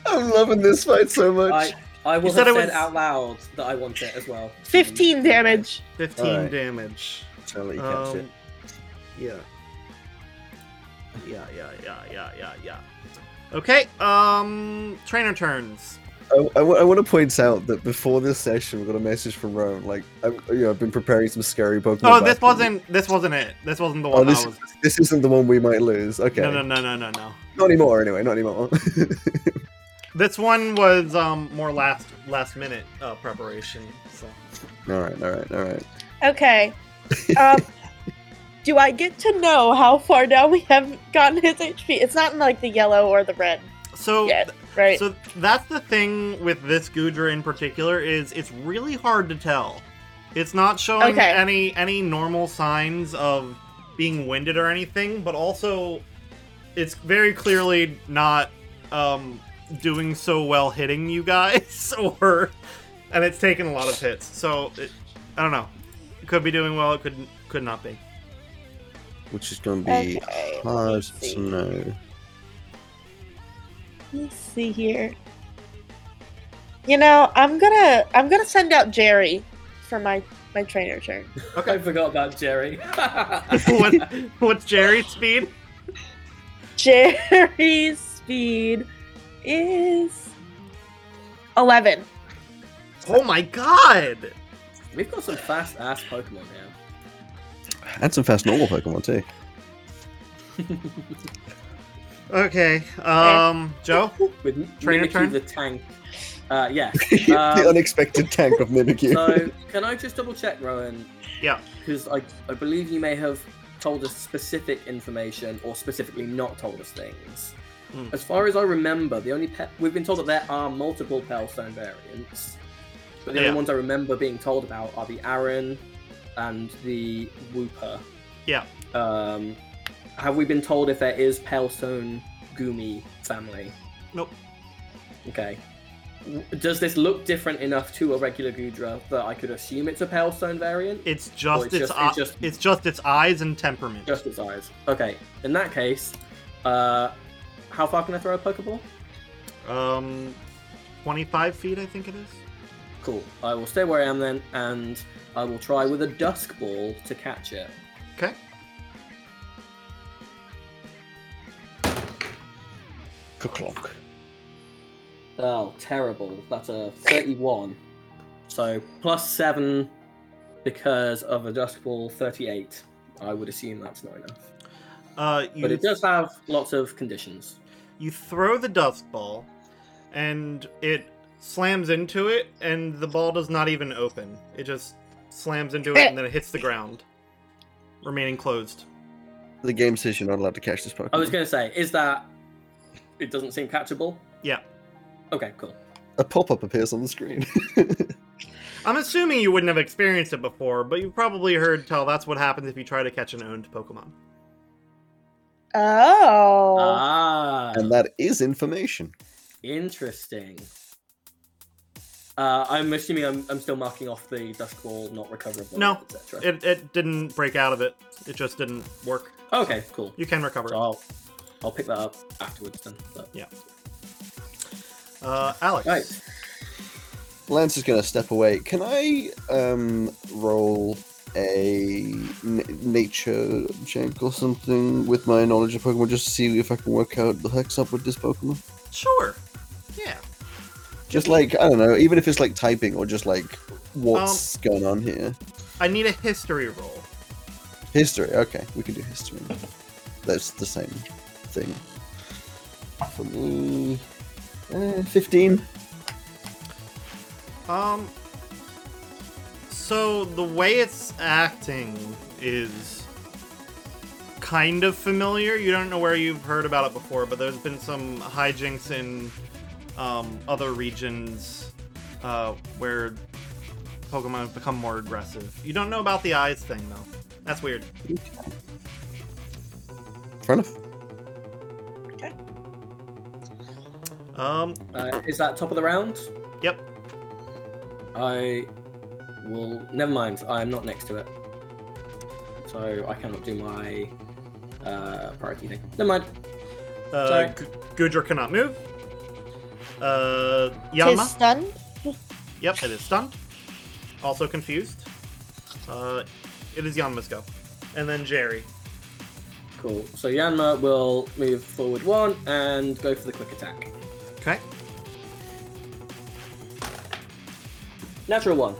Speaker 4: I'm loving this fight so much.
Speaker 3: I I will
Speaker 1: You said
Speaker 3: have
Speaker 1: it
Speaker 3: said
Speaker 1: was-
Speaker 3: out loud that I want it as well.
Speaker 2: 15 damage
Speaker 1: 15
Speaker 4: Alright.
Speaker 1: damage.
Speaker 4: Charlie, you
Speaker 3: Oh,
Speaker 4: catch it.
Speaker 1: Um, yeah. Yeah, yeah, yeah, yeah, yeah, yeah. Okay, um, trainer turns.
Speaker 4: I, want to point out that before this session, we got a message from Roan. Like, I, you know, I've been preparing some scary Pokemon.
Speaker 1: Oh, this
Speaker 4: battles.
Speaker 1: wasn't, this wasn't it. This wasn't the
Speaker 4: Oh,
Speaker 1: one
Speaker 4: this,
Speaker 1: I was.
Speaker 4: this isn't the one we might lose. Okay,
Speaker 1: No, no, no, no, no, no.
Speaker 4: not anymore. Anyway, not anymore.
Speaker 1: This one was um more last last minute uh, preparation. So
Speaker 4: all right, all right, all right.
Speaker 2: Okay. Um, do I get to know how far down we have gotten his HP? It's not in like the yellow or the red
Speaker 1: so
Speaker 2: yet, right?
Speaker 1: so that's the thing with this Gudra in particular is it's really hard to tell. It's not showing
Speaker 2: Okay.
Speaker 1: any any normal signs of being winded or anything, but also it's very clearly not um doing so well hitting you guys or and it's taken a lot of hits. So it, I don't know. It could be doing well, it could could not be.
Speaker 4: Which is going to be
Speaker 2: okay. let me
Speaker 4: hard
Speaker 2: see.
Speaker 4: to know.
Speaker 2: Let me see here. You know, I'm gonna I'm gonna send out Jerry for my my trainer turn.
Speaker 3: I forgot about Jerry.
Speaker 1: what, what's Jerry's speed?
Speaker 2: Jerry's speed is eleven.
Speaker 1: Oh my god!
Speaker 3: We've got some fast ass Pokemon now.
Speaker 4: And some fast normal Pokemon too.
Speaker 1: Okay. Um, Joe.
Speaker 3: With
Speaker 1: Trainer
Speaker 3: Mimikyu
Speaker 1: turn?
Speaker 3: the tank. Uh, yeah.
Speaker 4: the
Speaker 3: Um,
Speaker 4: unexpected tank of Mimikyu.
Speaker 3: so can I just double check, Rowan?
Speaker 1: Yeah.
Speaker 3: Because I, I believe you may have told us specific information or specifically not told us things.
Speaker 1: Mm.
Speaker 3: As far as I remember, the only pet we've been told that there are multiple Palestone variants. But the
Speaker 1: Yeah.
Speaker 3: other ones I remember being told about are the Aran and the Wooper.
Speaker 1: Yeah.
Speaker 3: Um, have we been told if there is Palestone Gumi family?
Speaker 1: Nope.
Speaker 3: Okay. W- Does this look different enough to a regular Gudra that I could assume it's a Palestone variant?
Speaker 1: It's just
Speaker 3: it's
Speaker 1: its,
Speaker 3: just-
Speaker 1: eye-
Speaker 3: it's just-
Speaker 1: it's just its eyes and temperament.
Speaker 3: Just its eyes. Okay. In that case, uh, how far can I throw a Pokeball?
Speaker 1: Um, twenty-five feet, I think it is.
Speaker 3: Cool. I will stay where I am then, and I will try with a Dusk Ball to catch it.
Speaker 1: Okay.
Speaker 4: Clock.
Speaker 3: Oh, terrible. That's a 31. So, plus 7 because of a Dusk Ball, 38. I would assume that's not enough.
Speaker 1: Uh, you
Speaker 3: But it does have lots of conditions.
Speaker 1: you throw the dust ball, and it slams into it, and the ball does not even open. It just slams into it, and then it hits the ground, remaining closed.
Speaker 4: The game says you're not allowed to catch this Pokemon.
Speaker 3: I
Speaker 1: Mhm.
Speaker 3: was going to say, is that. It doesn't seem catchable?
Speaker 1: Yeah.
Speaker 3: Okay, cool.
Speaker 4: A pop-up appears on the screen.
Speaker 1: I'm assuming you wouldn't have experienced it before, but you've probably heard tell that's what happens if you try to catch an owned Pokemon.
Speaker 2: Oh.
Speaker 3: Ah.
Speaker 4: and that is information.
Speaker 3: Interesting. Uh, I'm assuming I'm, I'm still marking off the dusk ball, not recoverable,
Speaker 1: No,
Speaker 3: etc.
Speaker 1: It, it didn't break out of it. It just didn't work.
Speaker 3: Okay, cool.
Speaker 1: You can recover. it.
Speaker 3: So I'll, I'll pick that up afterwards then. But...
Speaker 1: Uh, Alex.
Speaker 3: Right.
Speaker 4: Lance is going to step away. Can I um, roll a n- nature check or something with my knowledge of Pokemon just to see if I can work out the hex up with this Pokemon?
Speaker 1: Sure. Yeah.
Speaker 4: Just like, I don't know, even if it's like typing or just like
Speaker 2: Um,
Speaker 4: what's going on here.
Speaker 1: I need a history roll.
Speaker 4: History, okay, we can do history. That's the same thing. For me, eh, 15.
Speaker 1: Um. So the way it's acting is kind of familiar. You don't know where you've heard about it before, but there's been some hijinks in um, other regions uh, where Pokemon have become more aggressive. You don't know about the eyes thing though. That's weird.
Speaker 4: Fair enough.
Speaker 1: Um.
Speaker 3: Uh, is that top of the round?
Speaker 1: Yep.
Speaker 3: I will. Never mind. I'm not next to it, so I cannot do my uh, priority thing. Never mind.
Speaker 1: Uh,
Speaker 3: Sorry.
Speaker 1: G- Gudra cannot move. Uh, Yama.
Speaker 2: Tis stunned.
Speaker 1: Yep, it is stunned. Also confused. Uh, it is Yanma's go. And then Jerry.
Speaker 3: Cool. So Yanma will move forward one and go for the quick attack.
Speaker 1: Okay.
Speaker 3: Natural one.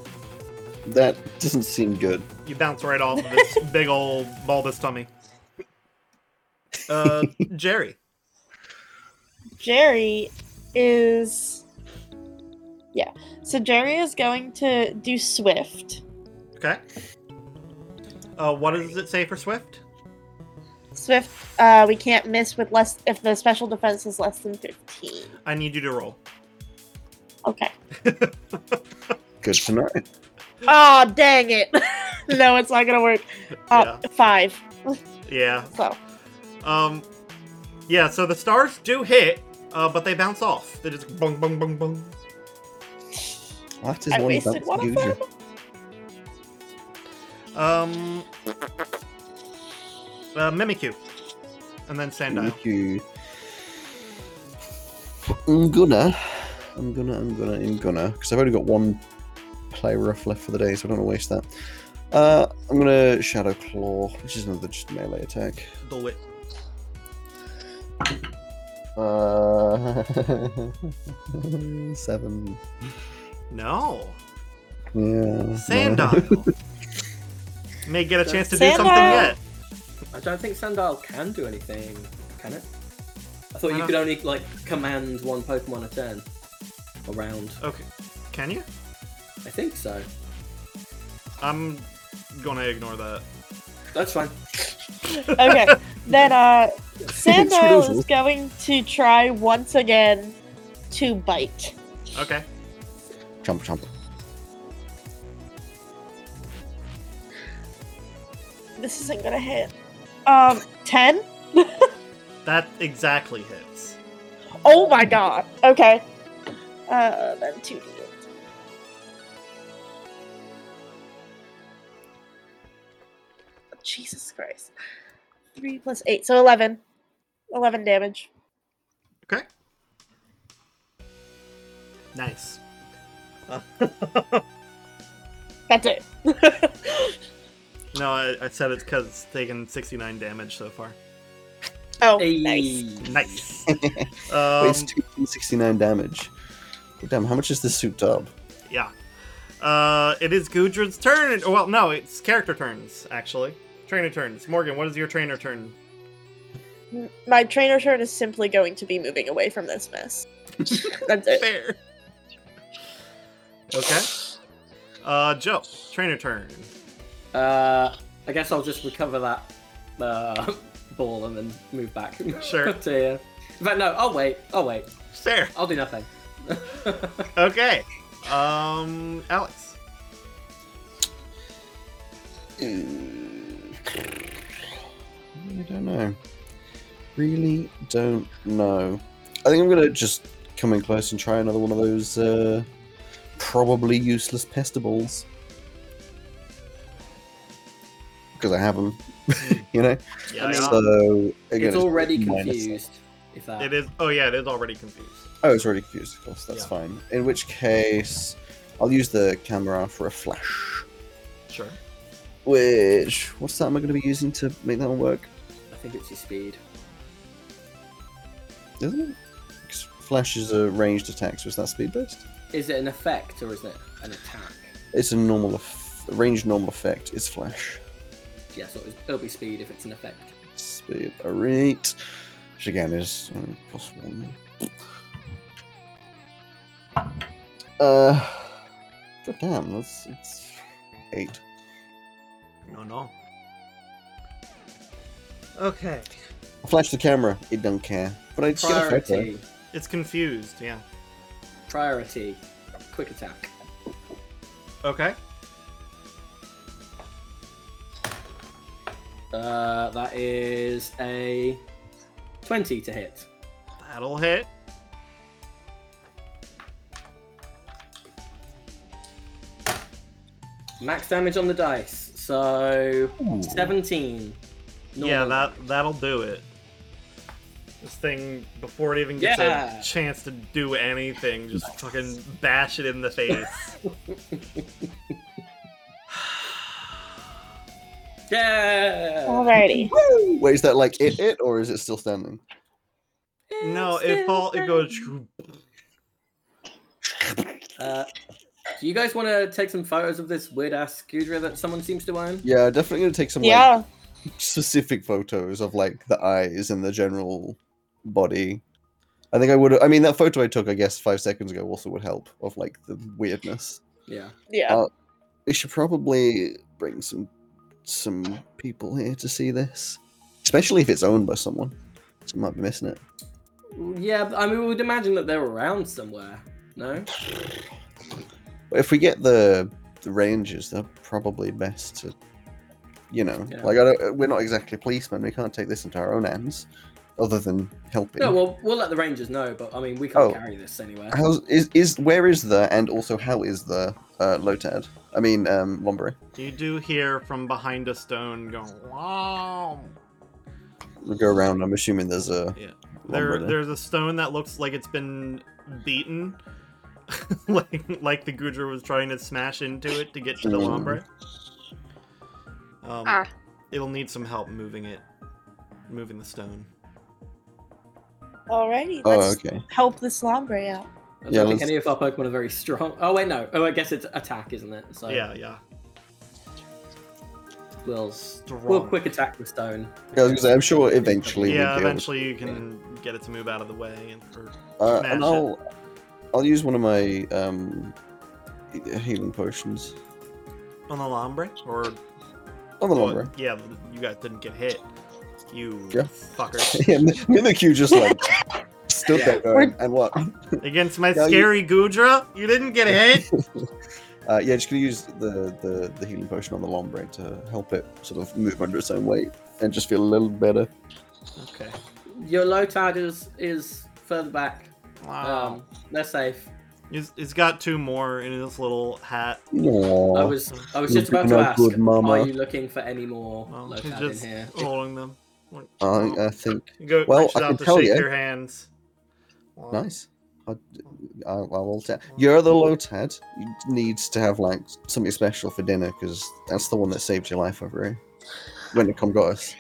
Speaker 4: That doesn't seem good.
Speaker 1: You bounce right off of this big old bulbous tummy. Uh, Jerry.
Speaker 2: Jerry is. Yeah. So Jerry is going to do Swift.
Speaker 1: Okay. Uh, what does it say for Swift?
Speaker 2: Swift, uh, we can't miss with less if the special defense is less than 15.
Speaker 1: I need you to roll.
Speaker 2: Okay.
Speaker 4: Good to know.
Speaker 2: Oh, dang it. no, it's not going to work. Uh, Five.
Speaker 1: Yeah.
Speaker 2: So,
Speaker 1: Um, yeah, so the stars do hit, uh, but they bounce off. They just bung, bung, bung, bung.
Speaker 4: That is
Speaker 2: I
Speaker 4: one
Speaker 2: wasted
Speaker 4: advanced
Speaker 2: one of
Speaker 4: user.
Speaker 2: them.
Speaker 1: Um, uh, Mimikyu. And then Sandile.
Speaker 4: Thank you. I'm gonna, I'm gonna, I'm gonna, I'm gonna, because I've only got one play rough left for the day, so I don't want to waste that. Uh, I'm gonna Shadow Claw, which is another just melee attack.
Speaker 1: The wit.
Speaker 4: Uh, seven.
Speaker 1: No.
Speaker 4: Yeah. no.
Speaker 1: Sandile. May get a chance to do
Speaker 2: Sandile.
Speaker 1: something yet.
Speaker 3: I don't think Sandile can do anything. Can it? I thought
Speaker 1: I
Speaker 3: you
Speaker 2: Uh,
Speaker 1: don't-
Speaker 3: could only like command one Pokemon a turn. A round.
Speaker 1: Okay. Can you?
Speaker 3: I think so.
Speaker 1: I'm gonna ignore that.
Speaker 3: That's fine.
Speaker 2: okay. then uh, Sandile
Speaker 4: True.
Speaker 2: is going to try once again to bite.
Speaker 1: Okay.
Speaker 4: Chomp chomp.
Speaker 2: this isn't gonna hit. Um, ten.
Speaker 1: That exactly hits.
Speaker 2: Oh my god. Okay. Uh, then two d eight. Jesus Christ. Three plus eight, so eleven. Eleven damage.
Speaker 1: Okay. Nice.
Speaker 2: That's it.
Speaker 1: No, I, I said it's because it's taken 69 damage so far.
Speaker 2: oh,
Speaker 3: Hey.
Speaker 2: nice.
Speaker 1: Nice.
Speaker 4: Wait,
Speaker 1: Um,
Speaker 4: it's 269 damage. Damn, how much is this souped up?
Speaker 1: yeah. Uh, it is Gudrun's turn. Well, no, it's character turns, actually. Trainer turns. Morgan, what is your trainer turn?
Speaker 2: M- My trainer turn is simply going to be moving away from this mess. That's it.
Speaker 1: Fair. Okay. Uh, Joe, trainer turn.
Speaker 3: Uh, I guess I'll just recover that uh, ball and then move back.
Speaker 1: Sure.
Speaker 3: to you. In fact, no. I'll wait. I'll wait.
Speaker 1: Fair.
Speaker 3: I'll do nothing.
Speaker 1: Okay. Um, Alex.
Speaker 4: Mm. I don't know. Really don't know. I think I'm gonna just come in close and try another one of those uh, probably useless pestibles because I have them. you know.
Speaker 1: Yeah,
Speaker 3: mean,
Speaker 1: yeah.
Speaker 4: So again,
Speaker 3: it's already
Speaker 4: minus-
Speaker 3: confused. If that.
Speaker 1: it is. Oh yeah, it is already confused.
Speaker 4: Oh, it's already confused. Of course, that's
Speaker 1: Yeah.
Speaker 4: fine. In which case, I'll use the camera for a flash.
Speaker 1: Sure.
Speaker 4: Which what's that? Am I going to be using to make that one work?
Speaker 3: I think it's your speed.
Speaker 4: Isn't it? 'Cause Flash is a ranged attack, so is that speed based?
Speaker 3: Is it an effect or is it an attack?
Speaker 4: It's a normal, eff- ranged normal effect. It's flash
Speaker 3: Yeah, so it's- it'll be speed if it's an effect.
Speaker 4: speed. All right, which again is mm, plus one. Uh, god damn, that's it's eight.
Speaker 1: No, no. Okay.
Speaker 4: Flash the camera. It don't care. But I just get a photo.
Speaker 3: Priority.
Speaker 1: It's confused. Yeah.
Speaker 3: Priority. Quick attack.
Speaker 1: Okay.
Speaker 3: Uh, that is a 20 to hit.
Speaker 1: That'll hit.
Speaker 3: Max damage on the dice. So
Speaker 4: Ooh.
Speaker 3: 17.
Speaker 1: Yeah,
Speaker 3: Normal.
Speaker 1: that that'll do it. This thing, before it even gets
Speaker 3: Yeah.
Speaker 1: a chance to do anything, just fucking bash it in the face.
Speaker 3: Yeah.
Speaker 2: Alrighty.
Speaker 4: Woo! Wait, is that like it, it, or is it still standing?
Speaker 1: no, it fall. It goes.
Speaker 3: Uh, do you guys want to take some photos of this weird ass Gudra that someone seems to own?
Speaker 4: Yeah, definitely gonna take some like,
Speaker 2: Yeah.
Speaker 4: specific photos of like the eyes and the general body. I think I would. I mean, that photo I took, I guess, five seconds ago also would help of like the weirdness.
Speaker 3: Yeah.
Speaker 2: Yeah.
Speaker 4: Uh, We should probably bring some some people here to see this, especially if it's owned by someone. So I might be missing it.
Speaker 3: Yeah, but, I mean, we would imagine that they're around somewhere. No?
Speaker 4: But if we get the the rangers, they're probably best to, you know,
Speaker 3: Yeah.
Speaker 4: like I don't, we're not exactly policemen. We can't take this into our own hands, other than helping.
Speaker 3: No, well, we'll let the Rangers know, but I mean, we can't
Speaker 4: Oh.
Speaker 3: carry this anywhere.
Speaker 4: How's is is where is the and also how is the uh, Lotad? I mean, um, Lombre.
Speaker 1: You do hear from behind a stone going. Wow.
Speaker 4: We go around. I'm assuming there's a
Speaker 1: Yeah. There,
Speaker 4: Lumber there.
Speaker 1: there's a stone that looks like it's been beaten, like like the Gudra was trying to smash into it to get to the
Speaker 4: Hmm.
Speaker 1: lumbre. Um,
Speaker 2: Ah.
Speaker 1: It'll need some help moving it, moving the stone.
Speaker 2: Alrighty.
Speaker 4: Oh,
Speaker 2: Let's
Speaker 4: okay.
Speaker 2: Uh, help this Lombre out.
Speaker 3: I don't
Speaker 4: Yeah,
Speaker 3: think
Speaker 4: let's-
Speaker 3: any of our Pokemon are very strong. Oh, wait, no. Oh, I guess it's attack, isn't it? So
Speaker 1: Yeah, yeah.
Speaker 3: we'll,
Speaker 1: Strong.
Speaker 3: we'll quick attack with Stone.
Speaker 4: Yeah, I was gonna say, I'm sure eventually. we'll
Speaker 1: Yeah,
Speaker 4: be able to-
Speaker 1: eventually you can get it to move out of the way. And, or,
Speaker 4: Uh,
Speaker 1: smash
Speaker 4: and
Speaker 1: it.
Speaker 4: I'll I'll use one of my um healing potions
Speaker 1: on the lumbre? Or,
Speaker 4: on the
Speaker 1: well,
Speaker 4: Lombre.
Speaker 1: yeah, you guys didn't get hit. You
Speaker 4: Yeah.
Speaker 1: fuckers.
Speaker 4: yeah, Mi- Mimikyu just like stood
Speaker 3: Yeah.
Speaker 4: there going, and what?
Speaker 1: Against my
Speaker 4: No, you-
Speaker 1: scary Gudra, you didn't get hit?
Speaker 4: Uh, yeah, just gonna use the, the the healing potion on the lombre to help it sort of move under its own weight and just feel a little better.
Speaker 1: Okay.
Speaker 3: Your low tide is is further back.
Speaker 1: Wow.
Speaker 3: Um, they're safe.
Speaker 1: he's, he's got two more in his little hat.
Speaker 4: Aww.
Speaker 3: I was I was
Speaker 4: You're
Speaker 3: just about
Speaker 4: doing
Speaker 3: to
Speaker 4: a
Speaker 3: ask.
Speaker 4: good mama.
Speaker 3: Are you looking for any more
Speaker 1: Well,
Speaker 3: low
Speaker 1: he's
Speaker 3: tide
Speaker 1: just Oh.
Speaker 3: in here?
Speaker 1: holding them. Like,
Speaker 4: I, I think
Speaker 1: he go,
Speaker 4: Uh, well,
Speaker 1: reaches
Speaker 4: I can
Speaker 1: out to
Speaker 4: tell
Speaker 1: shake
Speaker 4: you.
Speaker 1: your hands. Wow.
Speaker 4: nice. I, I, I will tell. You're the low tad. You needs to have like something special for dinner because that's the one that saved your life over here when it come got us.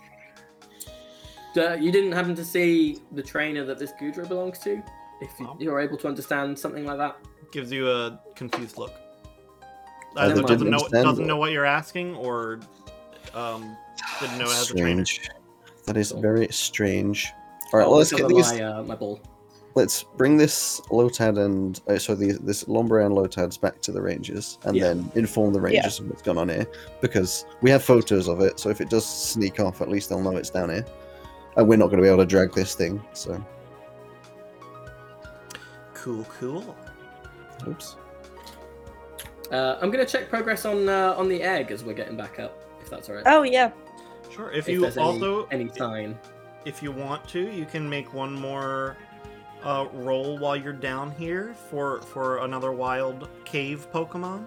Speaker 3: Uh, you didn't happen to see the trainer that this Gudra belongs to? If you,
Speaker 1: No.
Speaker 3: you're able to understand something like that,
Speaker 1: Gives you a confused look.
Speaker 3: I
Speaker 1: Either
Speaker 3: didn't
Speaker 1: doesn't know
Speaker 4: understand
Speaker 1: doesn't
Speaker 4: that.
Speaker 1: know what you're asking, or um, didn't know it has a trainer.
Speaker 4: strange. That is
Speaker 3: Cool.
Speaker 4: very strange. All right,
Speaker 2: Oh,
Speaker 3: I'll
Speaker 4: well, let's get
Speaker 3: recover
Speaker 4: these.
Speaker 3: my, uh, my ball.
Speaker 4: Let's bring this Lotad and uh, so the, this Lombre and Lotads back to the Rangers, and
Speaker 3: Yeah.
Speaker 4: then inform the
Speaker 2: Yeah.
Speaker 4: Rangers of what's going on here, because we have photos of it. So if it does sneak off, at least they'll know it's down here, and we're not going to be able to drag this thing. So,
Speaker 1: Cool, cool.
Speaker 4: oops.
Speaker 3: Uh, I'm gonna check progress on uh, on the egg as we're getting back up, if that's alright.
Speaker 2: Oh yeah.
Speaker 1: Sure. If, Uh, you
Speaker 3: there's any-
Speaker 1: also
Speaker 3: any, sign.
Speaker 1: if you want to, you can make one more uh, roll while you're down here for for another wild cave Pokemon.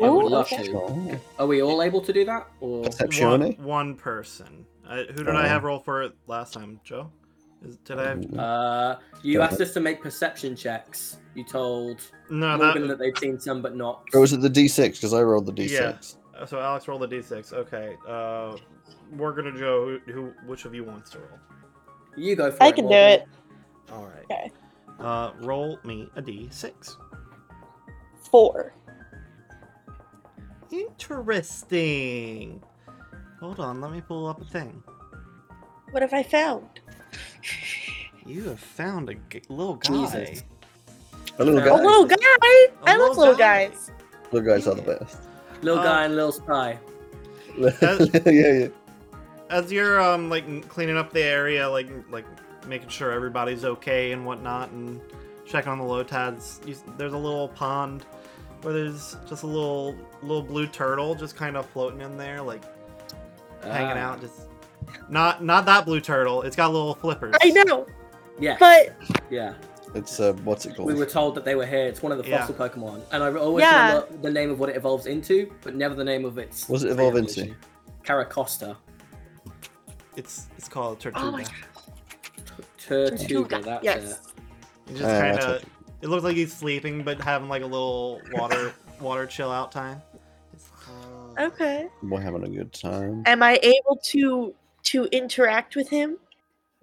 Speaker 3: I would
Speaker 2: Ooh,
Speaker 3: love
Speaker 2: okay.
Speaker 3: to.
Speaker 4: Oh,
Speaker 3: Are we all able to do that? Or
Speaker 1: One,
Speaker 4: Perceptione.
Speaker 1: one person. I, who did I
Speaker 4: Oh.
Speaker 1: have roll for it last time, Joe? Is, did I
Speaker 4: Mm.
Speaker 1: have?
Speaker 3: uh, you
Speaker 4: Got
Speaker 3: asked us to make perception checks. You told
Speaker 1: No,
Speaker 3: Morgan
Speaker 1: that.
Speaker 3: that they'd seen some, but not.
Speaker 4: Or was it the D6? Because I rolled the D6.
Speaker 1: Yeah. So Alex rolled a d6. Okay. Uh, we're gonna Joe. Who, who? Which of you wants to roll?
Speaker 3: You go for
Speaker 2: I
Speaker 3: it,
Speaker 2: can do
Speaker 3: Morgan.
Speaker 2: it.
Speaker 1: All right.
Speaker 2: Okay.
Speaker 1: Uh, roll me a d6.
Speaker 2: Four.
Speaker 1: Interesting. Hold on, let me pull up a thing.
Speaker 2: What have I found?
Speaker 1: You have found a g- little guy.
Speaker 3: Jesus.
Speaker 4: A little
Speaker 3: Uh,
Speaker 2: A
Speaker 4: guy.
Speaker 2: little guy. I
Speaker 1: little
Speaker 2: love little
Speaker 1: guy.
Speaker 2: guys.
Speaker 4: Little guys are the best.
Speaker 3: Little
Speaker 1: Uh,
Speaker 3: guy and little spy.
Speaker 1: That-
Speaker 4: yeah, yeah.
Speaker 1: As you're um like n- cleaning up the area, like like making sure everybody's okay and whatnot, and checking on the low tides, you, s- there's a little pond where there's just a little little blue turtle just kind of floating in there, like hanging
Speaker 3: Ah,
Speaker 1: out, just not not that blue turtle. It's got little flippers.
Speaker 2: I know,
Speaker 3: Yes.
Speaker 2: but
Speaker 3: yeah.
Speaker 4: It's uh, what's it called?
Speaker 3: We were told that they were here. It's one of the
Speaker 1: Yeah.
Speaker 3: fossil Pokemon, and I always
Speaker 2: Yeah.
Speaker 3: remember the name of what it evolves into, but never the name of its.
Speaker 4: What does it evolve into?
Speaker 3: evolution. Caracosta.
Speaker 1: It's it's called a
Speaker 2: Oh my
Speaker 1: tortuga.
Speaker 3: Tortuga. That's it.
Speaker 2: yes.
Speaker 1: It
Speaker 4: Uh,
Speaker 1: just kind
Speaker 4: that's
Speaker 1: of
Speaker 4: what-
Speaker 1: It looks like he's sleeping, but having like a little water water chill out time. It's,
Speaker 2: Okay.
Speaker 4: We're having a good time.
Speaker 2: Am I able to to interact with him?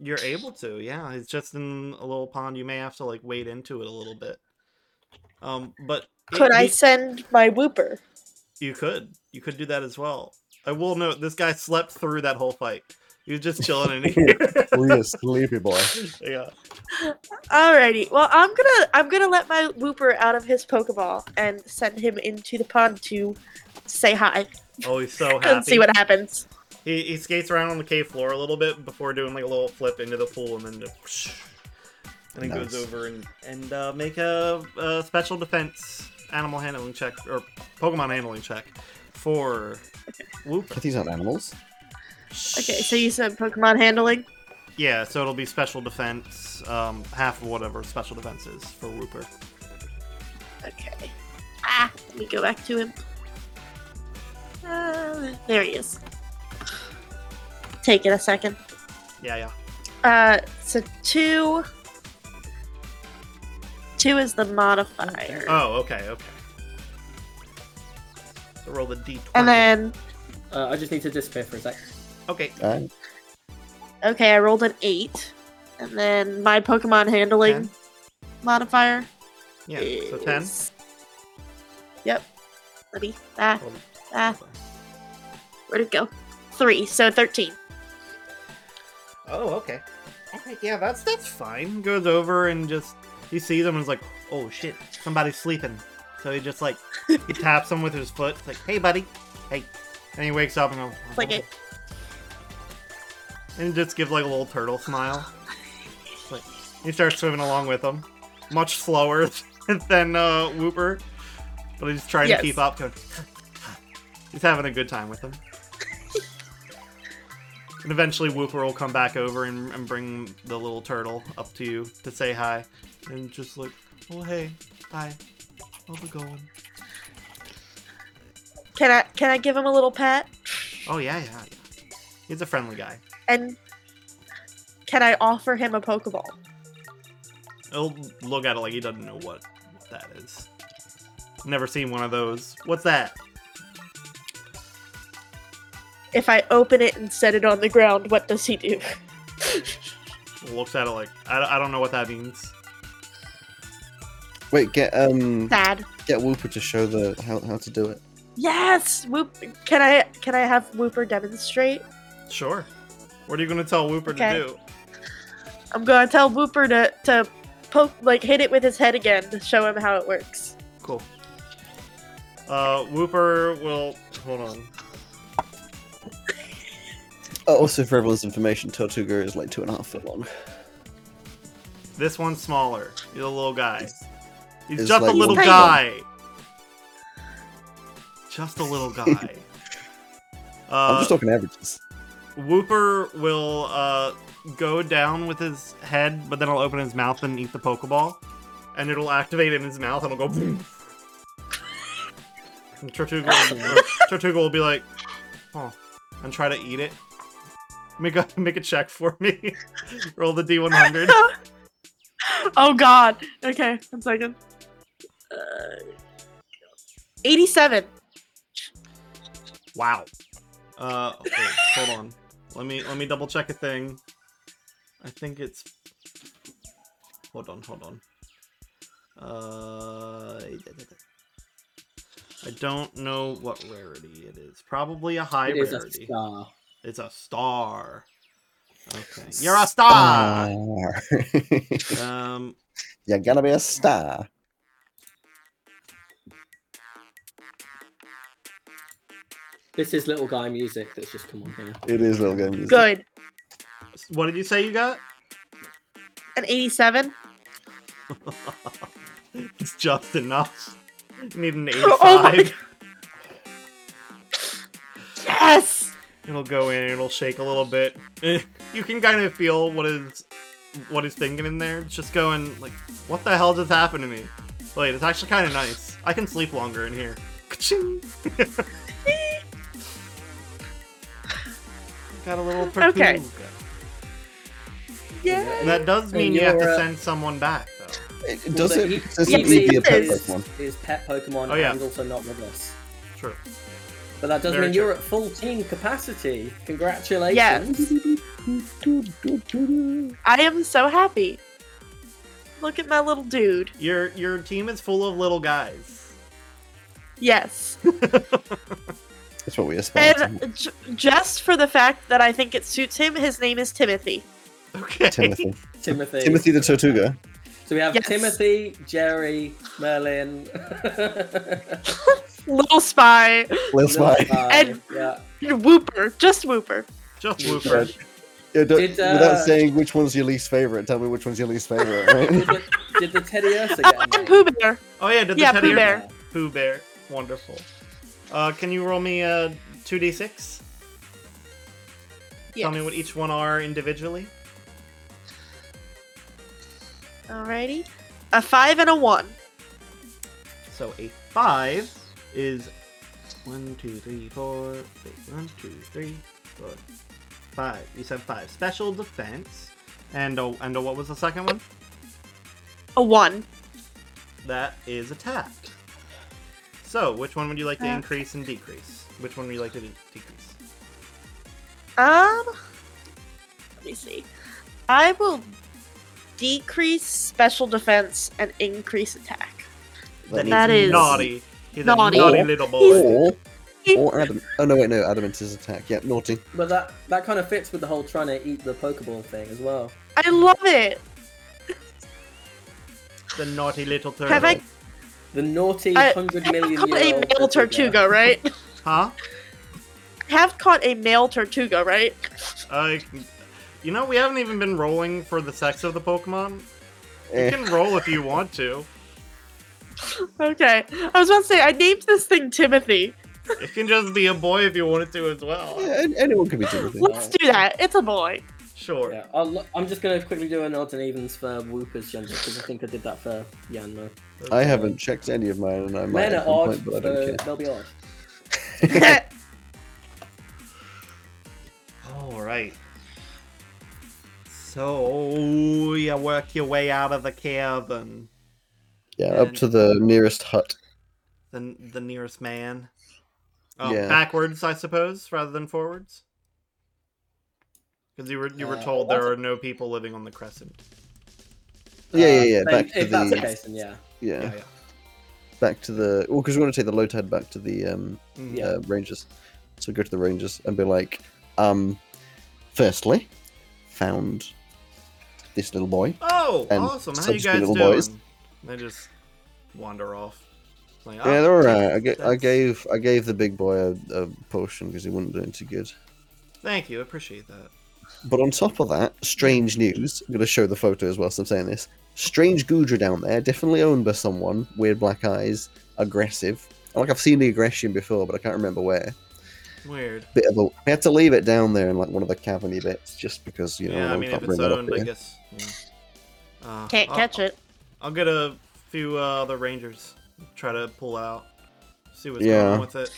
Speaker 1: You're able to, yeah. It's just in a little pond. You may have to like wade into it a little bit. Um, but it-
Speaker 2: Could I
Speaker 1: he-
Speaker 2: send my whooper?
Speaker 1: You could. You could do that as well. I will note this guy slept through that whole fight. He was just chilling in here.
Speaker 4: we a sleepy boy.
Speaker 1: yeah.
Speaker 2: Alrighty. Well, I'm gonna I'm gonna let my whooper out of his Pokeball and send him into the pond to say hi
Speaker 1: Oh, he's so happy.
Speaker 2: and see what happens.
Speaker 1: He, he skates around on the cave floor a little bit before doing like a little flip into the pool and then just, and he
Speaker 4: Nice.
Speaker 1: goes over and and uh, make a, a special defense animal handling check or Pokemon handling check for Whoop.
Speaker 4: But these aren't animals.
Speaker 2: Okay, so you said Pokemon handling.
Speaker 1: Yeah, so it'll be special defense, um, half of whatever special defense is for Whooper.
Speaker 2: Okay. Ah, let me go back to him. Uh, there he is. Take it a second.
Speaker 1: Yeah, yeah.
Speaker 2: Uh, so two. Two is the
Speaker 3: Okay.
Speaker 2: modifier,
Speaker 1: Oh, okay, okay. So roll the d20.
Speaker 2: and then
Speaker 3: Uh, I just need to disappear for a sec.
Speaker 1: okay,
Speaker 4: Alright.
Speaker 2: okay, I rolled an eight, and then my Pokemon
Speaker 1: Ten?
Speaker 2: handling modifier.
Speaker 1: yeah. So ten.
Speaker 2: is- Yep. Let me. Ah,
Speaker 1: Hold on.
Speaker 2: ah. Where'd it go? Three. So thirteen.
Speaker 1: Oh, okay. Alright, yeah, that's that's fine. Goes over and just he sees him and is like, oh shit, somebody's sleeping. So he just like he taps him with his foot, like, hey buddy, hey. And he wakes up and goes "Oh."
Speaker 2: Like it.
Speaker 1: And just gives like a little turtle smile. Like, he starts swimming along with him. Much slower than uh Whooper. But he's trying
Speaker 2: Yes.
Speaker 1: to keep up. Going, he's having a good time with him. and eventually, Wooper will come back over and, and bring the little turtle up to you to say hi, and just like, "Oh hey, hi, how's it going?"
Speaker 2: Can I can I give him a little pat?
Speaker 1: Oh yeah, yeah, yeah. He's a friendly guy.
Speaker 2: And can I offer him a Pokeball?
Speaker 1: He'll look at it like he doesn't know what that is. Never seen one of those. What's that?
Speaker 2: If I open it and set it on the ground, what does he do?
Speaker 1: Looks at it like I, I don't know what that means.
Speaker 4: Wait, get um
Speaker 2: Sad.
Speaker 4: get Wooper to show the how, how to do it.
Speaker 2: Yes. Whoop. Can I can I have Whooper demonstrate?
Speaker 1: Sure. What are you gonna tell Wooper
Speaker 2: Okay.
Speaker 1: to do?
Speaker 2: I'm gonna tell Whooper to to poke like hit it with his head again to show him how it works.
Speaker 1: Cool. Uh, Whooper will hold on.
Speaker 4: Uh, also, for everyone's information, Tortuga is like two and a half foot long.
Speaker 1: This one's smaller. He's a little guy. He's
Speaker 4: It's
Speaker 1: just
Speaker 4: like
Speaker 1: a little
Speaker 2: one-
Speaker 1: guy. Just a little guy.
Speaker 4: I'm
Speaker 1: Uh,
Speaker 4: just talking averages.
Speaker 1: Whooper will uh, go down with his head, but then he'll open his mouth and eat the Pokeball, and it'll activate in his mouth and it'll go. boom. and Tortuga, or Tortuga will be like, "Oh," and try to eat it. Make a make a check for me. Roll the D one hundred.
Speaker 2: Oh God. Okay. One second. Uh, Eighty-seven.
Speaker 1: Wow. Uh, wait, hold on. Let me let me double check a thing. I think it's. Hold on, hold on. Uh, I don't know what rarity it is. Probably a high
Speaker 3: It is a
Speaker 1: rarity.
Speaker 3: star.
Speaker 1: it's a star. Okay, you're a star.
Speaker 4: Star.
Speaker 1: Um,
Speaker 4: you gotta be a star.
Speaker 3: This is little guy music that's just come on here.
Speaker 4: It is little game. music.
Speaker 2: Good.
Speaker 1: what did you say you got?
Speaker 2: An eighty-seven.
Speaker 1: It's just enough. You need an eighty-five.
Speaker 2: Oh my Yes.
Speaker 1: It'll go in, it'll shake a little bit. Eh, You can kind of feel what is what is thinking in there. It's just going like, what the hell just happened to me? Wait, it's actually kind of nice. I can sleep longer in here. Ka-ching! Got a little
Speaker 2: Okay.
Speaker 1: tortuga.
Speaker 2: Yeah.
Speaker 1: And that does
Speaker 3: And
Speaker 1: mean you have to
Speaker 3: you're, uh,
Speaker 1: send someone back though.
Speaker 4: It, it
Speaker 3: Well,
Speaker 4: does
Speaker 3: the
Speaker 4: it.
Speaker 3: e-
Speaker 4: It doesn't
Speaker 2: yeah,
Speaker 4: need to be a pet
Speaker 2: it is.
Speaker 4: Pokemon.
Speaker 3: Is pet Pokemon
Speaker 1: Oh, yeah.
Speaker 3: and also not with us.
Speaker 1: True.
Speaker 3: But that does
Speaker 1: Very
Speaker 3: mean
Speaker 1: true.
Speaker 3: you're at full team capacity. Congratulations.
Speaker 2: Yes. I am so happy. Look at my little dude.
Speaker 1: Your your team is full of little guys.
Speaker 2: Yes.
Speaker 4: That's what we aspire to.
Speaker 2: And j- just for the fact that I think it suits him, his name is Timothy.
Speaker 1: Okay.
Speaker 4: Timothy.
Speaker 3: Timothy.
Speaker 4: Timothy the Tortuga.
Speaker 3: So we have
Speaker 2: Yes.
Speaker 3: Timothy, Jerry, Merlin.
Speaker 2: Little Spy.
Speaker 4: Let's
Speaker 3: Little
Speaker 4: fly.
Speaker 3: guy,
Speaker 2: And-
Speaker 3: yeah.
Speaker 2: Whooper. Just Whooper.
Speaker 1: Just
Speaker 3: Dude,
Speaker 1: Wooper.
Speaker 4: uh, Yeah, don't,
Speaker 3: Did, uh,
Speaker 4: Without saying which one's your least favorite, tell me which one's your least favorite,
Speaker 3: Did
Speaker 4: right?
Speaker 3: the, did the Teddy Ursa
Speaker 2: Oh,
Speaker 3: get a
Speaker 2: and
Speaker 3: name?
Speaker 2: Pooh Bear.
Speaker 1: Oh yeah, did the
Speaker 2: Yeah,
Speaker 1: teddy
Speaker 2: Pooh
Speaker 1: bear.
Speaker 2: Bear.
Speaker 1: Pooh Bear. Wonderful. Uh, can you roll me a 2d6? Tell me what each one are individually.
Speaker 2: Alrighty. A five and a one.
Speaker 1: So a 5 is one, two, three, four. Wait, one, two, three, four, five. You said 5. Special defense. And a, and a, what was the second one?
Speaker 2: A one.
Speaker 1: That is attack. So, which one would you like to
Speaker 2: Uh.
Speaker 1: increase and decrease? Which one would you like to de- decrease?
Speaker 2: Um. Let me see. I will decrease special defense and increase attack. That
Speaker 1: he's
Speaker 2: is-
Speaker 1: naughty. He's
Speaker 2: naughty.
Speaker 1: a naughty little boy.
Speaker 4: Or, or Adam. Oh no, wait, no, Adamant is attack. Yeah, naughty.
Speaker 3: But that, that kind of fits with the whole trying to eat the Pokeball thing as well.
Speaker 2: I love it.
Speaker 1: The naughty little turtle.
Speaker 2: Have I
Speaker 3: The naughty
Speaker 2: I-
Speaker 3: 100
Speaker 2: I have
Speaker 3: million
Speaker 2: caught a
Speaker 3: year old
Speaker 2: male tortuga, right?
Speaker 1: Huh?
Speaker 2: I have caught a male tortuga, right?
Speaker 1: I, Uh, you know, we haven't even been rolling for the sex of the Pokemon. You
Speaker 4: Eh,
Speaker 1: can roll if you want to.
Speaker 2: Okay. I was about to say, I named this thing Timothy.
Speaker 1: It can just be a boy if you wanted to as well.
Speaker 4: Yeah, an- anyone could be Timothy.
Speaker 2: Let's do that. It's a boy.
Speaker 1: Sure.
Speaker 3: Yeah, I'll, I'm just gonna quickly do an odds and evens for Whooper's gender because I think I did that for Yanma.
Speaker 4: I haven't checked any of mine, and I might
Speaker 3: Men
Speaker 4: at
Speaker 3: are
Speaker 4: some
Speaker 3: odd.
Speaker 4: point, but I
Speaker 3: so
Speaker 4: don't care.
Speaker 3: they'll be odd.
Speaker 1: All right. So you work your way out of the cavern.
Speaker 4: Yeah, up to the nearest hut.
Speaker 1: The the nearest man. Oh,
Speaker 4: Yeah.
Speaker 1: backwards, I suppose, rather than forwards. Because you were you were
Speaker 3: Uh,
Speaker 1: told there
Speaker 3: what?
Speaker 1: are no people living on the crescent.
Speaker 4: Yeah, yeah, yeah.
Speaker 3: Uh,
Speaker 4: Back
Speaker 3: then-
Speaker 4: to
Speaker 3: if that's the
Speaker 4: the
Speaker 3: case, then yeah.
Speaker 4: yeah,
Speaker 1: Yeah, yeah.
Speaker 4: back to the. Well, because we want to take the low tide back to the um
Speaker 1: Mm.
Speaker 3: Yeah.
Speaker 4: uh, rangers, so go to the rangers and be like, um, firstly, found this little boy.
Speaker 1: Oh,
Speaker 4: And
Speaker 1: awesome! How
Speaker 4: such
Speaker 1: you guys
Speaker 4: little
Speaker 1: doing?
Speaker 4: boys.
Speaker 1: They just wander off. Like,
Speaker 4: yeah,
Speaker 1: "Oh,
Speaker 4: they're all right. I, ga- I
Speaker 1: that's-
Speaker 4: gave I gave the big boy a, a potion because he wasn't doing too good.
Speaker 1: Thank you, appreciate that.
Speaker 4: But on top of that, strange news. I'm going to show the photos whilst I'm saying this. Strange Gudra down there, definitely owned by someone. Weird black eyes, aggressive. Like I've seen the aggression before, but I can't remember where.
Speaker 1: Weird.
Speaker 4: Bit of a. I had to leave it down there in like one of the caverny bits, just because you know.
Speaker 1: yeah, I mean,
Speaker 4: can't
Speaker 1: if
Speaker 4: bring
Speaker 1: it's
Speaker 4: that up
Speaker 1: owned, I
Speaker 4: here.
Speaker 1: guess. Yeah. Uh,
Speaker 2: Can't
Speaker 3: Oh.
Speaker 1: I'll-
Speaker 2: catch it.
Speaker 1: I'll get a few uh, other rangers. Try to pull it out. See what's going
Speaker 4: Yeah.
Speaker 1: on with it.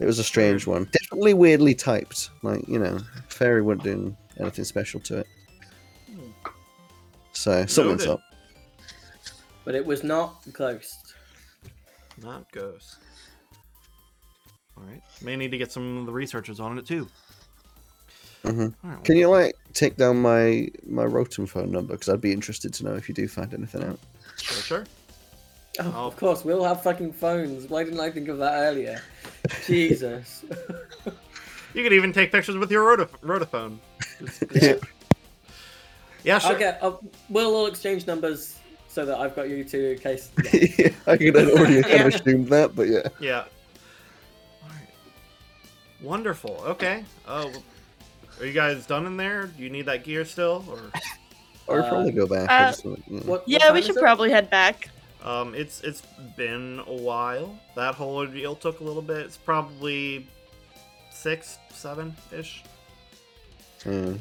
Speaker 4: It was a strange one. Definitely weirdly typed. Like you know, fairy weren't doing anything special to it. So something's
Speaker 1: Noted.
Speaker 4: up.
Speaker 3: But it was not Ghost.
Speaker 1: Not ghost. All right. May need to get some of the researchers on it too.
Speaker 4: Mhm.
Speaker 1: All right.
Speaker 4: Can you like take down my my Rotom phone number? Because I'd be interested to know if you do find anything out.
Speaker 1: Sure. sure.
Speaker 3: Oh,
Speaker 1: Oh.
Speaker 3: Of course, we all have fucking phones. Why didn't I think of that earlier? Jesus.
Speaker 1: You could even take pictures with your rota- rotophone. Just-
Speaker 4: Yeah.
Speaker 1: yeah, sure.
Speaker 3: I'll get. I'll, we'll all exchange numbers so that I've got you two in case.
Speaker 4: I could have already kind of
Speaker 3: Yeah.
Speaker 4: assumed that, but yeah.
Speaker 1: Yeah. All right. Wonderful. Okay. Oh, well, are you guys done in there? Do you need that gear still, or?
Speaker 4: Or I'd
Speaker 3: Uh,
Speaker 4: probably go back.
Speaker 2: uh,
Speaker 4: I just want- yeah.
Speaker 3: What- what
Speaker 2: Yeah,
Speaker 3: time
Speaker 2: we
Speaker 3: is
Speaker 2: should
Speaker 3: it?
Speaker 2: probably head back.
Speaker 1: Um, it's it's been a while. That whole ordeal took a little bit. It's probably six, seven ish.
Speaker 4: Yeah.
Speaker 2: Yeah,
Speaker 3: Well,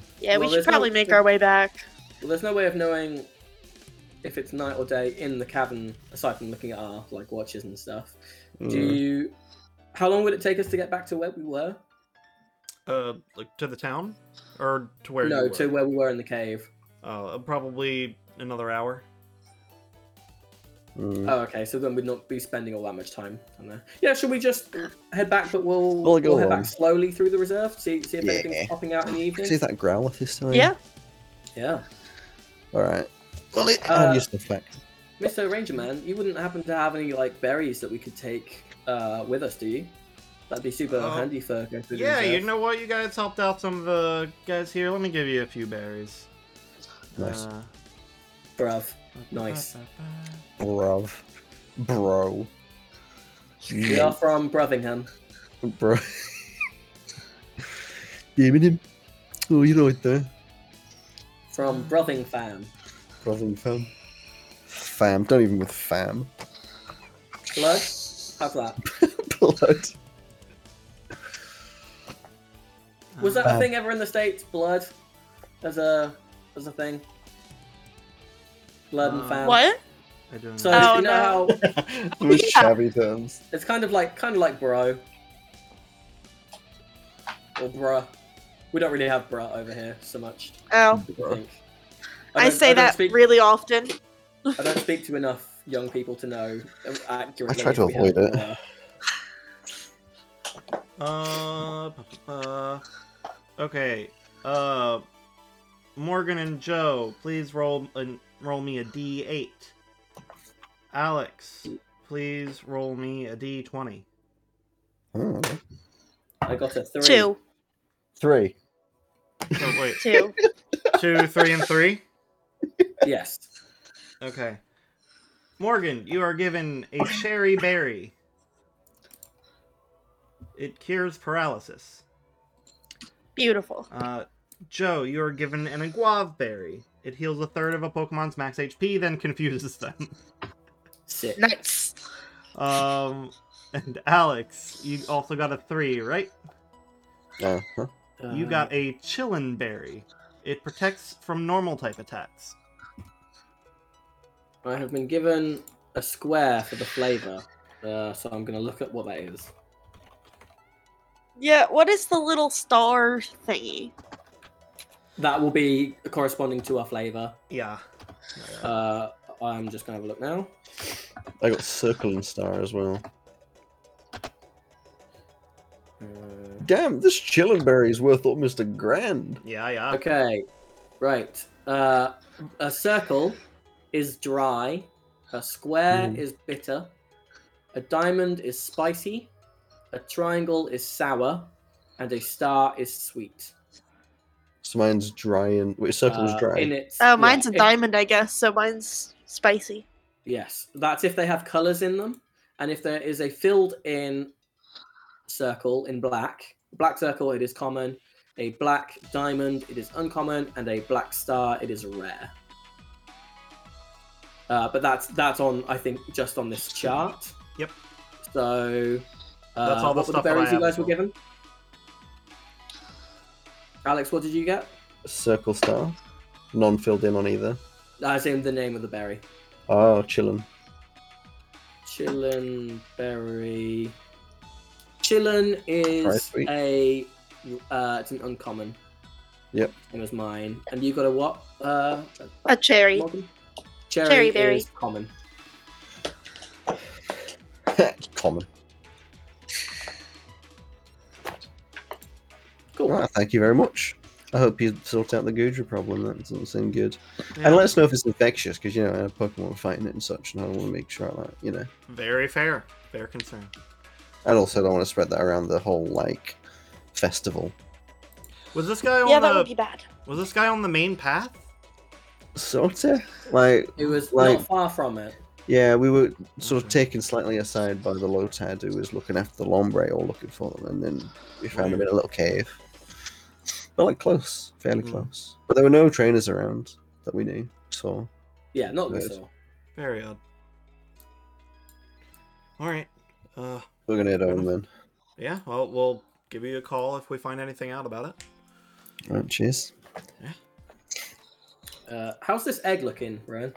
Speaker 2: we should
Speaker 3: there's no-
Speaker 2: probably make our way back.
Speaker 3: Well, there's no way of knowing if it's night or day in the cavern, aside from looking at our like watches and stuff. Do
Speaker 4: Mm.
Speaker 3: you? How long would it take us to get back to where we were?
Speaker 1: Uh, like to the town or to where?
Speaker 3: no,
Speaker 1: you were?
Speaker 3: to where we were in the cave.
Speaker 1: Uh, probably another hour.
Speaker 4: Mm.
Speaker 3: Oh, okay. So then we'd not be spending all that much time on there. Yeah. Should we just head back? But we'll
Speaker 4: Well, go
Speaker 3: we'll head
Speaker 4: on.
Speaker 3: back slowly through the reserve. See see if
Speaker 4: Yeah.
Speaker 3: anything's popping out in the
Speaker 4: See
Speaker 3: evening.
Speaker 4: that Growlithe this
Speaker 3: Oh,
Speaker 4: time?
Speaker 2: Yeah.
Speaker 3: Yeah.
Speaker 4: All right. Well, it,
Speaker 3: Uh,
Speaker 4: I'll use the fact.
Speaker 3: Mr. Ranger Man, you wouldn't happen to have any like berries that we could take uh, with us, do you? That'd be super
Speaker 1: Uh,
Speaker 3: handy for going through uh, the
Speaker 1: Yeah, you
Speaker 3: reserve.
Speaker 1: know what? You guys helped out some of the guys here. Let me give you a few berries.
Speaker 4: Nice.
Speaker 1: Uh,
Speaker 3: Bruv. Nice.
Speaker 4: Bruv. Bro.
Speaker 3: We are from Brovingham.
Speaker 4: Bro. Damn him. Oh, you're right there.
Speaker 3: From Brothingham.
Speaker 4: Brother fam. Fam. Don't even with fam.
Speaker 3: Blood? How's that?
Speaker 4: Blood.
Speaker 3: Was that
Speaker 4: Uh,
Speaker 3: a thing ever in the States? Blood? As a as a thing? Blood
Speaker 1: Uh,
Speaker 3: and fam.
Speaker 2: What?
Speaker 1: I don't
Speaker 3: So
Speaker 1: know.
Speaker 2: Oh,
Speaker 3: you know
Speaker 2: no.
Speaker 3: how
Speaker 4: Those
Speaker 2: yeah.
Speaker 4: shabby terms.
Speaker 3: it's kind of like kind of like bro. Or bruh. We don't really have bruh over here so much,
Speaker 2: Oh,
Speaker 3: I think.
Speaker 2: I,
Speaker 3: don't-
Speaker 2: say
Speaker 3: don't
Speaker 2: that
Speaker 3: speak-
Speaker 2: really often.
Speaker 3: I don't speak to enough young people to know accurately.
Speaker 4: I try to
Speaker 3: if we have
Speaker 4: avoid it.
Speaker 3: Bruh.
Speaker 1: Uh, bu- bu- bu- okay. Uh, Morgan and Joe, please roll and roll me a D eight. Alex, please roll me a D twenty.
Speaker 4: Oh.
Speaker 3: I got a three.
Speaker 2: Two,
Speaker 4: Three.
Speaker 1: Oh wait,
Speaker 2: two.
Speaker 1: two, three, and three.
Speaker 3: Yes.
Speaker 1: Okay. Morgan, you are given a cherry berry. It cures paralysis.
Speaker 2: Beautiful.
Speaker 1: Uh, Joe, you are given an aguave berry. It heals a third of a Pokemon's max HP, then confuses them.
Speaker 3: Six.
Speaker 2: Nice.
Speaker 1: Um, and Alex, you also got a three, right?
Speaker 4: Uh-huh.
Speaker 3: Um,
Speaker 1: You got a chillin' berry. It protects from normal type attacks.
Speaker 3: I have been given a square for the flavour, uh, so I'm going to look at what that is.
Speaker 2: Yeah, what is the little star thingy?
Speaker 3: That will be corresponding to our flavour.
Speaker 1: Yeah.
Speaker 3: Uh, I'm just going to have a look now.
Speaker 4: I got circle and star as well.
Speaker 3: Uh,
Speaker 4: Damn, this chillin' berry is worth almost a grand.
Speaker 1: Yeah, yeah.
Speaker 3: okay, right. Uh, a circle is dry, a square
Speaker 4: Mm.
Speaker 3: is bitter, a diamond is spicy, a triangle is sour, and a star is sweet.
Speaker 4: So mine's dry and wait, circle's
Speaker 3: Uh,
Speaker 4: dry.
Speaker 3: in its-
Speaker 2: Oh,
Speaker 3: yeah,
Speaker 2: mine's a
Speaker 3: if-
Speaker 2: diamond, I guess. So mine's spicy.
Speaker 3: Yes, that's if they have colors in them, and if there is a filled-in circle in black, black circle it is common, a black diamond it is uncommon, and a black star it is rare. Uh, but that's that's on I think just on this chart.
Speaker 1: Yep.
Speaker 3: So uh,
Speaker 1: That's all the
Speaker 3: what were
Speaker 1: stuff that I
Speaker 3: berries you
Speaker 1: have
Speaker 3: guys
Speaker 1: as
Speaker 3: were
Speaker 1: well.
Speaker 3: given. Alex, what did you get?
Speaker 4: Circle star. None filled in on either.
Speaker 3: As in the name of the berry.
Speaker 4: Oh, chillin'.
Speaker 3: Chillin berry. Chillin
Speaker 4: Alright,
Speaker 3: is
Speaker 4: sweet.
Speaker 3: a uh, it's an uncommon.
Speaker 4: Yep.
Speaker 3: Same as mine. And you got a what? Uh,
Speaker 2: A cherry.
Speaker 3: Morgan? Cherry,
Speaker 2: Cherry berry.
Speaker 3: is common.
Speaker 4: Common.
Speaker 3: Cool.
Speaker 4: Ah, thank you very much. I hope you sort out the Gudra problem. That doesn't seem good.
Speaker 1: Yeah.
Speaker 4: And let us know if it's infectious, because you know I have Pokemon fighting it and such, and I want to make sure that you know.
Speaker 1: Very fair. Fair concern.
Speaker 4: And also, don't want to spread that around the whole like festival.
Speaker 1: Was this guy on
Speaker 2: Yeah, that
Speaker 1: the
Speaker 3: uh,
Speaker 2: would be bad.
Speaker 1: was this guy on the main path?
Speaker 4: Sorta. Like,
Speaker 3: It was
Speaker 4: Like-
Speaker 3: not far from it.
Speaker 4: yeah, we were sort of
Speaker 1: Okay.
Speaker 4: taken slightly aside by the Lotad who was looking after the Lombre or looking for them, and then we found them in a little cave. But like close, fairly
Speaker 1: Hmm.
Speaker 4: close. But there were no trainers around that we knew. So
Speaker 3: Yeah, not
Speaker 4: Good.
Speaker 3: this all.
Speaker 1: Very odd. All right. Uh,
Speaker 4: we're gonna head over then.
Speaker 1: yeah. Well, we'll give you a call if we find anything out about it.
Speaker 4: All right, cheers.
Speaker 3: Uh, how's this egg looking, Ryan?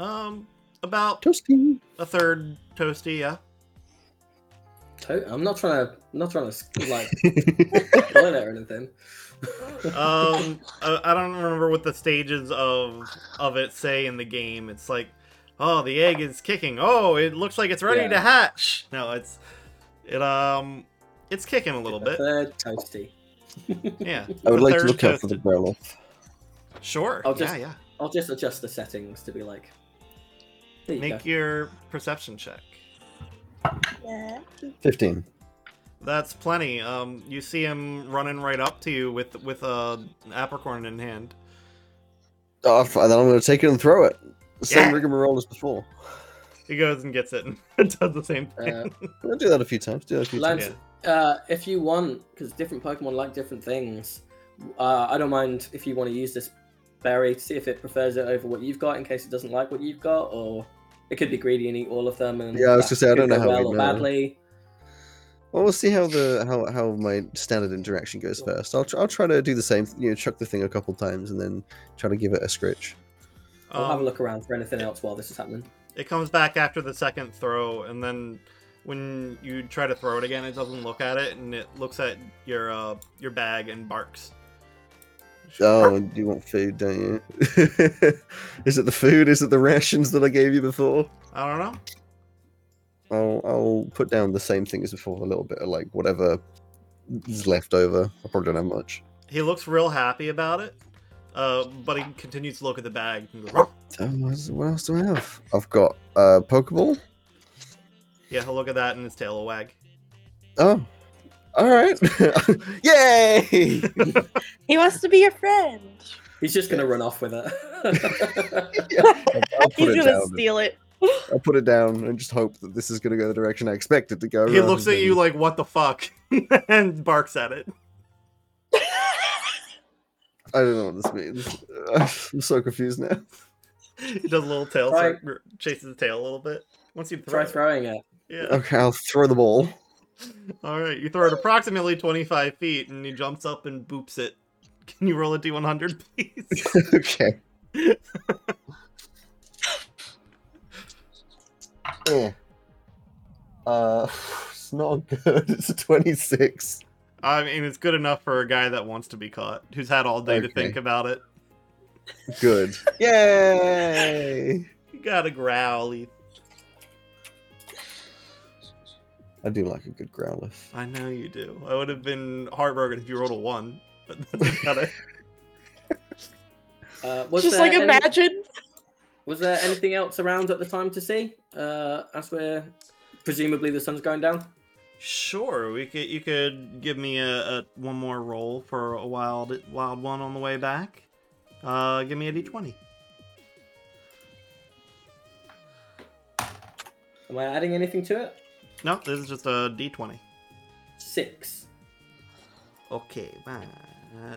Speaker 1: Um, about
Speaker 4: Toasty.
Speaker 1: a third toasty. Yeah.
Speaker 3: To- I'm not trying to, I'm not trying to like boil it or anything.
Speaker 1: um I, I don't remember what the stages of of it say in the game it's like oh the egg is kicking oh it looks like it's ready to
Speaker 3: Yeah.
Speaker 1: hatch no it's it um it's kicking a little bit
Speaker 3: Third toasty.
Speaker 1: yeah
Speaker 4: I would
Speaker 1: The
Speaker 4: like to
Speaker 1: third
Speaker 4: look out for the
Speaker 1: toasted.
Speaker 4: Growlithe.
Speaker 1: sure
Speaker 3: I'll just-
Speaker 1: yeah
Speaker 3: I'll just adjust the settings to be like. There
Speaker 1: yeah
Speaker 3: you go.
Speaker 1: make your perception check
Speaker 2: Yeah.
Speaker 4: Fifteen.
Speaker 1: that's plenty um you see him running right up to you with with a apricorn in hand
Speaker 4: Oh, f- then I'm going to take it and throw it. The
Speaker 1: Yeah.
Speaker 4: Same rigmarole as before.
Speaker 1: he goes and gets it and does the same thing
Speaker 3: Uh,
Speaker 4: I'll do that a few times. Do that a few times.
Speaker 3: Lance, uh, if you want, because different Pokemon like different things, uh, I don't mind if you want to use this berry to see if it prefers it over what you've got in case it doesn't like what you've got, or it could be greedy and eat all of them. And
Speaker 4: Yeah, I was
Speaker 3: that
Speaker 4: gonna say, I
Speaker 3: could
Speaker 4: don't know
Speaker 3: go
Speaker 4: how
Speaker 3: well
Speaker 4: we
Speaker 3: or
Speaker 4: know.
Speaker 3: badly.
Speaker 4: Well, we'll see how the how, how my standard interaction goes first. I'll tr- I'll try to do the same. You know, chuck the thing a couple times and then try to give it a scritch.
Speaker 3: I'll have a
Speaker 1: Um,
Speaker 3: look around for anything else while this is happening.
Speaker 1: It comes back after the second throw, and then when you try to throw it again, it doesn't look at it, and it looks at your uh, your bag and barks.
Speaker 4: Oh, and you want food, don't you? Is it the food? Is it the rations that I gave you before?
Speaker 1: I don't know.
Speaker 4: I'll I'll put down the same thing as before. A little bit of like whatever is left over. I probably don't have much.
Speaker 1: He looks real happy about it, uh, but he continues to look at the bag. And go,
Speaker 4: Oh, what else- what else do I have? I've got a uh, Pokeball.
Speaker 1: yeah, he'll look at that, and his tail will wag.
Speaker 4: Oh, all right. Yay!
Speaker 2: He wants to be your friend.
Speaker 3: He's just gonna run off with it.
Speaker 4: I'll, I'll put
Speaker 2: He's
Speaker 4: it
Speaker 2: gonna
Speaker 4: down.
Speaker 2: steal it.
Speaker 4: I'll put it down and just hope that this is going to go the direction I expect it to go.
Speaker 1: He
Speaker 4: rather
Speaker 1: looks at
Speaker 4: than-
Speaker 1: you like, "What the fuck," and barks at it.
Speaker 4: I don't know what this means. I'm so confused now.
Speaker 1: He does a little tail,
Speaker 3: Try-
Speaker 1: cir- r- chases the tail a little bit. Once you throw
Speaker 3: Try
Speaker 1: it.
Speaker 3: throwing it.
Speaker 1: Yeah.
Speaker 4: Okay, I'll throw the ball.
Speaker 1: All right. You throw it approximately 25 feet and he jumps up and boops it. Can you roll a d100, please?
Speaker 4: okay. oh. Uh, it's not good. It's a 26.
Speaker 1: I mean, it's good enough for a guy that wants to be caught, who's had all day to
Speaker 4: Okay.
Speaker 1: think about it.
Speaker 4: Good. Yay!
Speaker 1: You got a growly.
Speaker 4: I do like a good growlithe.
Speaker 1: I know you do. I would have been heartbroken if you rolled a one, but that's about it.
Speaker 3: Uh, was
Speaker 2: Just
Speaker 3: there
Speaker 2: like
Speaker 3: any-
Speaker 2: imagine.
Speaker 3: Was there anything else around at the time to see? Uh, as we're presumably the sun's going down.
Speaker 1: Sure, we could. You could give me a, a one more roll for a wild wild one on the way back. Uh, give me a d20.
Speaker 3: Am I adding anything to it?
Speaker 1: No, this is just a d20.
Speaker 3: Six.
Speaker 1: Okay, uh,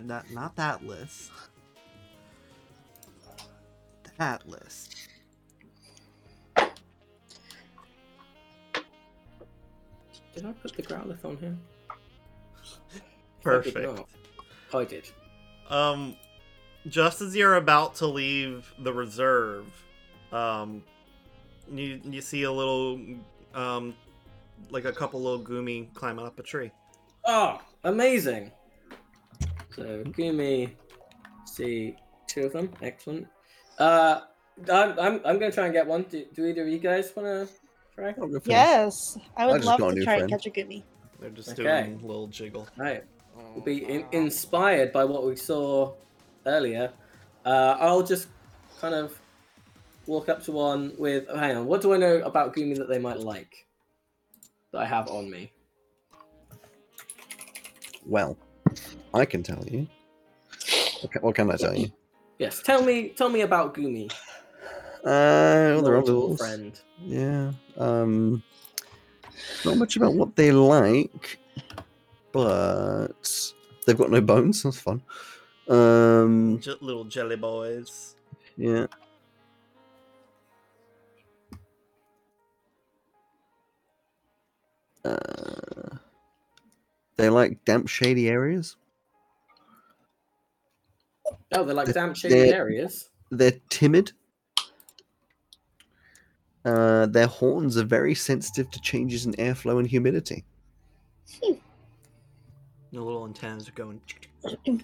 Speaker 1: not not that list. That list.
Speaker 3: Did I put the growlithe on here? I did
Speaker 1: Perfect.
Speaker 3: not. I did.
Speaker 1: Um, just as you're about to leave the reserve, um, you you see a little, um, like a couple little goomy climbing up a tree.
Speaker 3: Oh, amazing! So Gumi, see two of them. Excellent. Uh, I'm I'm, I'm gonna try and get one. Do, do either of you guys wanna try? All
Speaker 2: Yes, I
Speaker 4: I
Speaker 2: would
Speaker 4: just
Speaker 2: love
Speaker 4: got a
Speaker 2: to
Speaker 4: new
Speaker 2: try and
Speaker 4: friend.
Speaker 2: catch a gummy.
Speaker 1: They're just
Speaker 3: Okay.
Speaker 1: doing a little jiggle.
Speaker 3: right. We'll be in, inspired by what we saw earlier. Uh, I'll just kind of walk up to one with. Oh, hang on. What do I know about Gumi that they might like? That I have on me.
Speaker 4: Well, I can tell you. What can, what can I tell you?
Speaker 3: Yes. Tell me. Tell me about Gumi.
Speaker 4: Uh, all the
Speaker 3: your
Speaker 4: rubles.
Speaker 3: friend.
Speaker 4: Yeah. Um, not much about what they like, but they've got no bones. That's fun. Um,
Speaker 1: J- little jelly boys.
Speaker 4: yeah. Uh, they like damp, shady areas.
Speaker 3: Oh, they're like
Speaker 4: Th-
Speaker 3: damp shady
Speaker 4: they're-
Speaker 3: areas.
Speaker 4: They're timid. Uh, their horns are very sensitive to changes in airflow and humidity.
Speaker 1: The little antennas are going.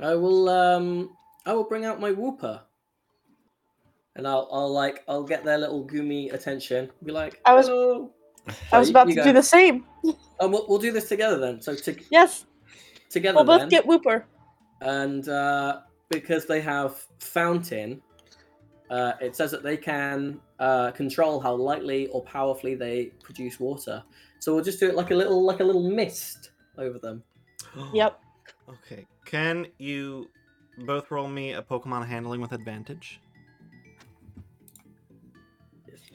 Speaker 3: I will um I will bring out my whooper. And I'll I'll like I'll get their little goomy attention. Be like,
Speaker 2: I was-
Speaker 3: hello.
Speaker 2: I was
Speaker 3: you-
Speaker 2: about
Speaker 3: you
Speaker 2: to
Speaker 3: go.
Speaker 2: do the same.
Speaker 3: And "Oh, we'll, we'll do this together then. So to,
Speaker 2: Yes,
Speaker 3: together
Speaker 2: we'll both
Speaker 3: then.
Speaker 2: get Whooper.
Speaker 3: And uh, because they have fountain, uh, it says that they can uh, control how lightly or powerfully they produce water. So we'll just do it like a little like a little mist over them.
Speaker 2: Yep.
Speaker 1: Okay. Can you both roll me a Pokemon handling with advantage?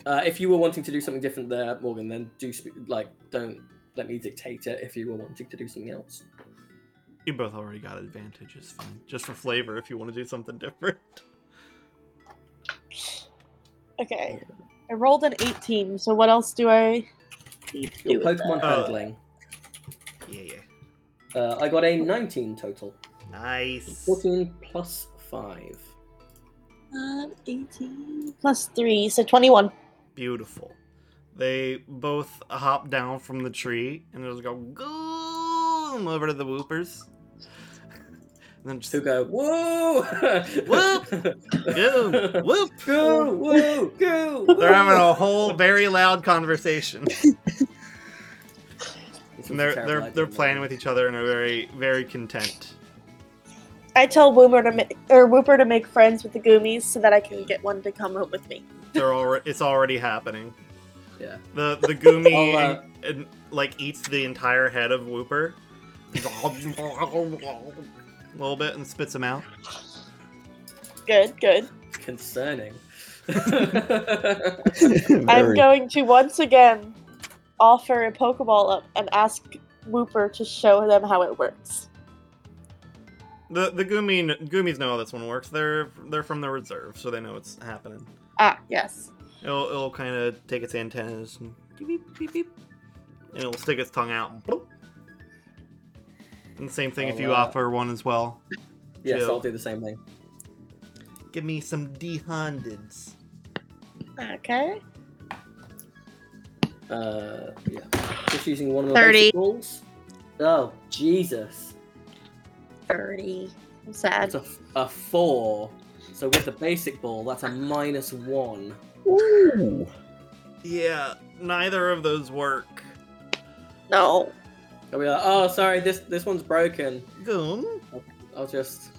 Speaker 3: Uh, if you were wanting to do something different there, Morgan, then do sp- like don't let me dictate it. If you were wanting to do something else,
Speaker 1: You both already got advantage. It's fine. Just for flavor, if you want to do something different.
Speaker 2: Okay, I rolled an 18. So what else do I need to do?
Speaker 3: Your
Speaker 2: With
Speaker 3: Pokemon
Speaker 2: that?
Speaker 1: Uh,
Speaker 3: handling.
Speaker 1: Yeah, yeah.
Speaker 3: Uh, I got a 19 total,
Speaker 1: Nice.
Speaker 3: 14 plus five.
Speaker 2: Um, 18 plus three, so 21.
Speaker 1: Beautiful. They both hop down from the tree and just go goom over to the whoopers. And then just
Speaker 3: Who go? Whoa!
Speaker 1: goom, whoop.
Speaker 3: Go! Whoa! Go! whoa.
Speaker 1: They're having a whole very loud conversation.
Speaker 3: This was a
Speaker 1: And they're
Speaker 3: terrible
Speaker 1: they're
Speaker 3: idea,
Speaker 1: they're
Speaker 3: Morgan.
Speaker 1: playing with each other and are very very content.
Speaker 2: I tell Whooper to make or Whooper to make friends with the Goomies so that I can get one to come home with me.
Speaker 1: They're already it's already happening.
Speaker 3: Yeah.
Speaker 1: The the Goomy
Speaker 3: I'll, uh,
Speaker 1: and, and, like eats the entire head of Whooper. a little bit and spits him out.
Speaker 2: Good, good.
Speaker 3: Concerning.
Speaker 2: I'm
Speaker 4: Very-
Speaker 2: going to once again offer a Pokeball up and ask Whooper to show them how it works.
Speaker 1: The the Gumi Goomies know how this one works. They're they're from the reserve, so they know it's happening.
Speaker 2: Ah, yes.
Speaker 1: It'll it'll kind of take its antennas and beep, beep, beep, beep, and it'll stick its tongue out. And, bloop. and same thing if
Speaker 3: I'll,
Speaker 1: you
Speaker 3: uh,
Speaker 1: offer one as well.
Speaker 3: Yes,
Speaker 1: Two.
Speaker 3: I'll do the same thing.
Speaker 1: Give me some D hundreds.
Speaker 2: Okay.
Speaker 3: Uh, yeah. Just using one of my
Speaker 2: 30.
Speaker 3: basic rules. Oh, Jesus.
Speaker 2: 30. I'm sad.
Speaker 3: That's a, a four. So with the basic ball, that's a minus one.
Speaker 4: Ooh.
Speaker 1: Yeah, neither of those work.
Speaker 2: No.
Speaker 3: I'll be like, oh, sorry, this this one's broken.
Speaker 1: Goom.
Speaker 3: I'll just,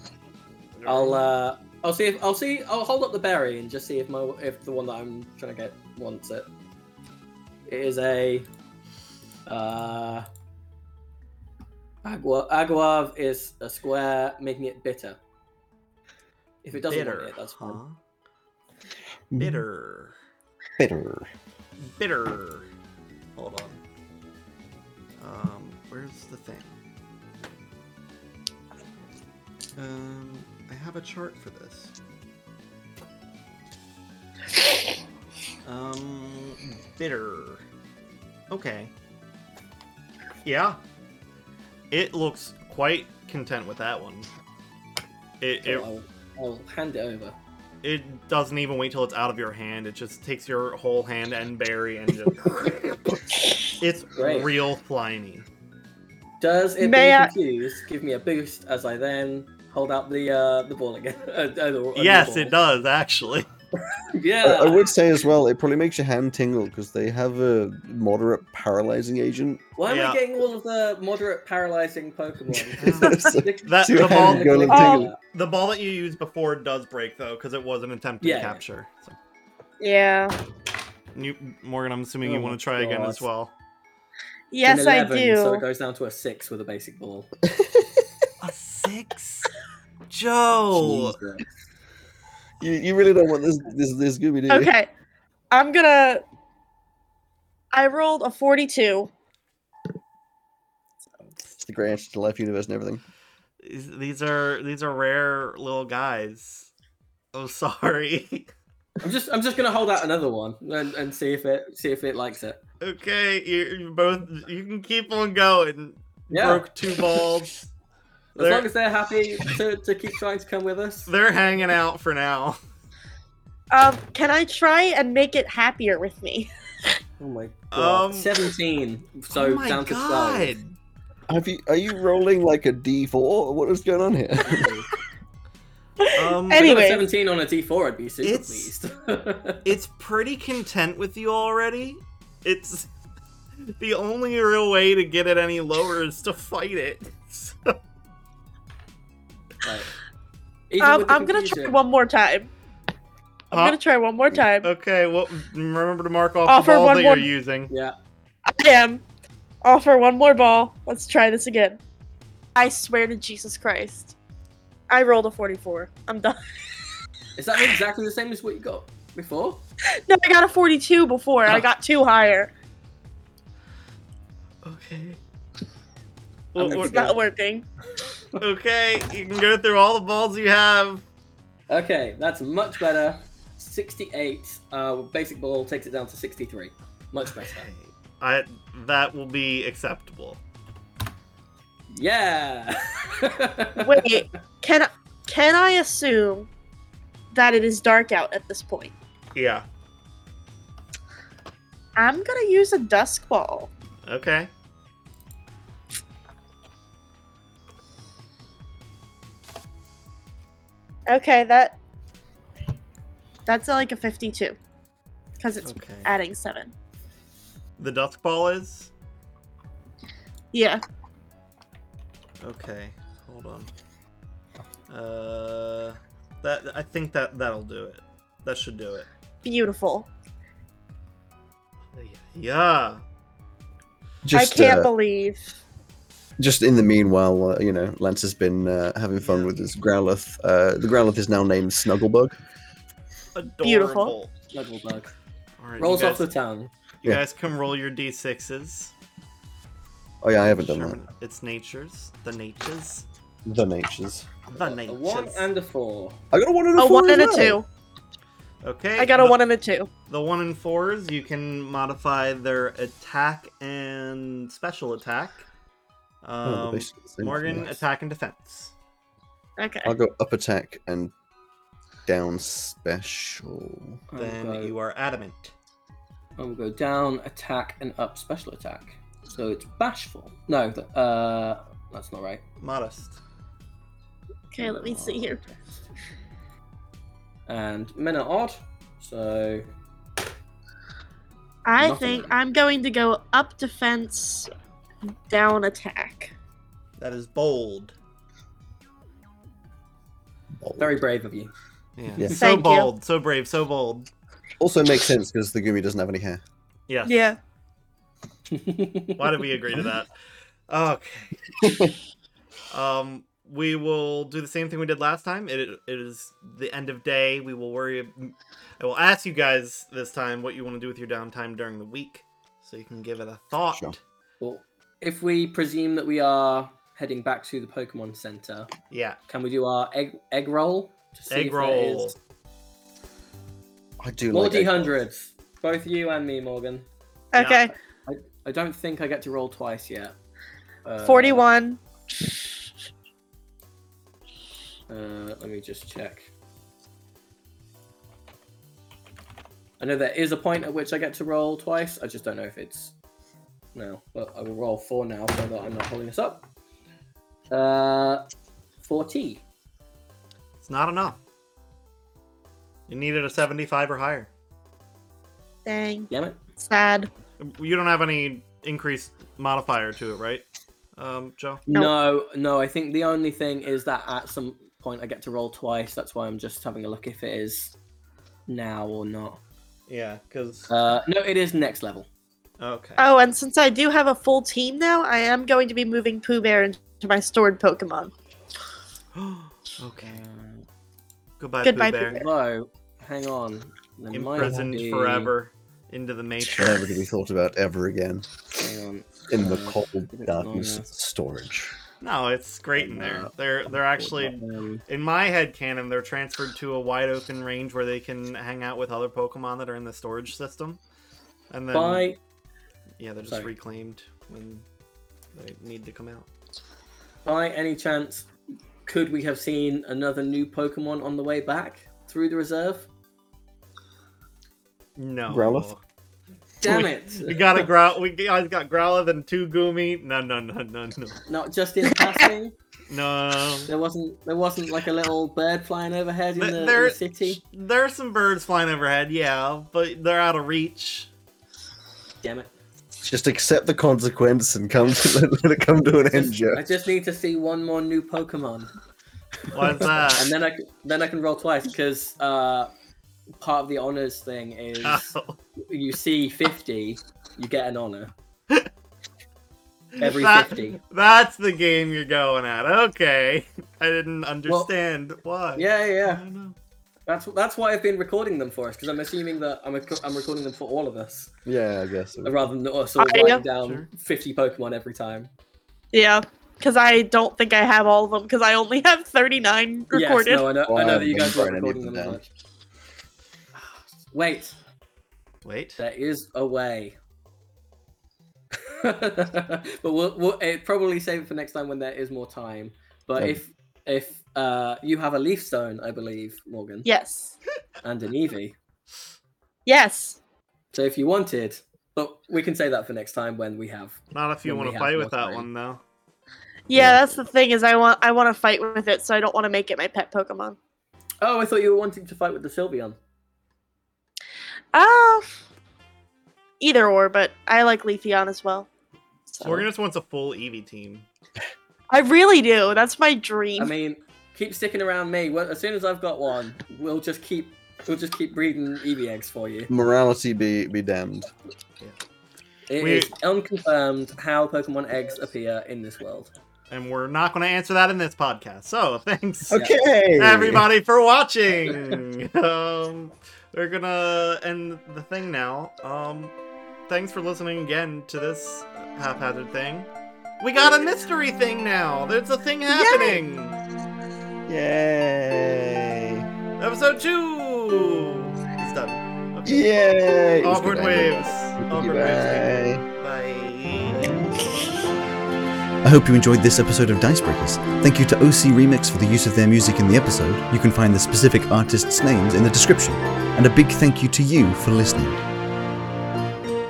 Speaker 3: I'll, uh, I'll see if I'll see. I'll hold up the berry and just see if my if the one that I'm trying to get wants it. It is a, uh, agua. Aguave is a square, making it bitter. If it doesn't
Speaker 1: bitter.
Speaker 3: want it, that's fine.
Speaker 1: Bitter.
Speaker 4: Bitter.
Speaker 1: Bitter. Hold on. Um, where's the thing? Um, I have a chart for this. Um, bitter. Okay. Yeah. It looks quite content with that one. It,
Speaker 3: So
Speaker 1: it
Speaker 3: I'll, I'll hand it over.
Speaker 1: it doesn't even wait till it's out of your hand. It just takes your whole hand and berry and just. it's
Speaker 3: Great.
Speaker 1: real slimy.
Speaker 3: Does it
Speaker 2: May
Speaker 3: being
Speaker 2: I-
Speaker 3: confused give me a boost as I then hold out the uh, the ball again? Uh, uh, the- uh, the
Speaker 1: Yes, it
Speaker 3: ball.
Speaker 1: does actually.
Speaker 3: Yeah.
Speaker 4: I, I would say as well, it probably makes your hand tingle because they have a moderate paralyzing agent.
Speaker 3: Why am
Speaker 1: Yeah.
Speaker 3: I getting all of the moderate paralyzing Pokemon?
Speaker 4: So-
Speaker 1: That
Speaker 4: Two
Speaker 1: the ball,
Speaker 4: handed girl of
Speaker 2: Oh.
Speaker 4: tingle.
Speaker 1: the ball that you used before does break though, because it was an attempt to
Speaker 3: Yeah, yeah.
Speaker 1: capture. So,
Speaker 2: Yeah.
Speaker 1: you, Morgan, I'm assuming you
Speaker 3: Oh
Speaker 1: want
Speaker 3: my
Speaker 1: to try again
Speaker 3: God.
Speaker 1: as well.
Speaker 2: Yes,
Speaker 3: An
Speaker 2: I
Speaker 3: 11,
Speaker 2: do.
Speaker 3: So it goes down to a six with a basic ball.
Speaker 1: A six, Joe.
Speaker 3: Jesus.
Speaker 4: You, you really don't want this this this Gooby, do you?
Speaker 2: okay. I'm gonna. I rolled a 42.
Speaker 4: It's the great answer to life, universe, and everything.
Speaker 1: These- These are these are rare little guys. Oh, sorry.
Speaker 3: I'm just I'm just gonna hold out another one and, and see if it see if it likes it.
Speaker 1: okay, you you both you can keep on going.
Speaker 3: Yeah.
Speaker 1: Broke two balls.
Speaker 3: As
Speaker 1: They're-
Speaker 3: long as they're happy to, to keep trying to come with us.
Speaker 1: They're hanging out for now.
Speaker 2: Um, can I try and make it happier with me?
Speaker 3: Oh my god.
Speaker 1: Um,
Speaker 3: Seventeen. So
Speaker 1: oh my
Speaker 3: down to
Speaker 1: god!
Speaker 3: twelve.
Speaker 4: Have you are you rolling like a D four? What is going on here?
Speaker 1: Um,
Speaker 3: If I got a
Speaker 2: Anyway.
Speaker 3: seventeen on a D four. I'd be super
Speaker 1: It's-
Speaker 3: pleased.
Speaker 1: It's pretty content with you already. It's the only real way to get it any lower is to fight it. So,
Speaker 3: Right. Even
Speaker 2: Um,
Speaker 3: with the
Speaker 2: I'm gonna try
Speaker 3: confusion-
Speaker 2: one more time. I'm
Speaker 1: Huh?
Speaker 2: gonna try one more time.
Speaker 1: okay, well, remember to mark off
Speaker 2: Offer
Speaker 1: the ball
Speaker 2: one
Speaker 1: that
Speaker 2: more-
Speaker 1: you're using.
Speaker 3: Yeah.
Speaker 2: I am. Offer one more ball. Let's try this again. I swear to Jesus Christ. I rolled a 44. I'm done.
Speaker 3: Is that exactly the same as what you got before?
Speaker 2: No, I got a 42 before. I
Speaker 3: Oh.
Speaker 2: got two higher.
Speaker 1: Okay.
Speaker 3: I'm gonna
Speaker 1: Well,
Speaker 2: It's
Speaker 3: go.
Speaker 1: well,
Speaker 2: not working.
Speaker 1: okay, you can go through all the balls you have.
Speaker 3: Okay, that's much better. 68. Uh, basic ball takes it down to 63. Much better.
Speaker 1: Okay. I that will be acceptable.
Speaker 3: Yeah.
Speaker 2: Wait, can can I assume that it is dark out at this point?
Speaker 1: Yeah.
Speaker 2: I'm gonna use a dusk ball.
Speaker 1: Okay.
Speaker 2: Okay, that that's like a 52 because it's
Speaker 1: Okay.
Speaker 2: adding seven.
Speaker 1: The dusk ball is?
Speaker 2: Yeah.
Speaker 1: Okay, hold on. Uh, that I think that that'll do it. That should do it.
Speaker 2: Beautiful.
Speaker 1: Yeah.
Speaker 4: Just
Speaker 2: I can't
Speaker 4: uh,
Speaker 2: believe.
Speaker 4: just in the meanwhile, uh, you know, Lance has been uh, having fun with his Growlithe. Uh, the Growlithe is now named Snugglebug.
Speaker 1: Adorable.
Speaker 2: Beautiful.
Speaker 3: Snuggle bug.
Speaker 1: All right,
Speaker 3: Rolls
Speaker 1: you
Speaker 3: off
Speaker 1: guys,
Speaker 3: the tongue.
Speaker 1: You
Speaker 4: Yeah.
Speaker 1: guys can roll your d6s.
Speaker 4: Oh yeah, I haven't done
Speaker 1: Sure, It's natures. The natures.
Speaker 4: that. The natures.
Speaker 1: The
Speaker 3: A one
Speaker 1: natures.
Speaker 3: and a four.
Speaker 4: I got a one and a
Speaker 2: A
Speaker 4: four
Speaker 2: one
Speaker 4: as
Speaker 2: and a
Speaker 4: well.
Speaker 2: two.
Speaker 1: Okay.
Speaker 2: I got a
Speaker 1: the,
Speaker 2: one and a two.
Speaker 1: The one and fours, you can modify their attack and special attack.
Speaker 4: Oh, they're
Speaker 1: Um,
Speaker 4: basically the same for
Speaker 1: Morgan,
Speaker 4: me.
Speaker 1: attack and defense.
Speaker 2: Okay.
Speaker 3: Oh.
Speaker 4: I'll go up attack and down special.
Speaker 3: I'll
Speaker 1: then
Speaker 3: go-
Speaker 1: you are adamant.
Speaker 3: I will go down, attack, and up special attack. So it's bashful. No, th- uh, that's not right.
Speaker 1: Modest.
Speaker 2: Okay, let me see here.
Speaker 3: And men are odd, so
Speaker 2: I
Speaker 3: Nothing.
Speaker 2: think I'm going to go up defense, down attack.
Speaker 1: That is bold.
Speaker 4: Bold.
Speaker 3: very brave of you.
Speaker 1: Yeah.
Speaker 4: Yeah.
Speaker 1: So
Speaker 2: Thank you.
Speaker 1: bold, so brave, so bold.
Speaker 4: Also makes sense because the Gumi doesn't have any hair.
Speaker 1: Yes.
Speaker 2: Yeah.
Speaker 1: Why did we agree to that? Okay. um, we will do the same thing we did last time. It, it is the end of day. We will worry. I will ask you guys this time what you want to do with your downtime during the week, so you can give it a thought.
Speaker 4: Sure.
Speaker 3: Well, if we presume that we are heading back to the Pokemon Center,
Speaker 1: Yeah.
Speaker 3: can we do our egg egg roll? to see
Speaker 1: Egg
Speaker 3: if there
Speaker 1: roll.
Speaker 3: is-
Speaker 4: I do
Speaker 3: More
Speaker 4: like
Speaker 3: D
Speaker 4: egg
Speaker 3: hundreds, both you and me, Morgan.
Speaker 2: Okay.
Speaker 3: I don't think I get to roll twice yet. Uh,
Speaker 2: Forty-one.
Speaker 3: Uh, let me just check. I know there is a point at which I get to roll twice. I just don't know if it's now. But I will roll four now so that I'm not holding this up. Uh, 40.
Speaker 1: It's not enough. You needed a 75 or higher.
Speaker 2: Dang.
Speaker 3: Damn it.
Speaker 2: Sad.
Speaker 1: You don't have any increased modifier to it, right? Um, Joe?
Speaker 2: No.
Speaker 3: No, no. I think the only thing is that at some point I get to roll twice. That's why I'm just having a look if it is now or not.
Speaker 1: Yeah, because.
Speaker 3: Uh, no, it is next level.
Speaker 1: okay.
Speaker 2: Oh, and since I do have a full team now, I am going to be moving Pooh Bear into my stored Pokemon.
Speaker 1: okay. Goodbye,
Speaker 2: Goodbye,
Speaker 1: Pooh Bear.
Speaker 2: Pooh
Speaker 3: Although, hang on. there might
Speaker 1: Imprisoned
Speaker 3: be-
Speaker 1: forever into the
Speaker 4: roll. Never to be
Speaker 1: matrix.
Speaker 4: thought about ever again
Speaker 3: Hang on.
Speaker 4: in the
Speaker 3: Uh,
Speaker 4: cold
Speaker 3: it's
Speaker 4: darkness
Speaker 3: not-
Speaker 4: of storage.
Speaker 1: no, it's great in there. They're they're actually
Speaker 3: Um,
Speaker 1: in my head canon. They're transferred to a wide open range where they can hang out with other Pokemon that are in the storage system, and then
Speaker 3: by
Speaker 1: yeah, they're just
Speaker 3: sorry.
Speaker 1: reclaimed when they need to come out.
Speaker 3: by any chance, could we have seen another new Pokemon on the way back through the reserve?
Speaker 1: No,
Speaker 4: Growlithe?
Speaker 3: Damn it!
Speaker 1: We got a growl. We guys got Growlithe and two Goomy. No, no, no, no, no,
Speaker 3: Not just in passing.
Speaker 1: no.
Speaker 3: There wasn't. There wasn't like a little bird flying overhead in the,
Speaker 1: Th-
Speaker 3: in
Speaker 1: there,
Speaker 3: the city.
Speaker 1: there are some birds flying overhead, yeah, but they're out of reach.
Speaker 3: Damn it!
Speaker 4: Just accept the consequence and come to, let, it come to an end, Joe.
Speaker 3: I just need to see one more new Pokemon,
Speaker 1: Why's that?
Speaker 3: and then I c- then I can roll twice because uh, part of the honors thing is
Speaker 1: Oh.
Speaker 3: you see fifty, you get an honor every
Speaker 1: That-
Speaker 3: fifty.
Speaker 1: That's the game you're going at. Okay. I didn't understand why.
Speaker 3: Yeah,
Speaker 1: I
Speaker 3: yeah.
Speaker 1: don't know.
Speaker 3: That's that's why I've been recording them for us because I'm assuming that I'm rec- I'm recording them for all of us
Speaker 4: Yeah, I guess. it-
Speaker 3: rather than us all
Speaker 2: Oh, yeah.
Speaker 3: writing down
Speaker 1: Sure.
Speaker 3: 50 Pokemon every time.
Speaker 2: Yeah, because I don't think I have all of them because I only have 39 recorded.
Speaker 3: Yes, no, I know, I
Speaker 4: Well,
Speaker 3: know
Speaker 4: I
Speaker 3: that you guys
Speaker 4: haven't
Speaker 3: were
Speaker 4: written any
Speaker 3: recording them
Speaker 4: of them
Speaker 3: as much. Wait,
Speaker 1: Wait.
Speaker 3: there is a way. but we'll, we'll it probably save it for next time when there is more time. But
Speaker 4: Okay.
Speaker 3: if if uh, you have a leaf stone, I believe Morgan,
Speaker 2: Yes.
Speaker 3: and an Eevee.
Speaker 2: Yes.
Speaker 3: So if you wanted, but we can say that for next time when we have
Speaker 1: Not if you
Speaker 3: Then
Speaker 1: want
Speaker 3: we
Speaker 1: to
Speaker 3: have
Speaker 1: play
Speaker 3: more
Speaker 1: with that
Speaker 3: time.
Speaker 1: one, though.
Speaker 2: Yeah, that's the thing is I want I want to fight with it, so I don't want to make it my pet Pokemon.
Speaker 3: Oh, I thought you were wanting to fight with the Sylveon.
Speaker 2: Ah. either or, but I like Leafeon as well. So-
Speaker 1: Morgan just wants a full Eevee team.
Speaker 2: I really do. That's my dream.
Speaker 3: I mean, keep sticking around me. Well, as soon as I've got one, we'll just keep we'll just keep breeding EV eggs for you.
Speaker 4: Morality be, be damned.
Speaker 3: It is
Speaker 1: We-
Speaker 3: unconfirmed how Pokemon eggs appear in this world.
Speaker 1: And we're not going to answer that in this podcast. So thanks.
Speaker 3: Okay.
Speaker 4: Okay.
Speaker 1: everybody for watching. um, we're gonna end the thing now. Um, thanks for listening again to this haphazard thing. We got a mystery thing now. There's a thing happening.
Speaker 4: Yay!
Speaker 1: Episode two is done. Okay.
Speaker 4: Yay! It was
Speaker 1: Awkward
Speaker 4: good, I know.
Speaker 1: waves. Awkward waves.
Speaker 4: Bye.
Speaker 1: Bye.
Speaker 5: I hope you enjoyed this episode of Dicebreakers. Thank you to OC Remix for the use of their music in the episode. You can find the specific artists' names in the description. And a big thank you to you for listening.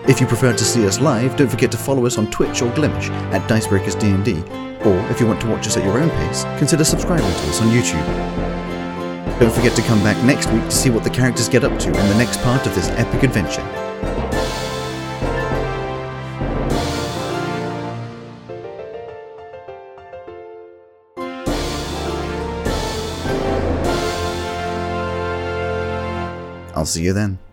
Speaker 5: If you prefer to see us live, don't forget to follow us on Twitch or Glimish at Dicebreakers D&D. Or if you want to watch us at your own pace, consider subscribing to us on YouTube. Don't forget to come back next week to see what the characters get up to in the next part of this epic adventure. I'll see you then.